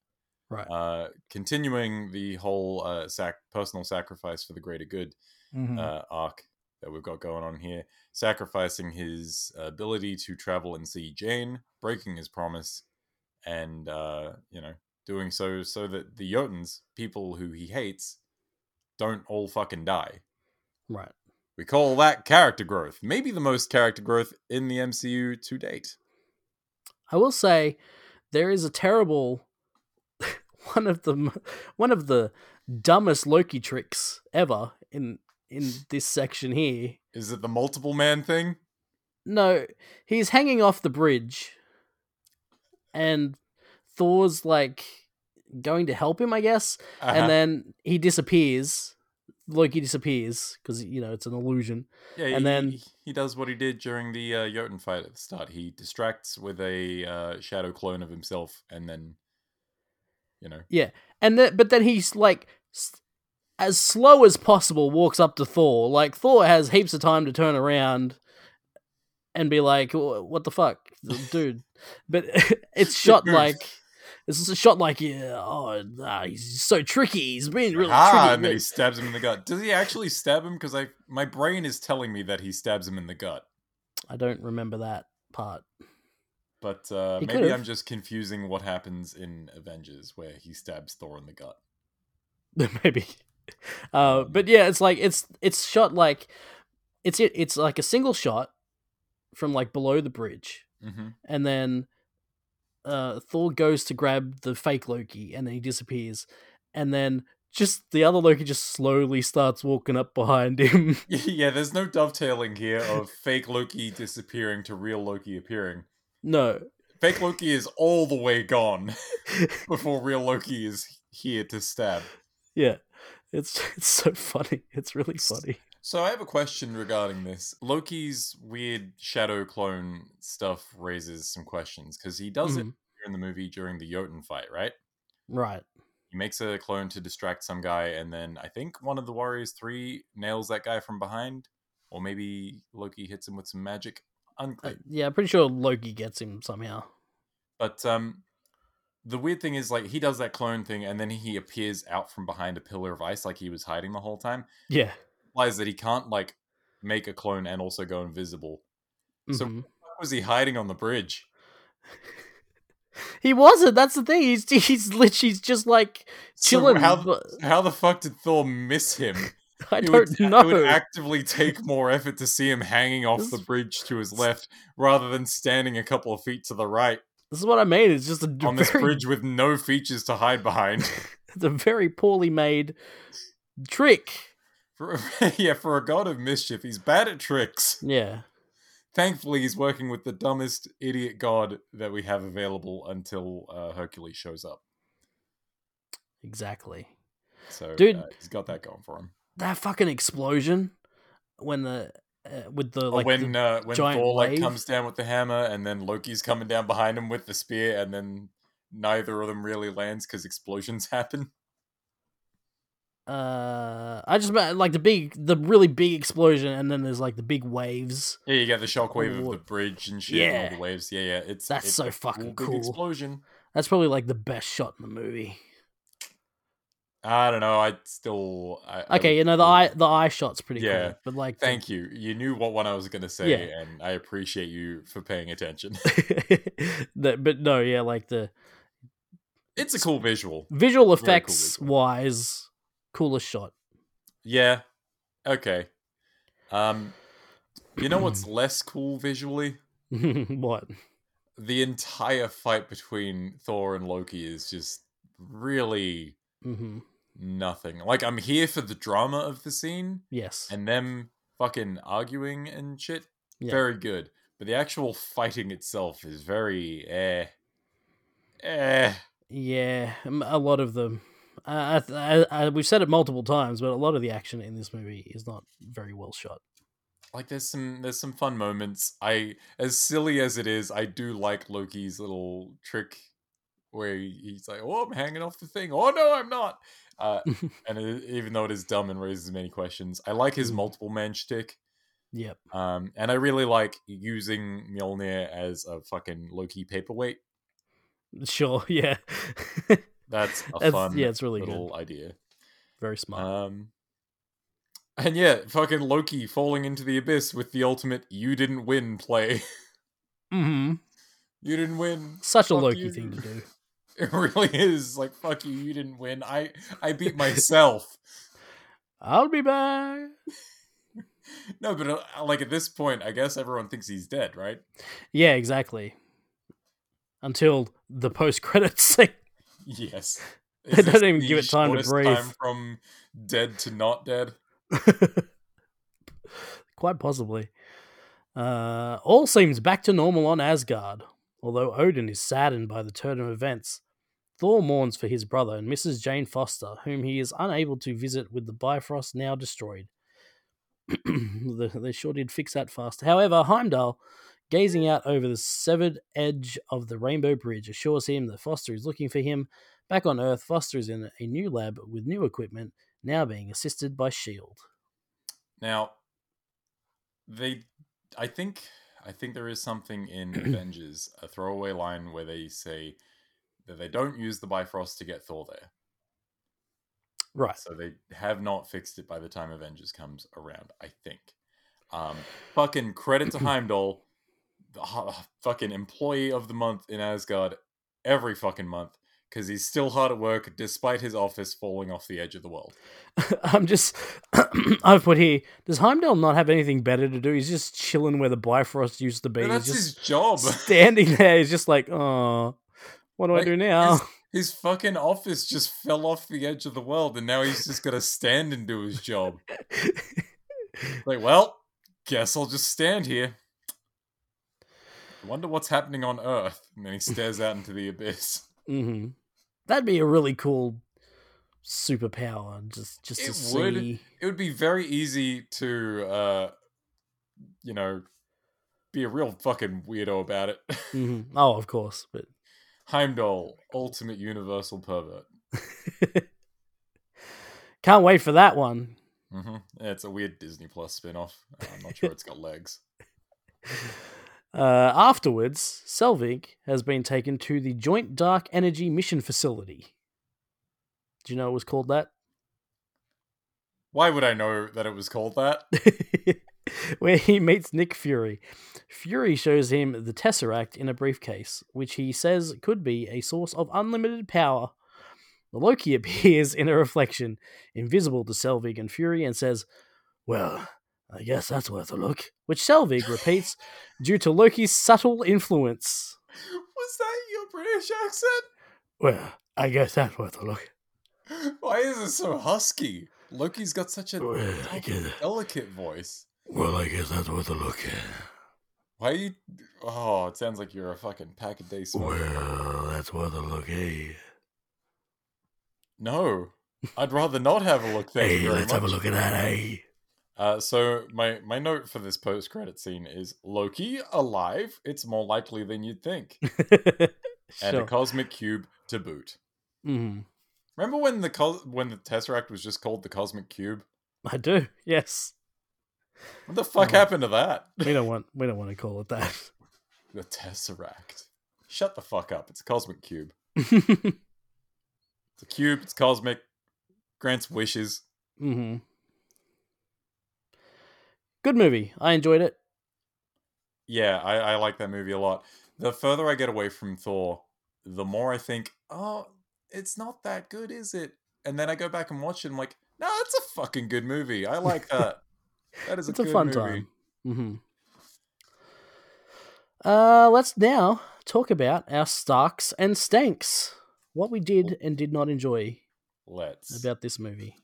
Speaker 4: Right.
Speaker 5: Uh, continuing the whole uh, sac- personal sacrifice for the greater good.
Speaker 4: Hmm.
Speaker 5: uh, arc that we've got going on here, sacrificing his ability to travel and see Jane, breaking his promise, and uh, you know doing so so that the Jotuns, people who he hates, don't all fucking die.
Speaker 4: right.
Speaker 5: We call that character growth. Maybe the most character growth in the MCU to date.
Speaker 4: I will say there is a terrible one of the m- one of the dumbest Loki tricks ever in in this section here.
Speaker 5: Is it the multiple man thing?
Speaker 4: No, he's hanging off the bridge, and Thor's like going to help him, I guess,
Speaker 5: Uh-huh.
Speaker 4: and then he disappears. Loki disappears because you know it's an illusion.
Speaker 5: Yeah,
Speaker 4: and
Speaker 5: he,
Speaker 4: then-
Speaker 5: he- he does what he did during the uh, Jotun fight at the start. He distracts with a uh, shadow clone of himself, and then, you know,
Speaker 4: and then but then he's like s- as slow as possible walks up to thor like thor has heaps of time to turn around and be like "Wha- what the fuck dude but it's shot
Speaker 5: Dude.
Speaker 4: like it's shot like yeah oh nah, he's so tricky he's being really
Speaker 5: ah,
Speaker 4: tricky
Speaker 5: and then he
Speaker 4: but-
Speaker 5: stabs him in the gut. Does he actually stab him? Because I my brain is telling me that he stabs him in the gut,
Speaker 4: i don't remember that part
Speaker 5: but uh,
Speaker 4: He
Speaker 5: maybe
Speaker 4: could've.
Speaker 5: I'm just confusing what happens in Avengers where he stabs Thor in the gut.
Speaker 4: maybe uh but yeah it's like it's it's shot like it's it it's like a single shot from like below the bridge
Speaker 5: hmm
Speaker 4: and then uh, Thor goes to grab the fake Loki, and then he disappears, and then just the other Loki just slowly starts walking up behind him.
Speaker 5: yeah, there's no dovetailing here of fake Loki disappearing to real Loki appearing.
Speaker 4: no,
Speaker 5: Fake Loki is all the way gone before real Loki is here to stab.
Speaker 4: yeah, it's it's so funny. It's really funny.
Speaker 5: So I have a question regarding this. Loki's weird shadow clone stuff raises some questions because he does it
Speaker 4: Mhm.
Speaker 5: here in the movie during the Jotun fight, right?
Speaker 4: Right.
Speaker 5: He makes a clone to distract some guy, and then I think one of the Warriors Three nails that guy from behind, or maybe Loki hits him with some magic.
Speaker 4: Uh,
Speaker 5: Unclear.
Speaker 4: yeah, I'm pretty sure Loki gets him somehow.
Speaker 5: But um the weird thing is like he does that clone thing and then he appears out from behind a pillar of ice like he was hiding the whole time.
Speaker 4: Yeah.
Speaker 5: Implies that he can't like make a clone and also go invisible. So-
Speaker 4: Mhm.
Speaker 5: What was he hiding on the bridge?
Speaker 4: he wasn't. That's the thing. He's he's literally he's just like
Speaker 5: So
Speaker 4: chilling.
Speaker 5: how
Speaker 4: but
Speaker 5: how the fuck did Thor miss him?
Speaker 4: I
Speaker 5: It
Speaker 4: don't
Speaker 5: would-
Speaker 4: know.
Speaker 5: It would actively take more effort to see him hanging off
Speaker 4: This-
Speaker 5: the bridge to his left rather than standing a couple of feet to the right
Speaker 4: this is what I mean. It's just a d-
Speaker 5: on this
Speaker 4: very
Speaker 5: bridge with no features to hide behind.
Speaker 4: It's a very poorly made trick.
Speaker 5: For, yeah, for a god of mischief, he's bad at tricks.
Speaker 4: Yeah.
Speaker 5: thankfully he's working with the dumbest idiot god that we have available until uh, hercules shows up
Speaker 4: Exactly.
Speaker 5: so
Speaker 4: Dude.
Speaker 5: uh, he's got that going for him
Speaker 4: That fucking explosion when the uh, with the like
Speaker 5: when
Speaker 4: the-
Speaker 5: uh, when
Speaker 4: giant
Speaker 5: thor like
Speaker 4: wave?
Speaker 5: comes down with the hammer and then loki's coming down behind him with the spear and then neither of them really lands because explosions happen
Speaker 4: uh I just meant like the big the really big explosion and then there's like the big waves.
Speaker 5: yeah you get the shockwave of
Speaker 4: Lord.
Speaker 5: the bridge and shit and all
Speaker 4: Yeah.
Speaker 5: the waves yeah yeah it's
Speaker 4: That's
Speaker 5: it's
Speaker 4: so
Speaker 5: a
Speaker 4: fucking
Speaker 5: big
Speaker 4: cool.
Speaker 5: explosion
Speaker 4: That's probably like the best shot in the movie.
Speaker 5: i don't know i still I, I
Speaker 4: Okay,
Speaker 5: would
Speaker 4: you know the
Speaker 5: still-
Speaker 4: eye the eye shot's pretty
Speaker 5: Yeah.
Speaker 4: cool, but like the-
Speaker 5: thank you you knew what one i was gonna say
Speaker 4: Yeah.
Speaker 5: and i appreciate you for paying attention
Speaker 4: the, but no, yeah, like the
Speaker 5: It's a cool visual.
Speaker 4: visual
Speaker 5: cool
Speaker 4: effects
Speaker 5: visual.
Speaker 4: wise, coolest shot.
Speaker 5: Yeah. Okay. Um you know what's less cool visually?
Speaker 4: what?
Speaker 5: The entire fight between Thor and Loki is just really
Speaker 4: hmm
Speaker 5: nothing. Like I'm here for the drama of the scene
Speaker 4: Yes.
Speaker 5: and them fucking arguing and shit.
Speaker 4: Yeah.
Speaker 5: Very good. But the actual fighting itself is very eh, eh.
Speaker 4: Yeah, um, a lot of them. Uh, I, I, I, we've said it multiple times, but a lot of the action in this movie is not very well shot.
Speaker 5: Like there's some there's some fun moments. I as silly as it is, I do like Loki's little trick where he's like, "Oh, I'm hanging off the thing." Oh no, I'm not. Uh, and it, even though it is dumb and raises many questions, I like
Speaker 4: Mm.
Speaker 5: his multiple man shtick.
Speaker 4: Yep.
Speaker 5: Um, and I really like using Mjolnir as a fucking Loki paperweight.
Speaker 4: Sure. Yeah.
Speaker 5: That's a
Speaker 4: That's-
Speaker 5: fun
Speaker 4: yeah, it's really good.
Speaker 5: little idea.
Speaker 4: Very smart.
Speaker 5: Um, and yeah, fucking Loki falling into the abyss with the ultimate "you didn't win" play.
Speaker 4: hmm
Speaker 5: you didn't win.
Speaker 4: Such a
Speaker 5: fuck
Speaker 4: Loki
Speaker 5: you.
Speaker 4: thing to do.
Speaker 5: It really is like fuck you. You didn't win. I I beat myself.
Speaker 4: I'll be back.
Speaker 5: no, but uh, like at this point, I guess everyone thinks he's dead, right?
Speaker 4: Yeah, exactly. Until the post credits scene.
Speaker 5: Yes.
Speaker 4: They
Speaker 5: Is
Speaker 4: don't
Speaker 5: this
Speaker 4: even
Speaker 5: the
Speaker 4: give it time to
Speaker 5: shortest
Speaker 4: breathe.
Speaker 5: Time from dead to not dead.
Speaker 4: Quite possibly. Uh, all seems back to normal on Asgard, although Odin is saddened by the turn of events. Thor mourns for his brother and Mrs. Jane Foster, whom he is unable to visit with the Bifrost now destroyed. The- they sure did fix that fast. However, Heimdall, gazing out over the severed edge of the Rainbow Bridge, assures him that Foster is looking for him. Back on Earth, Foster is in a new lab with new equipment, now being assisted by S.H.I.E.L.D.
Speaker 5: Now, they, I think, I think there is something in Avengers, a throwaway line where they say that they don't use the Bifrost to get Thor there,
Speaker 4: Right.
Speaker 5: Uh, so they have not fixed it by the time Avengers comes around. I think. Um, fucking credit to Heimdall, the ho- fucking employee of the month in Asgard every fucking month because he's still hard at work despite his office falling off the edge of the world.
Speaker 4: I'm just, I've put here. Does Heimdall not have anything better to do? He's just chilling where the Bifrost used to be.
Speaker 5: But that's
Speaker 4: he's
Speaker 5: his
Speaker 4: just
Speaker 5: job.
Speaker 4: standing there. He's just like, oh, what do I
Speaker 5: Like,
Speaker 4: do now?
Speaker 5: His fucking office just fell off the edge of the world, and now he's just gonna stand and do his job. Like, well, guess I'll just stand here. Wonder what's happening on Earth. And then he stares out into the abyss.
Speaker 4: hmm That'd be a really cool superpower. Just, just to
Speaker 5: It would.
Speaker 4: see.
Speaker 5: It would be very easy to, uh, you know, be a real fucking weirdo about it.
Speaker 4: hmm Oh, of course, but
Speaker 5: Heimdall, ultimate universal pervert.
Speaker 4: can't wait for that one.
Speaker 5: hmm It's a weird Disney Plus spin off. I'm not sure it's got legs.
Speaker 4: Uh, afterwards, Selvig has been taken to the Joint Dark Energy Mission Facility. Do you know it was called that?
Speaker 5: Why would I know that it was called that?
Speaker 4: where he meets Nick Fury. Fury shows him the Tesseract in a briefcase, which he says could be a source of unlimited power. Loki appears in a reflection, invisible to Selvig and Fury, and says, Well, I guess that's worth a look. Which Selvig repeats due to Loki's subtle influence.
Speaker 5: Was that your British accent?
Speaker 4: Well, I guess that's worth a look.
Speaker 5: Why is it so husky? Loki's got such a
Speaker 4: Well, Oh, I get it.
Speaker 5: delicate voice.
Speaker 4: Well, I guess that's worth a look.
Speaker 5: Why you? Oh, it sounds like you're a fucking pack a day smoker.
Speaker 4: Well, that's worth a look, eh?
Speaker 5: No, I'd rather not have a look. Thank you very much.
Speaker 4: at that, eh?
Speaker 5: Uh, so my my note for this post credit scene is Loki alive. It's more likely than you'd think, and a
Speaker 4: Sure.
Speaker 5: cosmic cube to boot.
Speaker 4: Mhm.
Speaker 5: Remember when the cos- when the Tesseract was just called the Cosmic Cube?
Speaker 4: I do. Yes.
Speaker 5: What the fuck
Speaker 4: Oh.
Speaker 5: happened to that?
Speaker 4: We don't want. We don't want to call it
Speaker 5: The Tesseract. Shut the fuck up. It's a cosmic cube.
Speaker 4: that.
Speaker 5: It's a cube. It's cosmic. Grants wishes.
Speaker 4: hmm Good movie. I enjoyed it.
Speaker 5: Yeah, I, I like that movie a lot. The further I get away from Thor, the more I think, oh, it's not that good, is it? And then I go back and watch it. And I'm like, no, it's a fucking good movie. I like that. that is
Speaker 4: It's
Speaker 5: a,
Speaker 4: a,
Speaker 5: good
Speaker 4: fun
Speaker 5: movie.
Speaker 4: time. hmm Uh, let's now talk about our starks and stanks. What we did and did not enjoy
Speaker 5: Let's.
Speaker 4: about this movie.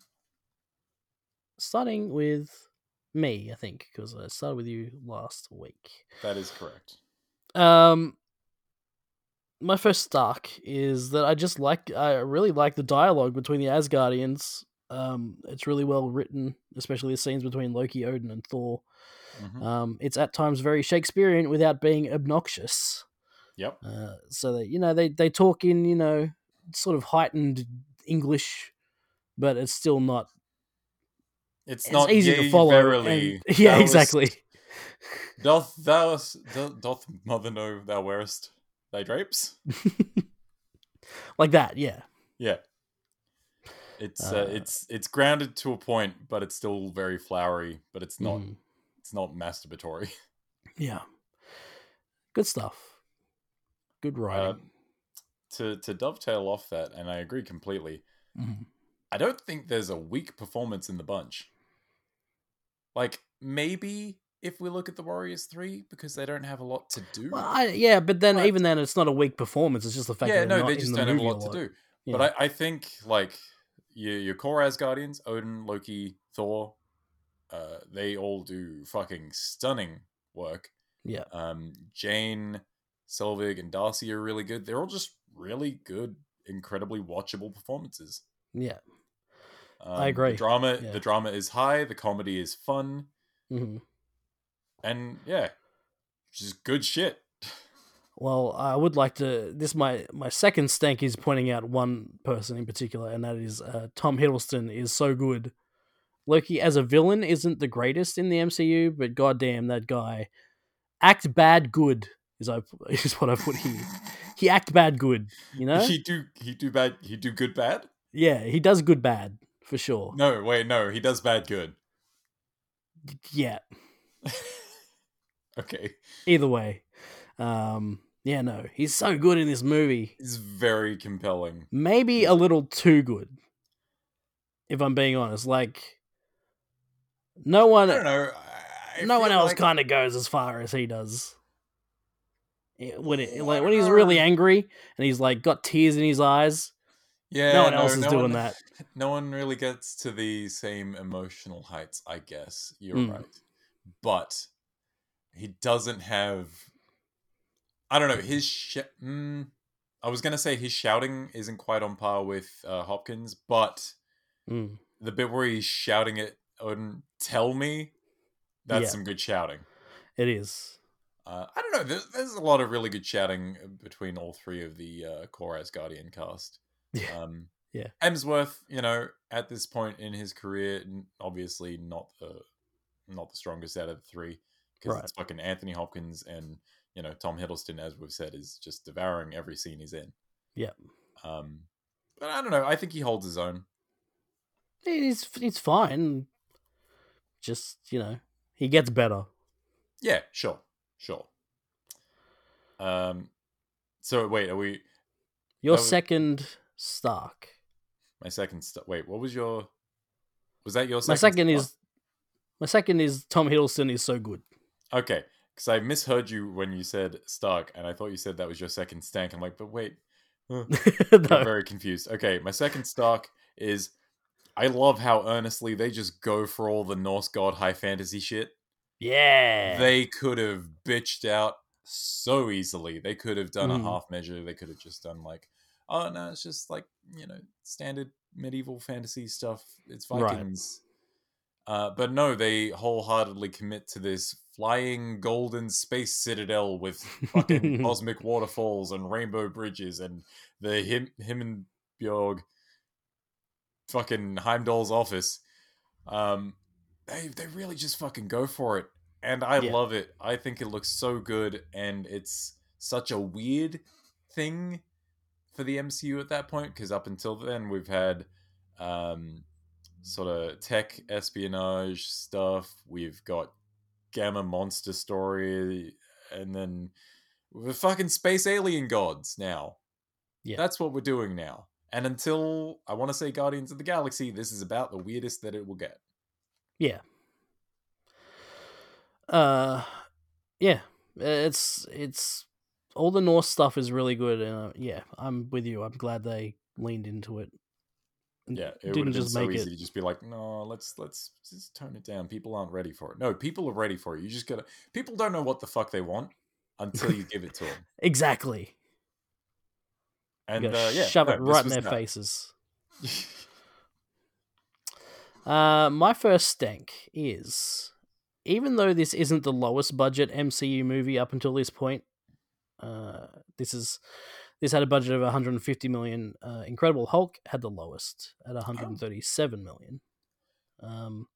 Speaker 4: Starting with me, I think, because I started with you last week.
Speaker 5: That is correct.
Speaker 4: Um, my first Stark is that I just like I really like the dialogue between the Asgardians. Um, it's really well written, especially the scenes between Loki, Odin, and Thor.
Speaker 5: Mhm.
Speaker 4: Um, it's at times very Shakespearean without being obnoxious.
Speaker 5: Yep.
Speaker 4: Uh, so that you know they they talk in you know sort of heightened English, but it's still not
Speaker 5: It's,
Speaker 4: it's,
Speaker 5: not
Speaker 4: easy to follow.
Speaker 5: Verily,
Speaker 4: and- yeah,
Speaker 5: thou wast-
Speaker 4: exactly.
Speaker 5: Doth thou s- do- doth mother know thou wearest thy drapes?
Speaker 4: Like that, yeah.
Speaker 5: Yeah. It's uh,
Speaker 4: Uh,
Speaker 5: it's it's grounded to a point, but it's still very flowery. But it's not
Speaker 4: Mhm.
Speaker 5: it's not masturbatory.
Speaker 4: Yeah. Good stuff.
Speaker 5: Uh,
Speaker 4: Good writing.
Speaker 5: to to dovetail off that, and I agree completely.
Speaker 4: Mhm.
Speaker 5: I don't think there's a weak performance in the bunch. Like maybe if we look at the Warriors three, because they don't have a lot to do.
Speaker 4: Well, I, yeah, but then
Speaker 5: But-
Speaker 4: even then, it's not a weak performance. It's just the fact
Speaker 5: yeah,
Speaker 4: that
Speaker 5: no,
Speaker 4: they're not
Speaker 5: they
Speaker 4: in
Speaker 5: just
Speaker 4: the
Speaker 5: don't have a
Speaker 4: movie
Speaker 5: lot to do.
Speaker 4: Yeah.
Speaker 5: But I, I think like your your core Asgardians, Odin, Loki, Thor, uh, they all do fucking stunning work.
Speaker 4: Yeah.
Speaker 5: Um, Jane, Selvig, and Darcy are really good. They're all just really good, incredibly watchable performances.
Speaker 4: yeah.
Speaker 5: Um,
Speaker 4: agree.
Speaker 5: The drama,
Speaker 4: Yeah.
Speaker 5: the drama is high. The comedy is fun,
Speaker 4: hmm
Speaker 5: and yeah, just good shit.
Speaker 4: Well, I would like to. This my my second stank is pointing out one person in particular, and that is uh, Tom Hiddleston is so good. Loki as a villain isn't the greatest in the MCU, but goddamn that guy, act bad good is I is what I put here. He act bad good, you know.
Speaker 5: He do he do bad. He do good bad.
Speaker 4: Yeah, he does good bad for sure.
Speaker 5: No, wait, no, he does bad good.
Speaker 4: Yeah,
Speaker 5: Okay,
Speaker 4: either way, um, yeah, no, he's so good in this movie.
Speaker 5: he's very compelling.
Speaker 4: Maybe a little too good, if I'm being honest. Like, no one,
Speaker 5: I don't know. I- I
Speaker 4: no one
Speaker 5: feel
Speaker 4: else
Speaker 5: like-
Speaker 4: kind of goes as far as he does. Yeah, When it,
Speaker 5: Oh, I
Speaker 4: like
Speaker 5: don't
Speaker 4: when he's
Speaker 5: know.
Speaker 4: really angry and he's like got tears in his eyes,
Speaker 5: Yeah,
Speaker 4: no one else is
Speaker 5: no
Speaker 4: doing
Speaker 5: one-
Speaker 4: that.
Speaker 5: No one really gets to the same emotional heights. I guess you're
Speaker 4: Mm.
Speaker 5: right, but he doesn't have. I don't know his. Sh- mm, I was gonna say his shouting isn't quite on par with uh, Hopkins, but
Speaker 4: Mm.
Speaker 5: the bit where he's shouting at Odin, "Tell me," that's
Speaker 4: Yeah.
Speaker 5: some good shouting.
Speaker 4: It is,
Speaker 5: Uh, I don't know. There's, there's a lot of really good shouting between all three of the uh, core Asgardian cast.
Speaker 4: Yeah.
Speaker 5: Um,
Speaker 4: Yeah.
Speaker 5: Emsworth, you know, at this point in his career, n- obviously not the not the strongest out of the three because
Speaker 4: Right.
Speaker 5: it's fucking Anthony Hopkins and you know Tom Hiddleston, as we've said, is just devouring every scene he's in.
Speaker 4: Yep.
Speaker 5: Um, but I don't know. I think he holds his own.
Speaker 4: it's it's fine. Just you know, he gets better.
Speaker 5: Yeah, sure, sure. Um, so wait, are we?
Speaker 4: Your
Speaker 5: That was-
Speaker 4: second Stark.
Speaker 5: My second st- wait, what was your was that your second
Speaker 4: my second
Speaker 5: st-
Speaker 4: is my second is Tom Hiddleston is so good.
Speaker 5: Okay. Cause I misheard you when you said Stark and I thought you said that was your second stank. I'm like, but wait, I'm
Speaker 4: No.
Speaker 5: very confused. Okay, my second Stark is I love how earnestly they just go for all the Norse god high fantasy shit.
Speaker 4: Yeah.
Speaker 5: They could have bitched out so easily. They could have done
Speaker 4: Mm.
Speaker 5: a half measure. They could have just done like, oh no, it's just like you know standard medieval fantasy stuff. It's
Speaker 4: Right.
Speaker 5: Vikings. Uh, but no, they wholeheartedly commit to this flying golden space citadel with fucking cosmic waterfalls and rainbow bridges and the him Himmelbjorg fucking Heimdall's office. Um, they they really just fucking go for it, and I
Speaker 4: Yeah.
Speaker 5: love it. I think it looks so good, and it's such a weird thing for the MCU at that point because up until then we've had um, sort of tech espionage stuff. We've got Gamma Monster Story, and then we're fucking space alien gods now.
Speaker 4: Yeah.
Speaker 5: That's what we're doing now. And until I want to say Guardians of the Galaxy, this is about the weirdest that it will get.
Speaker 4: yeah. Uh yeah. It's it's all the Norse stuff is really good and uh, yeah, I'm with you. I'm glad they leaned into it.
Speaker 5: Yeah, it would
Speaker 4: didn't
Speaker 5: have been
Speaker 4: just
Speaker 5: so
Speaker 4: make
Speaker 5: easy
Speaker 4: it.
Speaker 5: to just be like, no, let's let's just tone it down. People aren't ready for it. No, people are ready for it. You just gotta. People don't know what the fuck they want until you give it to them.
Speaker 4: Exactly.
Speaker 5: And
Speaker 4: you gotta
Speaker 5: uh, yeah,
Speaker 4: shove
Speaker 5: no,
Speaker 4: it
Speaker 5: this
Speaker 4: right in
Speaker 5: was
Speaker 4: their
Speaker 5: that.
Speaker 4: faces. Uh, my first stank is even though this isn't the lowest budget MCU movie up until this point, uh, this is this had a budget of 150 million. Uh, Incredible Hulk had the lowest at
Speaker 5: Oh.
Speaker 4: 137 million. Um,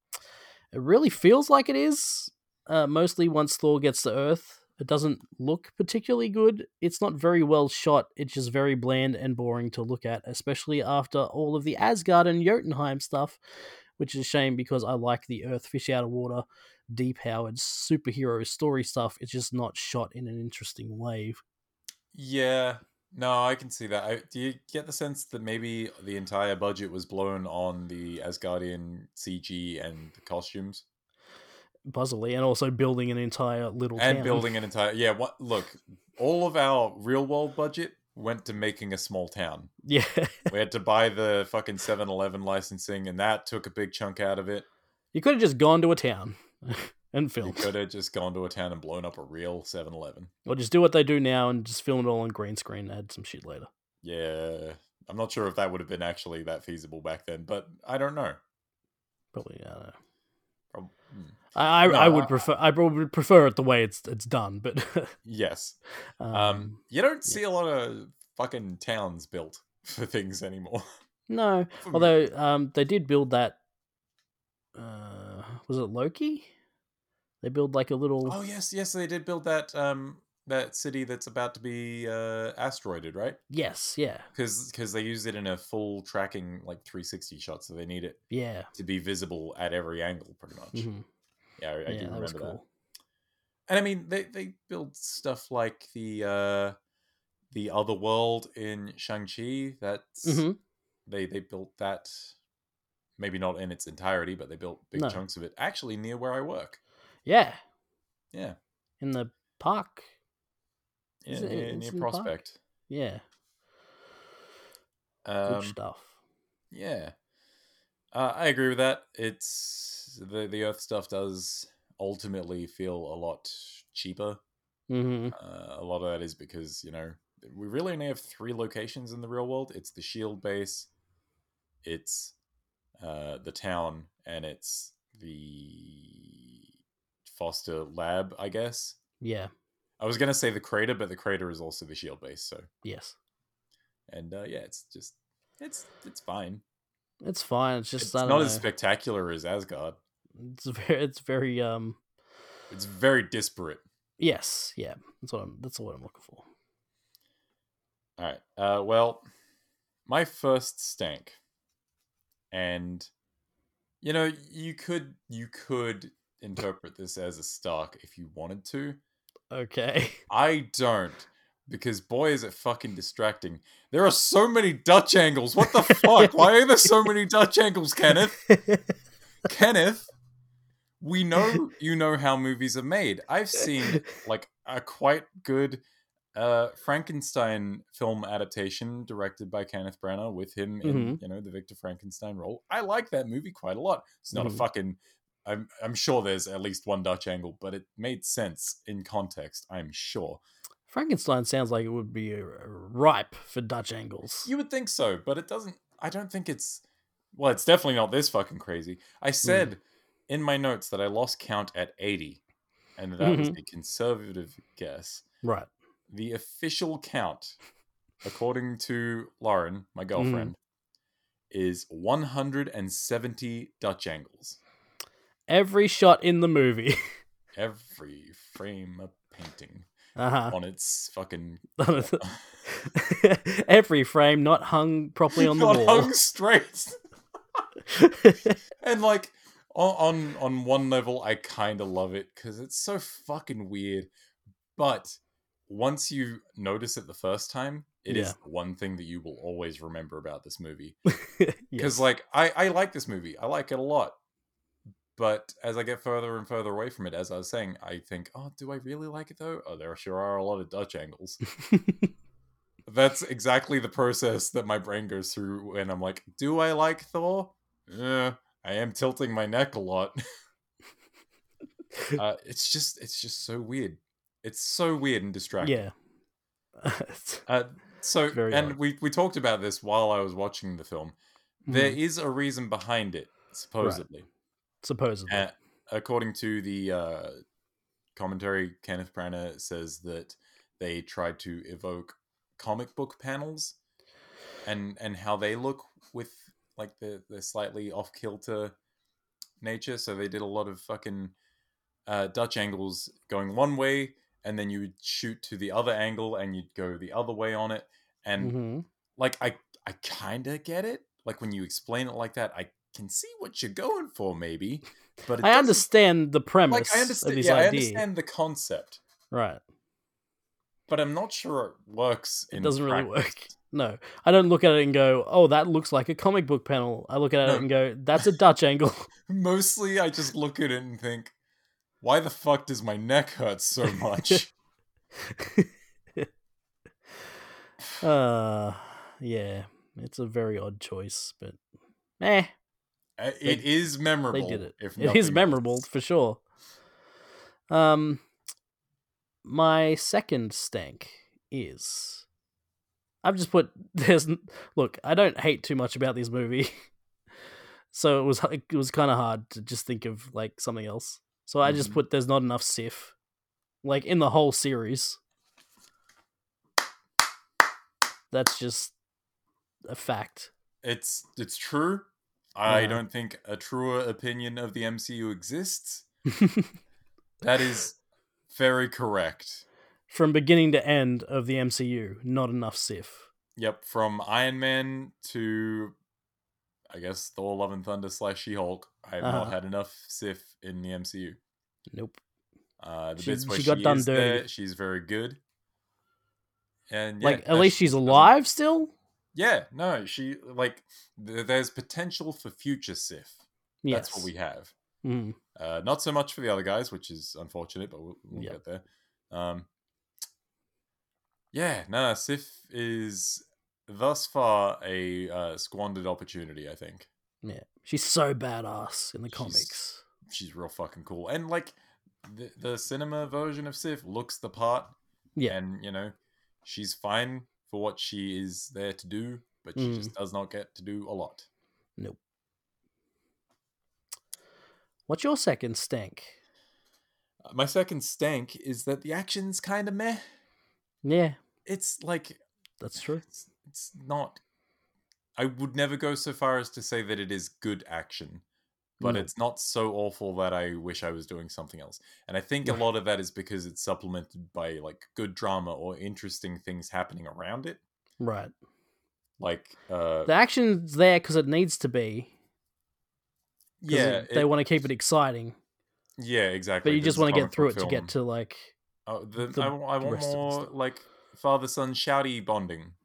Speaker 4: it really feels like it is. Uh, mostly once Thor gets to Earth, it doesn't look particularly good. It's not very well shot. It's just very bland and boring to look at, especially after all of the Asgard and Jotunheim stuff, which is a shame because I like the Earth fish out of water, deep Howard superhero story stuff. It's just not shot in an interesting way.
Speaker 5: Yeah, no, I can see that. I, do you get the sense that maybe the entire budget was blown on the Asgardian CG and the costumes?
Speaker 4: Puzzly, and also building an entire little
Speaker 5: and
Speaker 4: town.
Speaker 5: building an entire yeah what look all of our real world budget went to making a small town
Speaker 4: yeah,
Speaker 5: we had to buy the fucking 7-eleven licensing and that took a big chunk out of it
Speaker 4: you could have just gone to a town and
Speaker 5: we
Speaker 4: filmed,
Speaker 5: could have just gone to a town and blown up a real 7-eleven
Speaker 4: or just do what they do now and just film it all on green screen. and Add some shit later.
Speaker 5: yeah i'm not sure if that would have been actually that feasible back then but i don't know
Speaker 4: Probably. I don't know.
Speaker 5: Prob- hmm.
Speaker 4: I, I, I
Speaker 5: No,
Speaker 4: would
Speaker 5: I-
Speaker 4: prefer I would prefer it the way it's it's done, but
Speaker 5: yes
Speaker 4: um,
Speaker 5: um you don't see a lot of fucking towns built for things anymore
Speaker 4: no.
Speaker 5: For
Speaker 4: Although um, they did build that. Uh, was it Loki? They build like a little.
Speaker 5: oh yes yes they did build that um that city that's about to be uh asteroided right
Speaker 4: Yes, yeah,
Speaker 5: because because they use it in a full tracking like 360 shot, so they need it
Speaker 4: yeah.
Speaker 5: to be visible at every angle, pretty much.
Speaker 4: mhm,
Speaker 5: Yeah, I, I do
Speaker 4: yeah, that
Speaker 5: remember
Speaker 4: was
Speaker 5: that.
Speaker 4: cool.
Speaker 5: And I mean, they they build stuff like the uh the other world in Shang Chi. That's
Speaker 4: hmm
Speaker 5: they they built that. Maybe not in its entirety, but they built big
Speaker 4: No.
Speaker 5: chunks of it actually near where I work.
Speaker 4: Yeah,
Speaker 5: Yeah,
Speaker 4: in the park.
Speaker 5: yeah
Speaker 4: Is it-
Speaker 5: near,
Speaker 4: it's
Speaker 5: near
Speaker 4: in the park?
Speaker 5: Prospect.
Speaker 4: Yeah, good
Speaker 5: Um,
Speaker 4: stuff.
Speaker 5: Yeah, uh, I agree with that. It's the the Earth stuff does ultimately feel a lot cheaper.
Speaker 4: hmm
Speaker 5: Uh, a lot of that is because you know we really only have three locations in the real world. It's the Shield base, it's uh, the town, and it's the Foster lab. I guess
Speaker 4: Yeah.
Speaker 5: I was gonna say the crater, but the crater is also the Shield base. So
Speaker 4: Yes.
Speaker 5: and uh, yeah, it's just it's it's fine.
Speaker 4: It's fine. It's just
Speaker 5: it's
Speaker 4: I
Speaker 5: not
Speaker 4: don't
Speaker 5: as
Speaker 4: know.
Speaker 5: spectacular as Asgard.
Speaker 4: it's very. It's very. Um.
Speaker 5: It's very disparate.
Speaker 4: Yes. Yeah. That's what I'm. That's what I'm looking for.
Speaker 5: All right. Uh, well, my first stank, and you know, you could you could interpret this as a stark if you wanted to.
Speaker 4: Okay.
Speaker 5: I don't, because boy, is it fucking distracting. There are so many Dutch angles. What the fuck? Why are there so many Dutch angles, Kenneth? Kenneth, we know you know how movies are made. I've seen like a quite good uh, Frankenstein film adaptation directed by Kenneth Branagh with him in you know the Victor Frankenstein role. I like that movie quite a lot. It's not
Speaker 4: Mhm.
Speaker 5: a fucking. I'm I'm sure there's at least one Dutch angle, but it made sense in context. I'm sure
Speaker 4: Frankenstein sounds like it would be uh, ripe for Dutch angles.
Speaker 5: you would think so, but it doesn't. I don't think it's. Well, it's definitely not this fucking crazy. I said in my notes that I lost count at 80, and that was a conservative guess.
Speaker 4: right.
Speaker 5: The official count, according to Lauren, my girlfriend, is 170 Dutch angles.
Speaker 4: Every shot in the movie.
Speaker 5: Every frame of painting
Speaker 4: Uh
Speaker 5: on its fucking.
Speaker 4: huh. Every frame not hung properly on the
Speaker 5: Not
Speaker 4: wall.
Speaker 5: hung straight. and like on on, on one level i kind of love it because it's so fucking weird but once you notice it the first time it is
Speaker 4: Yeah.
Speaker 5: the one thing that you will always remember about this movie because
Speaker 4: Yes.
Speaker 5: like I, I like this movie i like it a lot but as i get further and further away from it as i was saying i think oh do i really like it though oh there sure are a lot of dutch angles That's exactly the process that my brain goes through when I'm like, do I like Thor? Uh, I am tilting my neck a lot. uh, it's just, it's just so weird. It's so weird and distracting.
Speaker 4: yeah.
Speaker 5: Uh, so,
Speaker 4: Very
Speaker 5: and
Speaker 4: odd.
Speaker 5: we we talked about this while I was watching the film. There
Speaker 4: Mm-hmm.
Speaker 5: is a reason behind it, supposedly,
Speaker 4: Supposedly.
Speaker 5: Uh, according to the uh, commentary. Kenneth Branagh says that they tried to evoke comic book panels and and how they look with like the the slightly off kilter nature. So they did a lot of fucking uh, Dutch angles going one way, and then you would shoot to the other angle, and you'd go the other way on it, and
Speaker 4: Mhm.
Speaker 5: like I I kind of get it. Like when you explain it like that, I can see what you're going for, maybe. But it
Speaker 4: I
Speaker 5: doesn't-
Speaker 4: understand the premise
Speaker 5: Like I understand,
Speaker 4: of this
Speaker 5: yeah, I
Speaker 4: idea.
Speaker 5: understand the concept,
Speaker 4: Right.
Speaker 5: but I'm not sure it works.
Speaker 4: It
Speaker 5: in
Speaker 4: doesn't really work.
Speaker 5: practice.
Speaker 4: No. I don't look at it and go, oh, that looks like a comic book panel. I look at
Speaker 5: No.
Speaker 4: it and go, that's a Dutch angle.
Speaker 5: Mostly, I just look at it and think, "Why the fuck does my neck hurt so much?"
Speaker 4: Uh, yeah. It's a very odd choice, but eh,
Speaker 5: Uh, it is
Speaker 4: they
Speaker 5: memorable.
Speaker 4: did it.
Speaker 5: If
Speaker 4: It
Speaker 5: nothing
Speaker 4: is
Speaker 5: else.
Speaker 4: memorable for sure. Um, my second stank is I've just put there's n- look I don't hate too much about this movie, so it was h- it was kind of hard to just think of like something else. So I just
Speaker 5: Mhm.
Speaker 4: put there's not enough Sif, like in the whole series. That's just a fact.
Speaker 5: It's it's true. I
Speaker 4: Yeah.
Speaker 5: don't think a truer opinion of the MCU exists. That is very correct.
Speaker 4: From beginning to end of the MCU, not enough Sif.
Speaker 5: Yep, from Iron Man to I guess Thor Love and Thunder slash She Hulk. I have
Speaker 4: Uh-huh.
Speaker 5: not had enough Sif in the MCU.
Speaker 4: Nope.
Speaker 5: Uh the
Speaker 4: She-
Speaker 5: bits where
Speaker 4: she
Speaker 5: she,
Speaker 4: got done
Speaker 5: is there,
Speaker 4: dirty.
Speaker 5: she's very good. And yeah,
Speaker 4: like at
Speaker 5: no,
Speaker 4: least
Speaker 5: she
Speaker 4: she's
Speaker 5: doesn't-
Speaker 4: alive still.
Speaker 5: Yeah, no, she like th- there's potential for future Sif.
Speaker 4: Yes.
Speaker 5: That's what we have.
Speaker 4: Mhm.
Speaker 5: Uh, not so much for the other guys, which is unfortunate, but we'll, we'll
Speaker 4: Yep.
Speaker 5: get there. Um, yeah, no, Sif is thus far a uh, squandered opportunity. I think
Speaker 4: Yeah, she's so badass in the
Speaker 5: She's-
Speaker 4: comics.
Speaker 5: she's real fucking cool, and like the the cinema version of Sif looks the part.
Speaker 4: Yeah.
Speaker 5: and you know she's fine for what she is there to do, but she
Speaker 4: Mm.
Speaker 5: just does not get to do a lot.
Speaker 4: What's your second stank?
Speaker 5: Uh, My second stank is that the action's kind of meh.
Speaker 4: Yeah,
Speaker 5: It's like
Speaker 4: that's true.
Speaker 5: It's, it's not. I would never go so far as to say that it is good action, but
Speaker 4: No.
Speaker 5: it's not so awful that I wish I was doing something else. And I think a
Speaker 4: Right.
Speaker 5: lot of that is because it's supplemented by like good drama or interesting things happening around it.
Speaker 4: Right.
Speaker 5: Like, uh,
Speaker 4: The action's there because it needs to be. 'cause
Speaker 5: yeah,
Speaker 4: it- they
Speaker 5: it-
Speaker 4: want to keep it exciting,
Speaker 5: yeah, exactly.
Speaker 4: but you
Speaker 5: this
Speaker 4: just
Speaker 5: is
Speaker 4: want to
Speaker 5: comic
Speaker 4: get through it
Speaker 5: book
Speaker 4: to get
Speaker 5: film.
Speaker 4: to like.
Speaker 5: Oh, the,
Speaker 4: the
Speaker 5: I, wa- I want
Speaker 4: rest of the
Speaker 5: more
Speaker 4: stuff.
Speaker 5: like father son shouty bonding.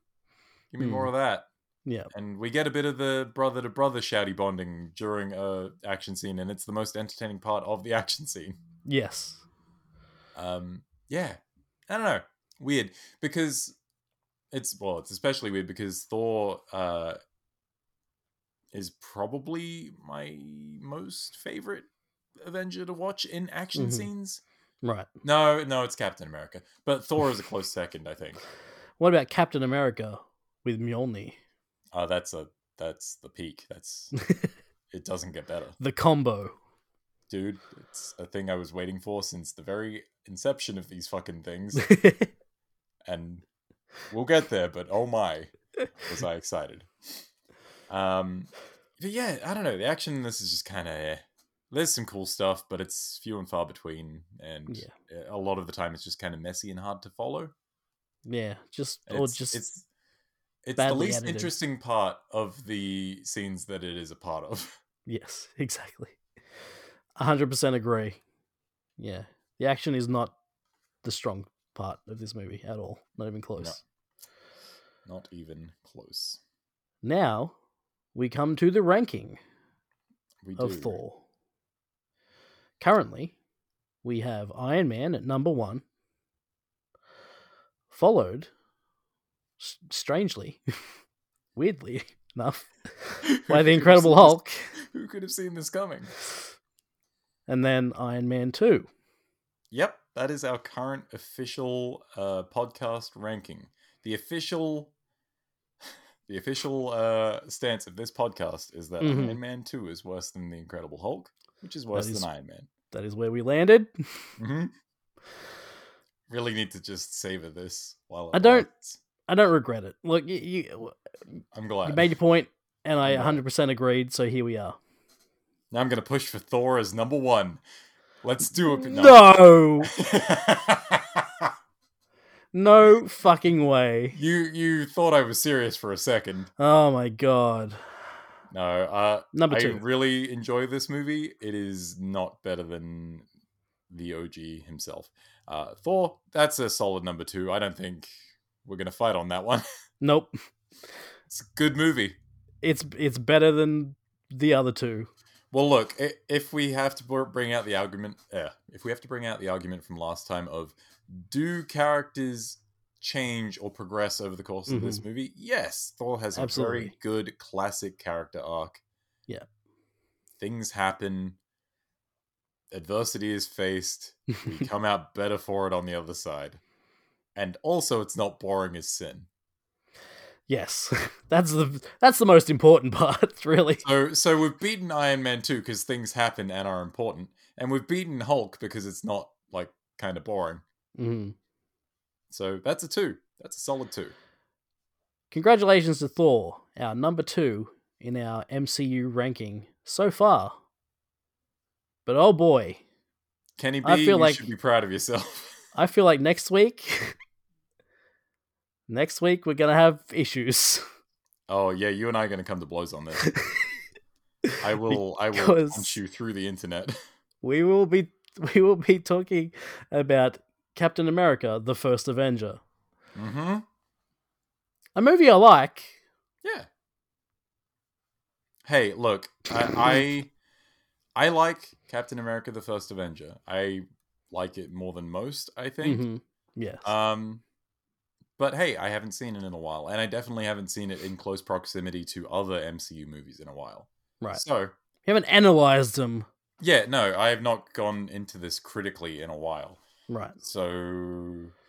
Speaker 5: Give me more
Speaker 4: Mm.
Speaker 5: of that.
Speaker 4: Yeah,
Speaker 5: and we get a bit of the brother to brother shouty bonding during a action scene and it's the most entertaining part of the action scene
Speaker 4: yes,
Speaker 5: um yeah i don't know weird because it's well it's especially weird because thor uh is probably my most favorite avenger to watch in action
Speaker 4: Mhm.
Speaker 5: scenes
Speaker 4: right.
Speaker 5: no no it's captain america but thor is a close second i think
Speaker 4: What about Captain America with Mjolnir?
Speaker 5: uh that's a that's the peak that's it doesn't get better
Speaker 4: The combo.
Speaker 5: dude. It's a thing I was waiting for since the very inception of these fucking things, and we'll get there. But oh my, was I excited? Um, but yeah, I don't know. The action in this is just kind of there's some cool stuff, but it's few and far between, and uh, a lot of the time it's just kind of messy and hard to follow.
Speaker 4: yeah, just
Speaker 5: And
Speaker 4: or
Speaker 5: it's,
Speaker 4: just
Speaker 5: it's it's the
Speaker 4: badly
Speaker 5: least
Speaker 4: edited.
Speaker 5: interesting part of the scenes that it is a part of.
Speaker 4: Yes, exactly. 100% agree. Yeah. The action is not the strong part of this movie at all. Not even close.
Speaker 5: Not even close.
Speaker 4: Now, we come to the ranking
Speaker 5: We
Speaker 4: of
Speaker 5: do.
Speaker 4: Thor. Currently, we have Iron Man at number 1, followed s- strangely, weirdly enough, by the Incredible Hulk,
Speaker 5: Who could have seen this coming?
Speaker 4: and then Iron Man Two.
Speaker 5: Yep, that is our current official uh, podcast ranking. The official, the official uh, stance of this podcast is that
Speaker 4: Mhm.
Speaker 5: Iron Man Two is worse than the Incredible Hulk, which is worse
Speaker 4: is-
Speaker 5: than Iron Man.
Speaker 4: That is where we landed.
Speaker 5: hmm Really need to just savor this while it
Speaker 4: I don't-
Speaker 5: lasts.
Speaker 4: I don't regret it. Look, you, you,
Speaker 5: I'm glad.
Speaker 4: you made your point, and I
Speaker 5: Right.
Speaker 4: 100% agreed. So here we are.
Speaker 5: Now I'm gonna push for Thor as number one. Let's do it.
Speaker 4: No,
Speaker 5: no!
Speaker 4: no fucking way.
Speaker 5: you you thought I was serious for a second.
Speaker 4: Oh my god.
Speaker 5: No, uh,
Speaker 4: Number
Speaker 5: I
Speaker 4: two.
Speaker 5: really enjoy this movie. It is not better than the OG himself. Uh, Thor, that's a solid number two. I don't think we're gonna fight on that one.
Speaker 4: Nope.
Speaker 5: it's a good movie.
Speaker 4: It's it's better than the other two.
Speaker 5: Well, look, i- if we have to br- bring out the argument, uh, if we have to bring out the argument from last time of do characters change or progress over the course of this movie? Yes, Thor has
Speaker 4: Mm-hmm.
Speaker 5: a very
Speaker 4: Absolutely.
Speaker 5: good classic character arc.
Speaker 4: Yeah.
Speaker 5: things happen. Adversity is faced. We come out better for it on the other side. And also, it's not boring as sin.
Speaker 4: Yes. That's the that's the most important part, really.
Speaker 5: So, so we've beaten Iron Man 2 because things happen and are important, and we've beaten Hulk because it's not like kind of boring.
Speaker 4: hmm
Speaker 5: So that's a two. That's a solid two.
Speaker 4: Congratulations to Thor, our number 2 in our MCU ranking so far. But oh boy,
Speaker 5: Kenny B,
Speaker 4: I feel
Speaker 5: you
Speaker 4: like-
Speaker 5: should be proud of yourself.
Speaker 4: I feel like next week next week we're going to have issues.
Speaker 5: oh yeah, you and I are going to come to blows on this. I will. I will
Speaker 4: Because-
Speaker 5: punch you through the internet.
Speaker 4: we will be we will be talking about Captain America: The First Avenger,
Speaker 5: mm-hmm.
Speaker 4: a movie I like.
Speaker 5: Yeah. Hey, look, I, I I like Captain America: The First Avenger. I like it more than most. I think.
Speaker 4: Mhm. Yes,
Speaker 5: Um, but hey, I haven't seen it in a while, and I definitely haven't seen it in close proximity to other MCU movies in a while.
Speaker 4: right.
Speaker 5: So
Speaker 4: We haven't analyzed them.
Speaker 5: yeah, no, I have not gone into this critically in a while.
Speaker 4: Right.
Speaker 5: So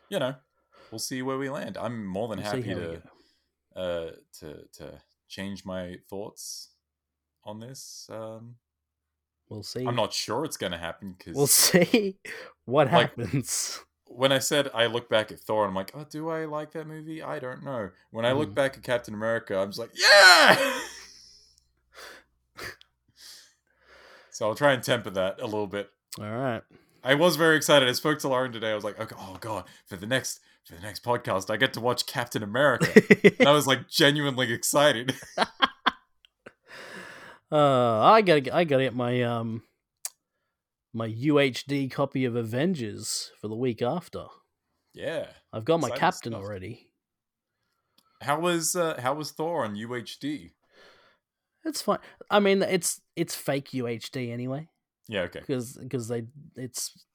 Speaker 5: you know, we'll see where we land. I'm more than
Speaker 4: We'll see
Speaker 5: happy
Speaker 4: how we
Speaker 5: to
Speaker 4: go.
Speaker 5: uh to to change my thoughts on this. Um,
Speaker 4: We'll see.
Speaker 5: I'm not sure it's gonna happen because
Speaker 4: We'll see what
Speaker 5: Like-
Speaker 4: happens.
Speaker 5: when I said I look back at Thor, I'm like, oh, do I like that movie? I don't know. When I look
Speaker 4: Mhm.
Speaker 5: back at Captain America, I'm just like, yeah. so I'll try and temper that a little bit.
Speaker 4: All right.
Speaker 5: I was very excited. I spoke to Lauren today. I was like, okay, oh god, for the next for the next podcast, I get to watch Captain America. and I was like genuinely excited.
Speaker 4: Uh, I gotta get- I gotta get my um my UHD copy of Avengers for the week after.
Speaker 5: yeah.
Speaker 4: I've got my
Speaker 5: Exciting
Speaker 4: captain
Speaker 5: stuff.
Speaker 4: already.
Speaker 5: How was uh, how was Thor on UHD?
Speaker 4: It's fine. I mean, it's it's fake UHD anyway.
Speaker 5: Yeah, okay.
Speaker 4: because because they it's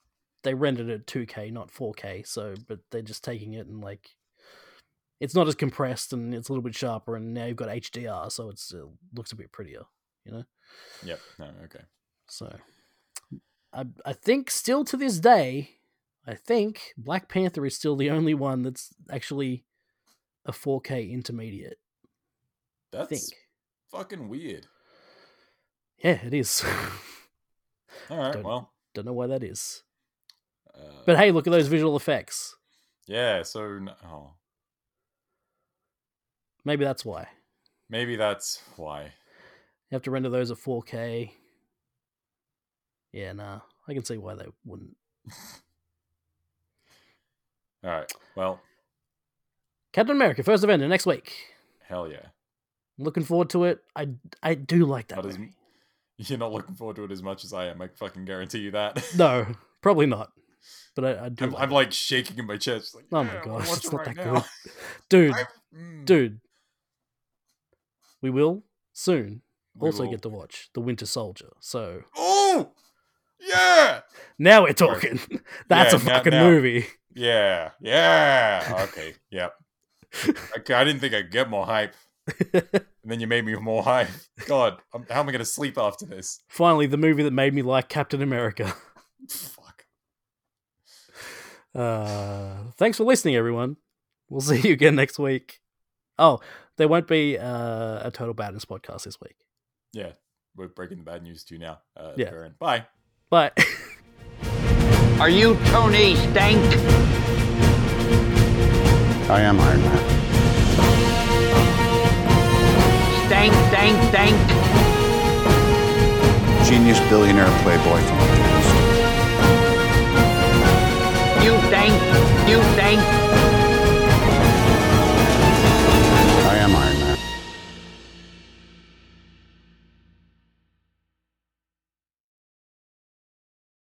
Speaker 4: they rendered it 2k not 4k so but they're just taking it and like it's not as compressed and it's a little bit sharper and now you've got hdr so it's it looks a bit prettier
Speaker 5: Yep. No, okay.
Speaker 4: so i i think still to this day i think black panther is still the only one that's actually a 4k intermediate i
Speaker 5: That's
Speaker 4: think
Speaker 5: fucking weird.
Speaker 4: yeah it is
Speaker 5: All right,
Speaker 4: Don't-
Speaker 5: well.
Speaker 4: don't know why that is
Speaker 5: Uh,
Speaker 4: but hey look at those visual effects
Speaker 5: yeah, so n- oh,
Speaker 4: maybe that's why
Speaker 5: maybe that's why.
Speaker 4: You have to render those at 4K. Yeah, nah. I can see why they wouldn't.
Speaker 5: All right, well,
Speaker 4: Captain America: First Avenger next week.
Speaker 5: hell yeah.
Speaker 4: I'm looking forward to it. I I do like that
Speaker 5: That is-
Speaker 4: movie.
Speaker 5: You're not looking forward to it as much as I am. I fucking guarantee you that.
Speaker 4: No, probably not. But I, I do.
Speaker 5: I'm,
Speaker 4: like
Speaker 5: I'm
Speaker 4: it.
Speaker 5: like shaking in my chest. Like,
Speaker 4: oh
Speaker 5: "Yeah, I
Speaker 4: my
Speaker 5: wanna
Speaker 4: gosh,
Speaker 5: watch
Speaker 4: it's
Speaker 5: it
Speaker 4: not
Speaker 5: right
Speaker 4: that
Speaker 5: now."
Speaker 4: good, dude.
Speaker 5: Mm.
Speaker 4: dude, we will soon
Speaker 5: We
Speaker 4: also
Speaker 5: will-
Speaker 4: get to watch The Winter Soldier. So
Speaker 5: Oh, yeah,
Speaker 4: now we're talking. That's
Speaker 5: Yeah,
Speaker 4: a
Speaker 5: now-
Speaker 4: fucking
Speaker 5: now.
Speaker 4: movie.
Speaker 5: yeah, yeah. Okay, yep. Okay, I didn't think I'd get more hype. And then you made me more hype. God, I'm, how am I going to sleep after this?
Speaker 4: Finally, the movie that made me like Captain America.
Speaker 5: Fuck.
Speaker 4: Uh, thanks for listening, everyone. We'll see you again next week. Oh, there won't be uh, a Total Badness podcast this week.
Speaker 5: Yeah, we're breaking the bad news to you now. Uh,
Speaker 4: Yeah.
Speaker 5: Baron. Bye.
Speaker 4: But
Speaker 2: Are you Tony Stank?
Speaker 3: I am Iron Man.
Speaker 2: Stank, stank, stank.
Speaker 3: Genius billionaire playboy philanthropist.
Speaker 2: You stank. You stank.